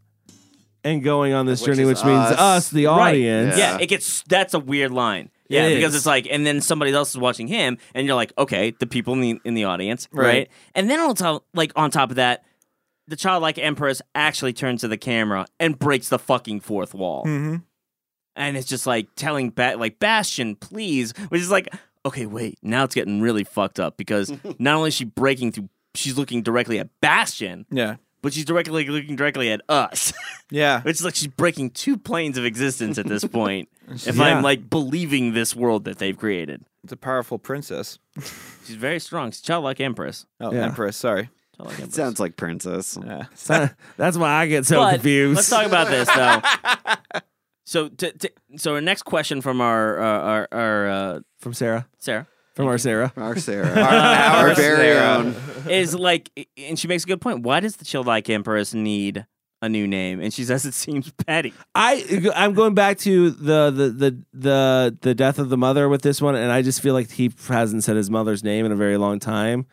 A: and going on this
R: Which
A: journey,
R: is
A: which means
R: us.
A: us, the
R: Right.
A: audience.
R: Yeah. it gets. That's a weird line. Yeah,
A: It
R: because
A: is.
R: it's like, and then somebody else is watching him, and you're like, okay, the people in the in the audience, right?
A: Right.
R: And then on top, like on top of that, the childlike empress actually turns to the camera and breaks the fucking fourth wall,
P: Mm-hmm.
R: and it's just like telling ba- like Bastion, please, which is like, okay, wait, now it's getting really fucked up [LAUGHS] because not only is she breaking through, she's looking directly at Bastion,
P: Yeah.
R: but she's directly looking directly at us.
P: Yeah.
R: It's like she's breaking two planes of existence at
A: [LAUGHS]
R: this point. if
P: Yeah.
R: I'm like believing this world that they've created,
P: It's a powerful princess.
R: she's very strong. She's childlike empress.
P: Oh,
A: Yeah.
P: Empress, sorry.
R: Childlike
C: It
R: empress. [LAUGHS]
C: sounds like princess.
A: That's why I get so
R: But
A: confused.
R: Let's talk about this though.
A: [LAUGHS]
R: so, to, to, so our next question from our uh, our, our uh,
A: from Sarah.
R: Sarah
A: From our Sarah.
C: [LAUGHS] Our Sarah,
P: Our- [LAUGHS]
C: our,
P: our
C: very
P: Sarah.
C: own.
A: [LAUGHS]
R: is like, and she makes a good point. Why does the childlike empress need a new name? And she says it seems petty.
A: I I'm going back to the, the the the the death of the mother with this one, and I just feel like he hasn't said his mother's name in a very long time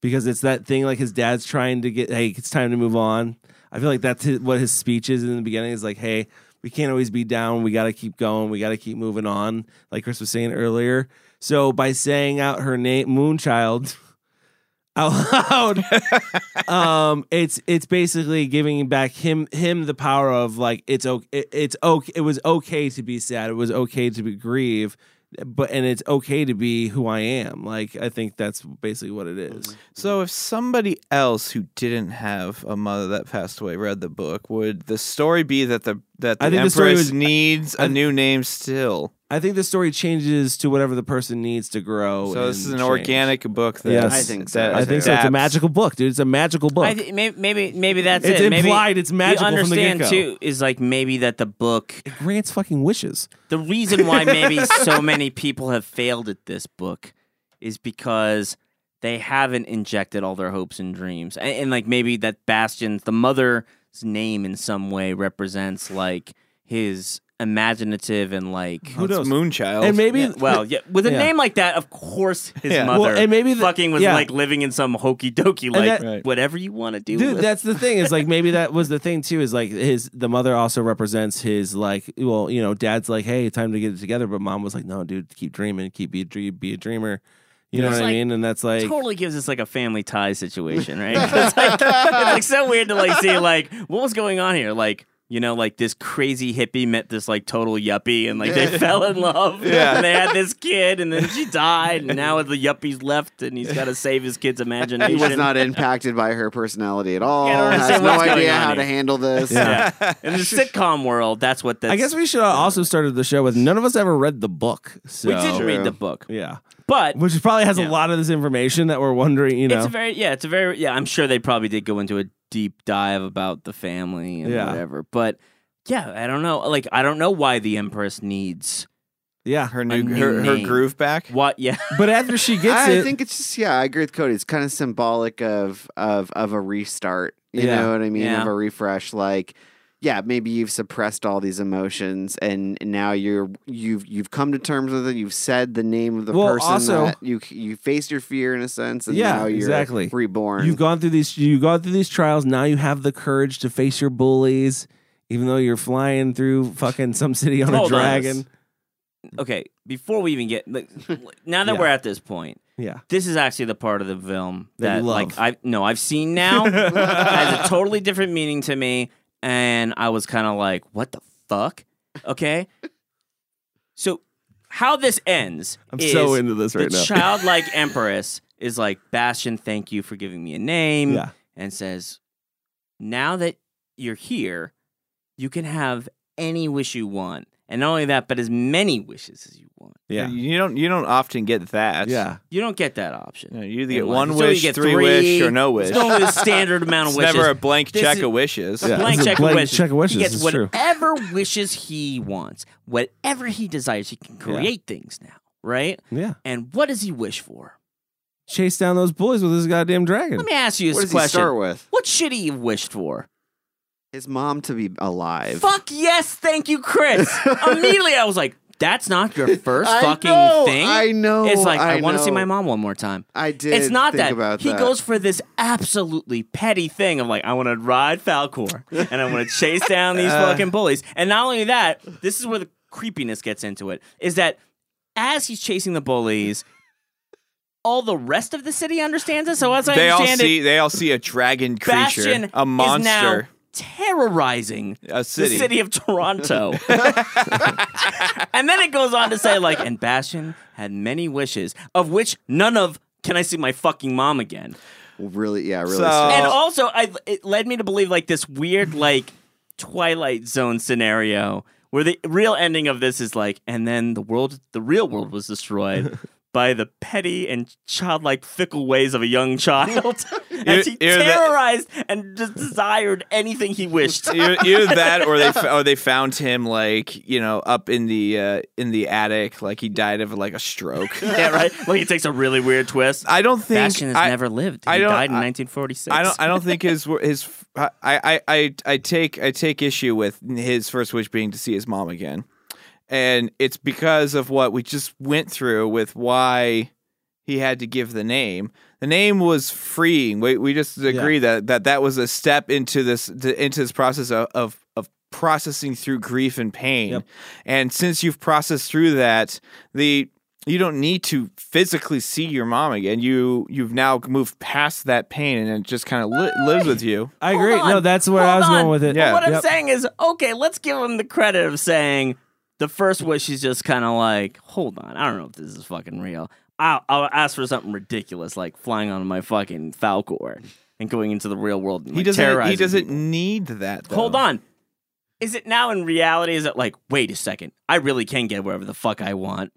A: because it's that thing like his dad's trying to get hey it's time to move on. I feel like that's his, what his speech is in the beginning is like hey we can't always be down we got to keep going we got to keep moving on like Chris was saying earlier. So by saying out her name Moonchild [LAUGHS] out loud. um, it's it's basically giving back him him the power of like it's okay, it, it's okay, it was okay to be sad, it was okay to be grieve, but and it's okay to be who I am. Like I think that's basically what it is.
P: So, if somebody else who didn't have a mother that passed away read the book, would the story be that the that the
A: I think the
P: Empress
A: story was-
P: needs a
A: I-
P: new name still?
A: I think the story changes to whatever the person needs to
R: Oh,
A: grow.
P: So this
A: and
P: is an
A: change.
P: organic book. That,
A: Yes. I
C: think so.
P: that
A: I think so. It's a
P: adapts-
A: magical book, dude. It's a magical book.
R: I th- maybe, maybe maybe that's
A: It's
R: it. Maybe
A: implied, it's magical
R: You
A: from the
R: understand
A: get-go.
R: too is like maybe that the book
A: it grants fucking wishes.
R: The reason why
A: [LAUGHS]
R: maybe so many people have failed at this book is because they haven't injected all their hopes and dreams. And, and like maybe that Bastion's, the mother's name in some way represents like his imaginative and like.
A: Who
P: It's
A: knows?
P: Moonchild.
A: And maybe
R: Yeah, well, yeah. With a
A: Yeah.
R: name like that, of course, his
P: Yeah.
R: mother
A: Well, and maybe the-
R: fucking was
A: yeah.
R: like living in some hokey dokey, like
A: that-
P: Right.
R: whatever you want to do.
A: dude
R: with-
A: that's the thing is like maybe that was the thing too is like his the mother also represents his like well you know dad's like hey time to get it together but mom was like no dude keep dreaming keep be a dream be a dreamer you know
R: It's
A: what i
R: like-
A: mean and that's like
R: totally gives us like a family tie situation, right? [LAUGHS] it's, like, it's like so weird to like see like what was going on here, like. You know, like this crazy hippie met this like total yuppie, and like they fell in love.
P: Yeah.
R: and they had this kid, and then she died, and now the yuppie's left, and he's got to save his kid's
C: He
R: imagination.
C: was not impacted by her personality at all.
R: Yeah, I don't
C: has
R: understand
C: no
R: what's going
C: idea
R: on
C: how
R: here.
C: to handle this.
R: Yeah. in the sitcom world, that's what that's.
A: i guess we should have also started the show with none of us ever read the book so
R: we did
C: True.
R: read the book,
A: yeah
R: but
A: which probably has
R: Yeah.
A: a lot of this information that we're wondering you know
R: It's a very yeah, it's a very yeah, I'm sure they probably did go into a deep dive about the family and
A: Yeah.
R: whatever. But yeah, I don't know. Like I don't know why the Empress needs
A: yeah
P: her
R: a
P: new,
R: new
P: her, her
R: name.
P: groove back.
A: [LAUGHS]
R: what yeah.
A: but after
R: [LAUGHS]
A: she gets
C: I
A: it
C: think it's just yeah. I agree with Cody. It's kind of symbolic of of of a restart. You
A: Yeah.
C: know what I mean?
R: Yeah.
C: Of a refresh. Like yeah, maybe you've suppressed all these emotions, and now you're you've you've come to terms with it. You've said the name of the
A: Well,
C: person
A: also-
C: that you you faced your fear in a sense, and
A: Yeah,
C: now you're
A: exactly.
C: reborn.
A: You've gone through these. You've gone through these trials. Now you have the courage to face your bullies, even though you're flying through fucking some city on
R: Hold
A: a
R: on.
A: dragon.
R: Okay, before we even get like, now that
A: Yeah.
R: we're at this point,
A: Yeah.
R: this is actually the part of the film
A: That
R: that
A: you
R: like
A: love.
R: I no, I've seen
A: [LAUGHS]
R: now has a totally different meaning to me and I was kind of like, what the fuck? Okay? So how this ends
A: I'm
R: is
A: so into this
R: the
A: right now.
R: childlike empress is like, Bastion, thank you for giving me a name.
A: Yeah.
R: And says, now that you're here, you can have any wish you want. And not only that, but as many wishes as you want.
A: Yeah.
P: You don't you don't often get that.
A: Yeah.
R: You don't get that
P: You, know,
R: option.
P: you either
R: In
P: get
R: life.
P: one
R: So you
P: wish,
R: get
P: three,
R: three.
P: wish, or no wish. [LAUGHS]
R: There's no standard amount of
P: It's
R: wishes.
P: never a blank
R: This
P: check
R: is-
P: of wishes.
A: Yeah.
R: Blank
A: It's a
R: check
A: blank
R: of wishes.
A: check of wishes,
R: He gets
A: it's true.
R: whatever wishes he wants. Whatever he desires, he can create things now, right?
A: Yeah.
R: And what does he wish for?
A: Chase down those bullies with this goddamn dragon.
R: Let me ask you this
C: what does he
R: question.
C: start with?
R: What should he have wished for?
C: His mom to be alive.
R: Fuck yes, thank you,
C: [LAUGHS]
R: Chris. Immediately I was like, that's not your first
C: I
R: fucking
C: know,
R: thing.
C: I know,
R: It's like I,
C: I
R: want to see
C: know.
R: my mom one more time.
C: I did.
R: it's not
C: think
R: that
C: about
R: he
C: that.
R: goes for this absolutely petty thing of like I want to ride
C: [LAUGHS]
R: Falcor and I want to chase
C: Uh.
R: down these fucking bullies. And not only that, this is where the creepiness gets into it. Is that as he's chasing the bullies, all the rest of the city understands it. So as I
P: They all
R: understand
P: see
R: it,
P: they all see a dragon creature,
R: Bastion
P: a
R: is now
P: monster,
R: terrorizing
P: a city.
R: the city
P: [LAUGHS]
R: of Toronto. [LAUGHS] and then it goes on to say, like, and Bastion had many wishes, of which none of can I see my fucking mom again.
C: Really, yeah, really.
P: So-
C: sad. [LAUGHS]
R: and also, I it led me to believe like
P: [LAUGHS]
R: this weird like Twilight Zone scenario where the real ending of this is like, and then the world, the real world,
P: [LAUGHS]
R: was destroyed. By the petty and childlike fickle ways of a
P: [LAUGHS]
R: young child, as he
P: You're- you're that-
R: terrorized and just desired anything he wished.
P: either, either that or they f- or they found him like you know up in the uh, in the attic like he died of like a stroke.
R: [LAUGHS] [LAUGHS] yeah, right. Like it takes a really weird twist.
P: I don't think
R: Bastion has
P: I-
R: never lived. He
P: I don't-
R: died in
P: I-
R: 1946.
P: I don't. I don't think his his. I, I, I, I take I take issue with his first wish being to see his mom again, and it's because of what we just went through with why he had to give the name. The name was freeing. We we just agree that, that that was a step into this to, into this process of, of of processing through grief and pain. And since you've processed through that, the you don't need to physically see your mom again. You you've now moved past that pain, and it just kind of li- lives with you.
A: I agree. No, that's where I was going with it.
R: But what I'm
A: Yep.
R: saying is, okay, let's give him the credit of saying the first wish is just kind of like, hold on, I don't know if this is fucking real. I'll, I'll ask for something ridiculous like flying on my fucking Falcor and going into the real world. And,
P: He
R: like,
P: doesn't. He
R: terrorizing
P: doesn't
R: people.
P: need that. Though.
R: Hold on. Is it now in reality? Is it like, wait a second, I really can get wherever the fuck I want?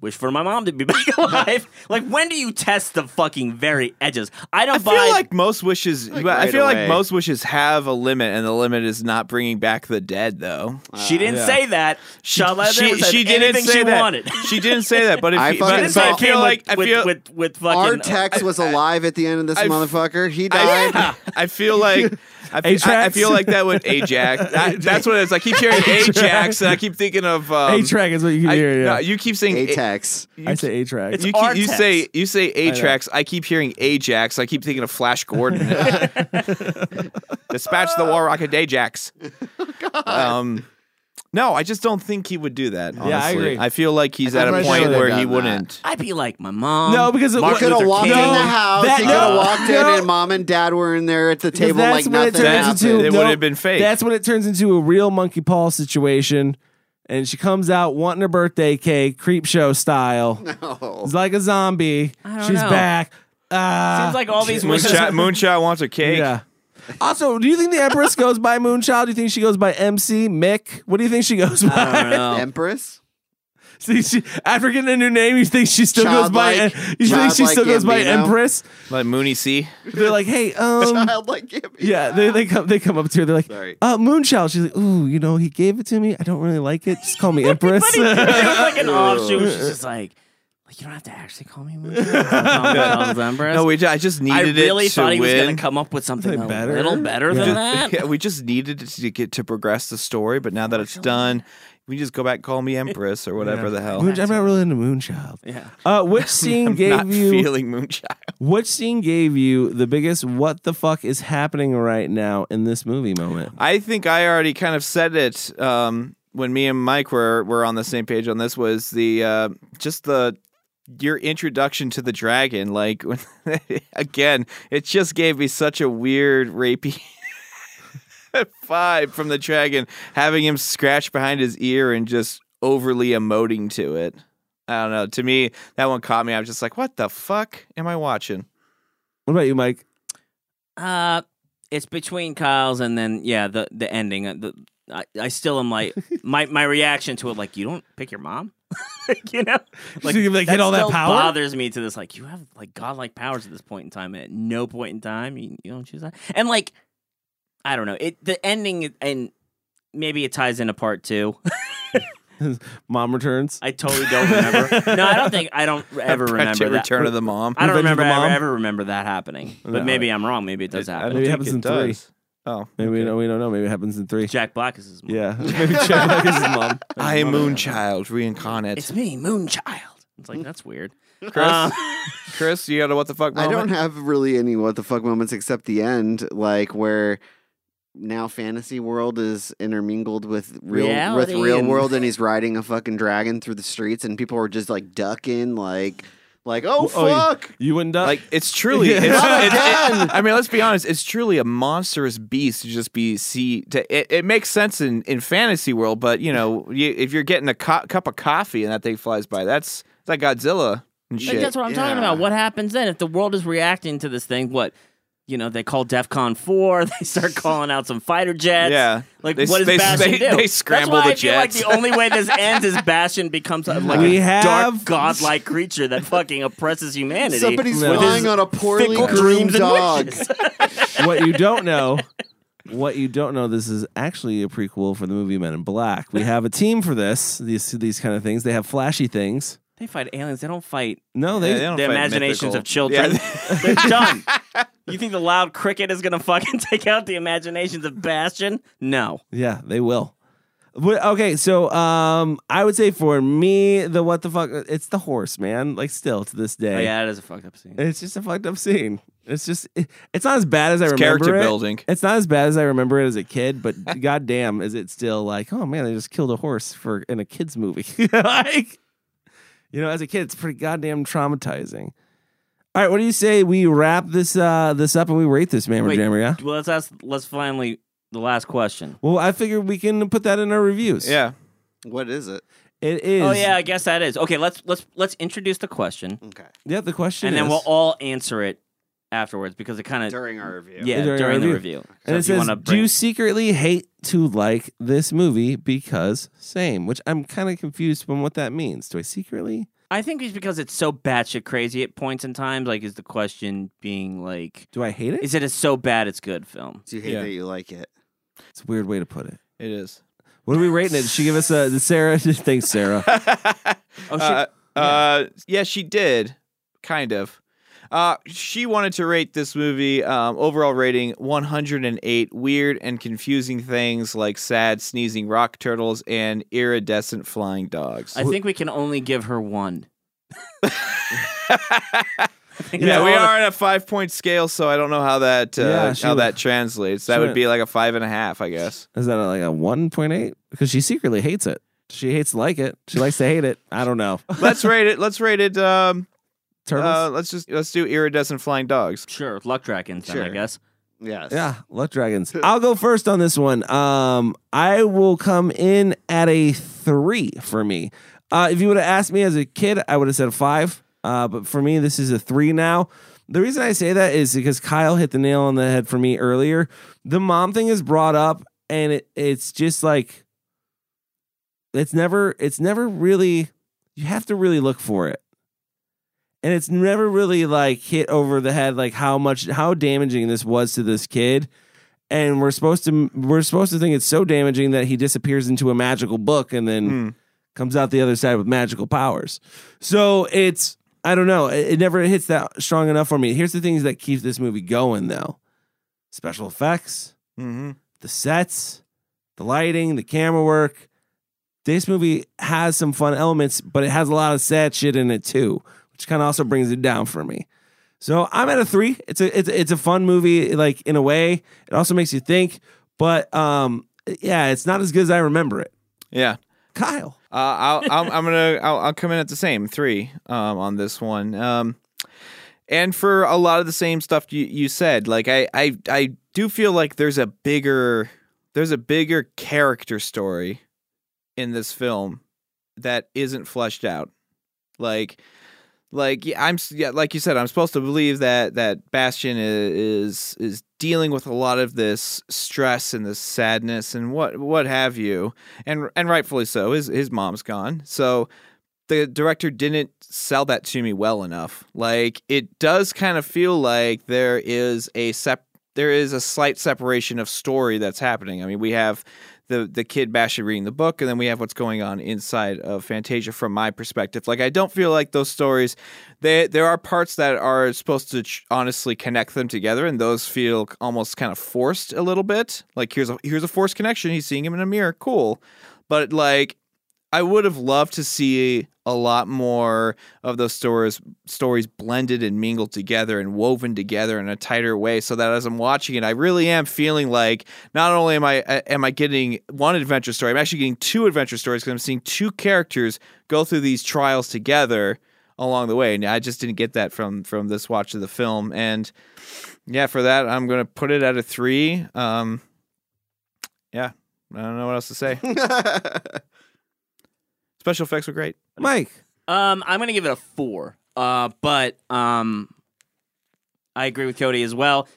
R: Wish for my mom to be [LAUGHS] back alive. like, when do you test the fucking very edges? I don't
P: I
R: buy.
P: feel like most wishes.
C: Like,
P: I
C: right
P: feel
C: away.
P: like most wishes have a limit, and the limit is not bringing back the dead. Though
R: she didn't
A: yeah.
R: say that. She,
P: she, she didn't say
R: she
P: that.
R: wanted.
P: [LAUGHS] She didn't say that. But if
C: I
P: you-
C: fucking
P: but
R: This
C: So
R: guy
P: I
C: saw-
R: came
P: feel like
R: with,
P: I feel
R: with, with, with
C: Our
R: fucking.
C: text was alive at the end of this
P: I-
C: motherfucker. He died. [LAUGHS]
P: I, I feel like I, fe- I, I
A: Ajax.
P: feel like that would Ajax. That, that's what it is. I keep hearing Ajax, and I keep thinking of um,
A: A track is what you can
P: I-
A: hear. Yeah.
P: no, you keep saying
C: Atex.
A: I say A track.
P: You, keep, you
R: Artax.
P: say you say Atrax. I, keep hearing Ajax. I keep thinking of Flash Gordon. [LAUGHS] Dispatch the War Rocket
C: [LAUGHS]
P: Ajax. Um, no, I just don't think he would do that. Honestly.
A: I agree.
P: I feel like he's
C: I
P: at a
C: think I
P: point
C: should've
P: where he
C: done that.
P: wouldn't.
R: uh, I'd be like my mom.
A: No, because it
R: Martin
A: wa-
C: could have
R: Luther
C: walked
R: King.
C: in the house.
A: that-
C: he could have
A: no,
C: walked
A: no.
C: in, and mom and dad were in there at the table like
A: that's when it
C: nothing
A: turns
C: happened.
A: into
P: It
A: no,
P: would've been fake.
A: That's when it turns into a real monkey Paul situation, and she comes out wanting her birthday cake, creep show style.
C: [LAUGHS] No.
A: It's like a zombie.
R: I don't
A: She's
R: know.
A: back. Uh,
R: Seems like all
P: [LAUGHS]
R: these wishes. [LAUGHS]
P: Moonshot, Moonshot wants a cake.
A: yeah. Also, do you think the Empress goes by Moonchild? Do you think she goes by MC Mick? What do you think she goes by?
R: I don't know.
C: Empress.
A: [LAUGHS]
C: [LAUGHS]
A: See, she, after getting a new name, you think she still goes by?
C: Childlike-
A: You think she still
C: childlike
A: goes by
C: Gambino.
A: Empress?
P: Like Mooney C.
A: They're like, hey, um,
C: Child like Gambino.
A: yeah, they, they come they come up to her. They're like,
C: Sorry.
A: uh, Moonchild. She's like, ooh, you know, he gave it to me. I don't really like it. Just call me Empress.
R: [LAUGHS]
A: [LAUGHS]
R: But it was
P: [LAUGHS]
R: like an offshoot. She's just like, like, you don't have to actually call me
P: [LAUGHS]
R: Moonchild.
P: No, we, ju- I just
R: I
P: needed
R: really
P: it to
R: thought he was
P: win.
R: going to come up with something a
A: Something better?
R: little better than that.
P: Yeah, we just needed it to get to progress the story, but now that it's done, we just go back and call me Empress or whatever the hell.
A: Moonch- I'm not really into Moonchild.
R: Yeah.
A: Uh, which scene
P: I'm
A: gave
P: not
A: you?
P: feeling Moonshot.
A: Which scene gave you the biggest "What the fuck is happening right now" in this movie moment?
P: I think I already kind of said it um, when me and Mike were were on the same page on this. Was the uh, just the your introduction to the dragon? Like [LAUGHS] when, again, it just gave me such a weird rapey. [LAUGHS] vibe from the dragon having him scratch behind his ear and just overly emoting to it i don't know to me that one caught me i was just like what the fuck am i watching
A: What about you, Mike?
P: [LAUGHS]
R: Uh, it's between Kyle's and then yeah, the the ending. uh, The, I, I still
P: [LAUGHS]
R: am like my my reaction to it like you don't pick your mom. [LAUGHS] Like, you know,
A: [LAUGHS]
R: like,
A: you, like, get all that
R: still
A: power?
R: bothers me to this. Like you have like godlike powers at this point in time. At no point in time you, you don't choose that. And like I don't know it. The ending is- and maybe it ties into part two.
A: [LAUGHS] Mom returns.
R: I totally don't remember. no, I don't think I don't
P: [LAUGHS]
R: ever
P: Back to
R: remember that.
P: return of the mom
R: I don't
A: Revenge of
R: remember
A: the
R: ever,
A: Mom?
R: ever remember that happening. But
A: No.
R: maybe I'm wrong. Maybe it does
P: I
R: happen.
P: don't
A: Maybe it
P: think
A: happens in three.
P: does. oh
A: Maybe we, don't, we don't know. Maybe it happens in three.
R: Jack Black is his mom.
A: Yeah, [LAUGHS] maybe Jack Black is his mom.
P: I am Moonchild reincarnate.
R: It's me, Moonchild. It's like that's weird.
P: Chris,
R: Uh,
P: [LAUGHS] Chris, you got a what the fuck
C: I
P: moment?
C: don't have really any what the fuck moments except the end, like where now fantasy world is intermingled with real
R: Reality
C: with real
R: and-
C: world, and he's riding a fucking dragon through the streets, and people are just like ducking, like like oh
P: Oh, yeah.
C: fuck.
A: You wouldn't die.
P: Like it's
C: [LAUGHS]
P: truly. It's, it's-
C: Not
P: it-
C: again!
P: I mean, let's be honest. It's truly a monstrous beast to just be see. To it, it makes sense in in fantasy world, but you know, you, if you're getting a co- cup of coffee and that thing flies by, that's it's like Godzilla and
R: Like,
P: shit.
R: that's what I'm talking about. What happens then if the world is reacting to this thing? What you know, they call DEFCON four. [LAUGHS] They start calling out some fighter jets.
P: Yeah.
R: like
P: They-
R: what does
P: they-
R: Bastion
P: they-
R: do?
P: they scramble
R: that's why
P: the
R: I feel
P: jets.
R: Like the only
P: [LAUGHS]
R: way this ends is Bastion becomes a, like
A: We
R: a
A: have-
R: dark godlike creature that fucking oppresses humanity.
C: Somebody's
R: with
C: flying
R: his
C: on a poorly
R: fickle
C: groomed
R: dreams and
C: dog. [LAUGHS]
R: wishes.
P: [LAUGHS]
A: what you don't know, what you don't know, this is actually a prequel for the movie Men in Black. We have a team for this. These these kind of things. They have flashy things.
R: They fight aliens. They don't fight
A: No,
P: Yeah,
A: they.
P: they don't
R: the
P: fight
R: imaginations
P: mythical.
R: of children.
P: Yeah.
R: [LAUGHS]
P: [LAUGHS]
R: They're done. You think the loud cricket is gonna fucking [LAUGHS] take out the imaginations of Bastion? No.
A: yeah, they will. But, okay, so um, I would say for me, the what the fuck, it's the horse, man. Like still to this day,
R: Oh, yeah, it is a fucked up scene.
A: It's just a fucked up scene. It's just it- it's not as bad as I remember
P: character
A: it.
P: building.
A: It's not as bad as I remember it as a kid, but [LAUGHS] goddamn, is it still like, oh man, they just killed a horse for in a kids movie. [LAUGHS] like, you know, as a kid, it's pretty goddamn traumatizing. All right, what do you say we wrap this uh this up and we rate this Mammer
R: Wait,
A: Jammer? Yeah.
R: Well, let's ask. Let's finally the last question.
A: Well, I figured we can put that in our reviews.
P: Yeah.
C: What is it?
A: It is.
R: Oh yeah, I guess that is okay. Let's let's let's introduce the question,
C: Okay.
A: Yeah. The question,
R: and then
A: is-
R: we'll all answer it afterwards because it kind of
C: During our review.
R: yeah
A: During
R: during,
A: our
R: the
A: review.
R: review.
A: And it
R: if you
A: says,
R: wanna
A: "Do you
R: bring-
A: secretly hate to like this movie because same?" Which I'm kind of confused from what that means. Do I secretly?
R: I think it's because it's so batshit crazy at points in times. Like, is the question being like,
A: Do I hate it?
R: is it a so bad it's good film?
C: Do you hate
A: Yeah.
C: that you like it?
A: It's a weird way to put it.
P: It
C: [LAUGHS]
P: is.
A: What are we rating it? Did she give us a did Sarah? [LAUGHS] Thanks, Sarah.
R: Oh, she,
P: Uh, uh, yeah, she did, kind of. Uh, she wanted to rate this movie um, overall rating 108 weird and confusing things like sad sneezing rock turtles and iridescent flying dogs.
R: I think we can only give
A: [LAUGHS]
R: her one. I think
P: yeah,
R: that's
P: we
R: all-
P: are on a five point scale, so I don't know how that uh,
A: Yeah, she
P: how
A: would-
P: that translates. That
A: she
P: would
A: would-
P: be like a five and a half, I guess. [LAUGHS]
A: Is that like a one point eight? Because she secretly hates it. She hates to like it. She likes to hate it. I don't know.
P: Let's rate it. Let's rate it. Um,
A: Turtles.
P: uh, let's just let's do iridescent flying dogs.
R: Sure, luck dragons. Then, I
C: Sure.
R: guess.
C: Yes.
A: yeah, luck dragons. I'll go first on this one. Um, I will come in at a three for me. Uh, if you would have asked me as a kid, I would have said a five. Uh, but for me, this is a three now. The reason I say that is because Kyle hit the nail on the head for me earlier. The mom thing is brought up, and it, it's just like it's never it's never really you have to really look for it and it's never really like hit over the head like how much how damaging this was to this kid and we're supposed to we're supposed to think it's so damaging that he disappears into a magical book and then
P: Hmm.
A: comes out the other side with magical powers so it's i don't know it, it never hits that strong enough for me here's the things that keeps this movie going though special effects
P: hmm
A: the sets, the lighting, the camera work. This movie has some fun elements, but it has a lot of sad shit in it too, which kind of also brings it down for me. So I'm at a three. It's a it's a- it's a fun movie, like in a way. It also makes you think, but um, yeah, it's not as good as I remember it.
P: Yeah.
A: Kyle,
P: Uh, I'll, I'm, I'm gonna I'll, I'll come in at the same three um, on this one, um, and for a lot of the same stuff you, you said. Like I, I I do feel like there's a bigger there's a bigger character story in this film that isn't fleshed out. Like like yeah, I'm s- yeah, like you said, I'm supposed to believe that that Bastion i- is is dealing with a lot of this stress and this sadness and what what have you, and and rightfully so. His his mom's gone, so the director didn't sell that to me well enough. Like it does kind of feel like there is a sep there is a slight separation of story that's happening. I mean, we have the the kid Basher reading the book, and then we have what's going on inside of Fantasia from my perspective. Like I don't feel like those stories. They there are parts that are supposed to ch- honestly connect them together, and those feel almost kind of forced a little bit. Like here's a here's a forced connection. He's seeing him in a mirror. Cool, but like I would have loved to see a lot more of those stories stories blended and mingled together and woven together in a tighter way so that as I'm watching it I really am feeling like not only am I am I getting one adventure story I'm actually getting two adventure stories cuz I'm seeing two characters go through these trials together along the way and I just didn't get that from from this watch of the film and yeah for that I'm going to put it at a 3 um yeah I don't know what else to say Special effects were great.
A: Mike.
R: Um, I'm gonna give it a four. Uh, but um, I agree with Cody as well.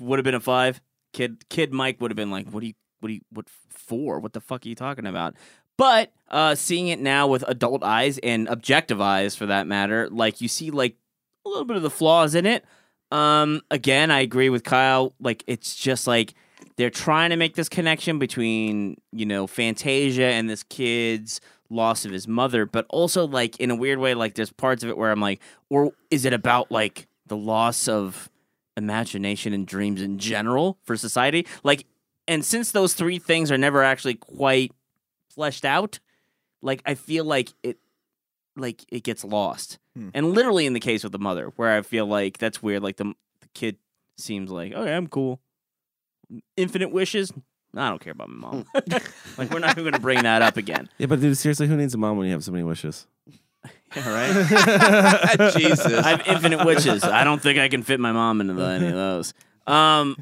R: Would have been a five. Kid, kid Mike would have been like, "What do you, what do you, what four? What the fuck are you talking about?" But uh, seeing it now with adult eyes and objective eyes, for that matter, like you see like a little bit of the flaws in it. Um, again, I agree with Kyle. Like it's just like they're trying to make this connection between you know Fantasia and this kid's loss of his mother, but also like in a weird way, like there's parts of it where I'm like, or is it about like the loss of imagination and dreams in general for society? Like, and since those three things are never actually quite fleshed out, like I feel like it, like it gets lost.
P: Hmm.
R: And literally in the case with the mother, where I feel like that's weird. Like the the kid seems like, okay, I'm cool. Infinite wishes. I don't care about my mom. [LAUGHS] like we're not even going to bring that up again.
A: Yeah, but dude, seriously, who needs a mom when you have so many wishes?
R: All [LAUGHS] right.
P: Jesus.
R: I have infinite wishes. I don't think I can fit my mom into the, any of those. Um,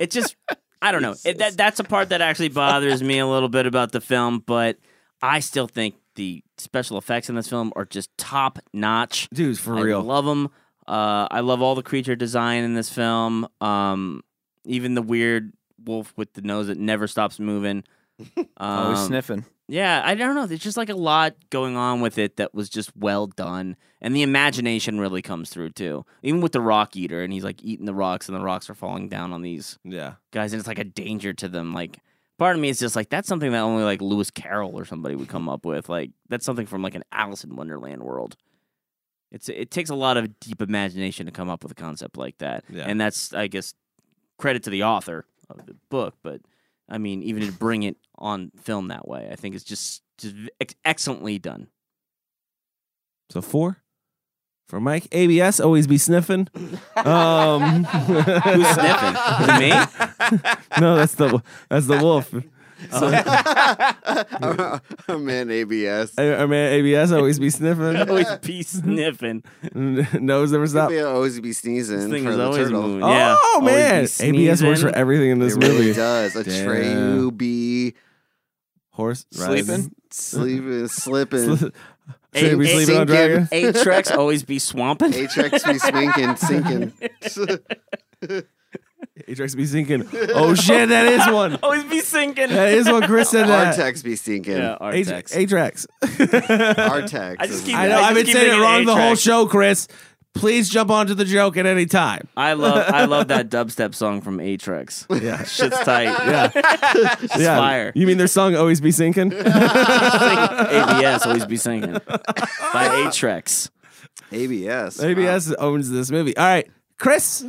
R: it just, I don't know. It, that that's a part that actually bothers me a little bit about the film, but I still think the special effects in this film are just top notch.
A: Dude, for
R: I
A: real.
R: love them. Uh, I love all the creature design in this film. Um, even the weird wolf with the nose that never stops moving.
A: Oh,
P: Always
R: Um,
P: sniffing.
R: yeah, I don't know. There's just like a lot going on with it that was just well done, and the imagination really comes through too. Even with the rock eater, and he's like eating the rocks, and the rocks are falling down on these
A: Yeah.
R: guys, and it's like a danger to them. Like, part of me is just like that's something that only like Lewis Carroll or somebody would come up with. Like, that's something from like an Alice in Wonderland world. It's it takes a lot of deep imagination to come up with a concept like that,
A: Yeah.
R: and that's I guess credit to the author of the book, but I mean, even to bring it on film that way, I think it's just just ex- excellently
K: [LAUGHS]
R: done. [LAUGHS]
A: So four for Mike. ABS always be sniffing. Um,
R: [LAUGHS] Who's sniffing? Is it me?
A: [LAUGHS] no, that's the that's the wolf.
K: oh man, ABS.
A: Uh,
R: [LAUGHS]
A: I, I mean, ABS always be sniffing. [LAUGHS]
R: Always be sniffing.
A: Nose never stop.
K: Could be always be sneezing
R: This thing
K: for
R: is
K: the
R: always
K: turtle.
R: moving. Yeah.
A: Oh
R: Always be
A: man, ABS works for
R: sneezing.
A: everything in this
K: it really
A: movie.
K: does. A
A: Damn.
K: tree be
A: Horse
P: Sleeping?
C: uh,
K: sleeping, slipping.
A: Should we
R: Eight-
A: sleep on
R: eight-
A: dragon?
R: Eight treks always be swamping.
K: [LAUGHS] Atrex be
R: [LAUGHS]
K: swinking, sinking.
A: Ajax be sinking. Oh shit, that is one.
R: always be sinking.
A: That is what Chris said. That
K: Artex be sinking.
R: yeah, our text.
A: Ajax.
R: [LAUGHS]
K: Artex.
R: I just
K: is-
R: keep-
A: I know.
R: I just
A: I've been
R: keep
A: saying it
R: thinking
A: wrong the whole
R: Atrax.
A: show, Chris. Please jump onto the joke at any time.
R: I love I love that dubstep song from Atrex.
A: Yeah.
R: [LAUGHS] Shit's tight.
A: Yeah. yeah.
R: fire.
A: You mean their song always be sinking?
R: ABS always be singing by Atrex.
K: ABS. wow.
A: ABS owns this movie. All right. Chris.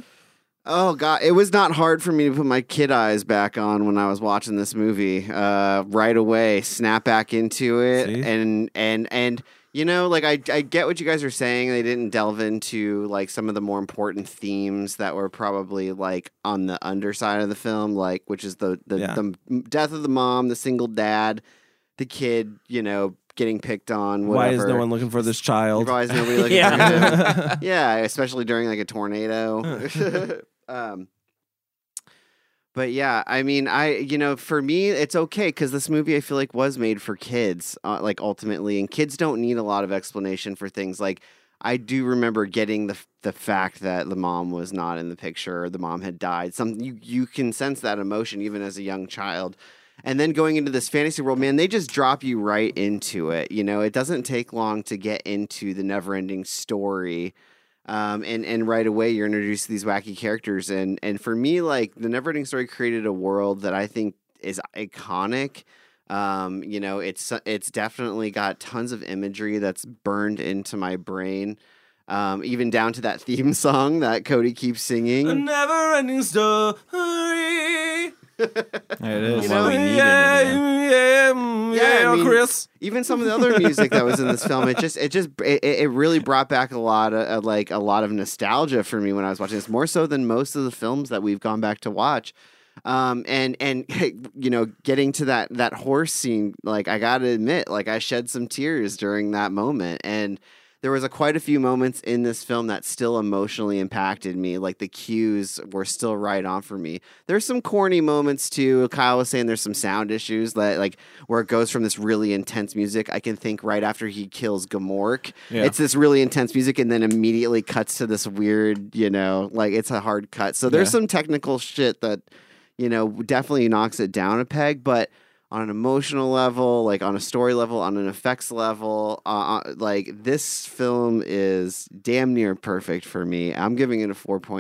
K: Oh god, it was not hard for me to put my kid eyes back on when I was watching this movie. Uh, right away, snap back into it,
A: See?
K: and and and you know, like I I get what you guys are saying. They didn't delve into like some of the more important themes that were probably like on the underside of the film, like which is the the,
A: Yeah.
K: the m- death of the mom, the single dad, the kid, you know, getting picked on. Whatever.
A: Why is no one looking for this child? [LAUGHS]
K: Why is nobody looking
R: Yeah.
K: for him? [LAUGHS] yeah, especially during like a tornado. [LAUGHS] um, but yeah, I mean, I you know, for me, it's okay because this movie I feel like was made for kids, uh, like ultimately, and kids don't need a lot of explanation for things like. I do remember getting the f- the fact that the mom was not in the picture, or the mom had died. Some you you can sense that emotion even as a young child. And then going into this fantasy world, man, they just drop you right into it. You know, it doesn't take long to get into the never ending story. Um, and, and right away you're introduced to these wacky characters. And and for me, like the never ending story created a world that I think is iconic. Um, you know, it's it's definitely got tons of imagery that's burned into my brain. Um, even down to that theme [LAUGHS] song that Cody keeps
A: A
K: singing.
A: never ending story.
P: There it is.
K: You know,
R: we need it
A: yeah, yeah, yeah,
K: Yeah,
A: on, Chris.
K: Even some of the other music that was in this film, it just it just it, it it really brought back a lot of uh, like a lot of nostalgia for me when I was watching this, more so than most of the films that we've gone back to watch. Um, and and [LAUGHS] you know, getting to that that horse scene, like I gotta admit, like I shed some tears during that moment, and there was a quite a few moments in this film that still emotionally impacted me. Like the cues were still right on for me. There's some corny moments too. Kyle was saying there's some sound issues that like where it goes from this really intense music. I can think right after he kills Gamork,
P: Yeah.
K: it's this really intense music, and then immediately cuts to this weird, you know, like it's a hard cut. So there's
P: Yeah.
K: some technical shit that you know definitely knocks it down a peg, but on an emotional level, like on a story level, on an effects level. Uh, uh, like this film is damn near perfect for me. I'm giving it a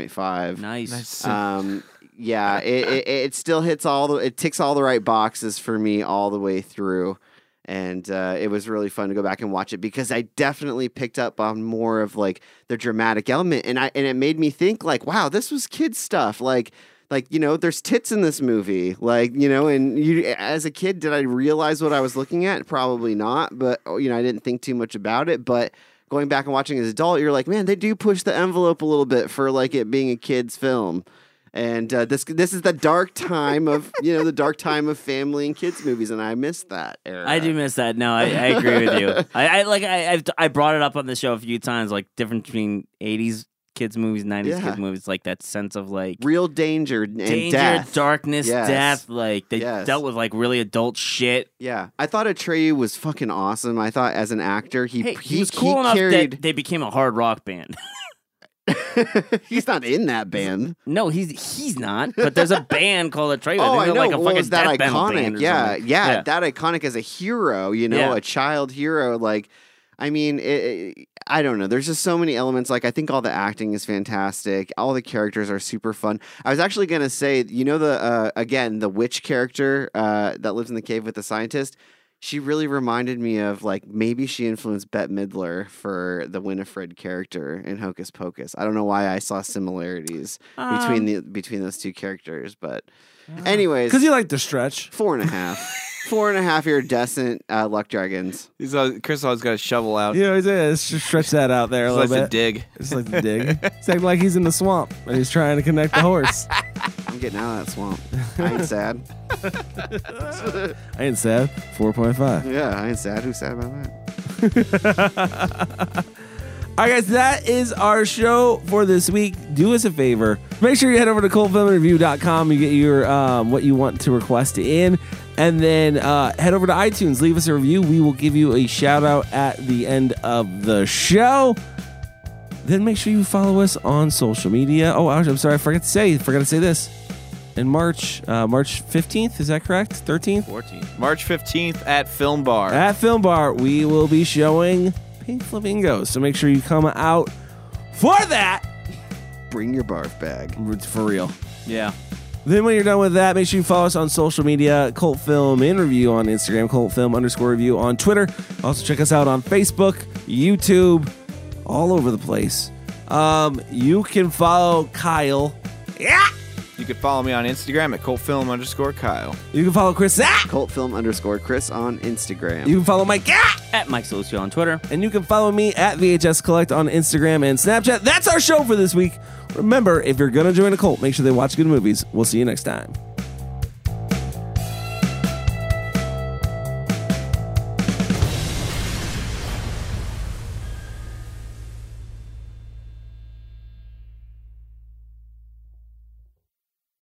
K: 4.5.
R: Nice. Nice.
K: Um, yeah, it, it, it still hits all the, it ticks all the right boxes for me all the way through. And uh, it was really fun to go back and watch it because I definitely picked up on more of like the dramatic element, and I and it made me think like, wow, this was kid stuff. Like like you know there's tits in this movie like you know and you as a kid did i realize what i was looking at probably not but oh, you know i didn't think too much about it but going back and watching as an adult you're like man they do push the envelope a little bit for like it being a kid's film and uh, this this is the dark time of you know the dark time of family and kids movies and i missed that era.
R: I do miss that. No, I, I agree with you. I, I like I I've, I brought it up on the show a few times. Like difference between '80s kids movies, '90s
K: Yeah.
R: kids movies, like that sense of like
K: real danger and
R: danger,
K: death
R: darkness,
K: Yes.
R: death. Like they
K: Yes.
R: dealt with like really adult shit.
K: yeah i thought atreyu was fucking awesome i thought as an actor he
R: Hey,
K: he,
R: he was cool
K: he
R: enough
K: carried [LAUGHS]
R: that they became a hard rock band.
K: he's not in
R: [LAUGHS]
K: that band
R: no, he's he's not. But there's
K: [LAUGHS]
R: a band called Atreyu.
K: Oh, I
R: think
K: know.
R: they're Like a
K: well,
R: fucking
K: it's that
R: death metal band
K: iconic.
R: or
K: Yeah,
R: something.
K: yeah, that iconic as a hero. You know,
R: Yeah.
K: a child hero. Like, I mean, it, it- I don't know. There's just so many elements. Like, I think all the acting is fantastic. All the characters are super fun. I was actually gonna say, you know, the uh, again the witch character uh, that lives in the cave with the scientist. She really reminded me of like maybe she influenced Bette Midler for the Winifred character in Hocus Pocus. I don't know why I saw similarities between
R: Um,
K: the between those two characters, but anyways,
A: Because you like the stretch.
K: Four and a half. Four and a half iridescent uh, luck dragons.
P: He's always, Chris always got a shovel out.
A: Yeah, it's- yeah, let's just stretch that out there a
P: He
A: little
P: likes to
A: bit.
P: dig.
A: It's like the dig. It's like, like he's in the swamp and he's trying to connect the horse.
K: I'm getting out of that swamp. I ain't sad.
A: I ain't sad. 4.5.
K: yeah, I ain't sad. Who's sad about that?
A: All right, guys, that is our show for this week. Do us a favor. Make sure you head over to coldfilmreview.com. You get your um, what you want to request in. And then uh, head over to iTunes. Leave us a review. We will give you a shout out at the end of the show. Then make sure you follow us on social media. Oh, I was- I'm sorry. I forgot to say. forgot to say this. In March, uh, March 15th, is that correct? 13th?
P: 14th. March 15th at Film Bar.
A: At Film Bar, we will be showing Pink Flamingos. So make sure you come out for that.
K: Bring your barf bag.
A: For real.
R: yeah.
A: Then when you're done with that, make sure you follow us on social media, Cult Film Interview on Instagram, Cult Film underscore review on Twitter. Also check us out on Facebook, YouTube, all over the place. Um, you can follow Kyle. Yeah.
P: You can follow me on Instagram at ColtFilm underscore Kyle.
A: You can follow Chris. Ah!
K: Cult film underscore Chris on Instagram.
A: You can follow Mike. Ah!
R: At Mike Solucio on Twitter.
A: And you can follow me at VHS Collect on Instagram and Snapchat. That's our show for this week. Remember, if you're going to join a cult, make sure they watch good movies. We'll see you next time.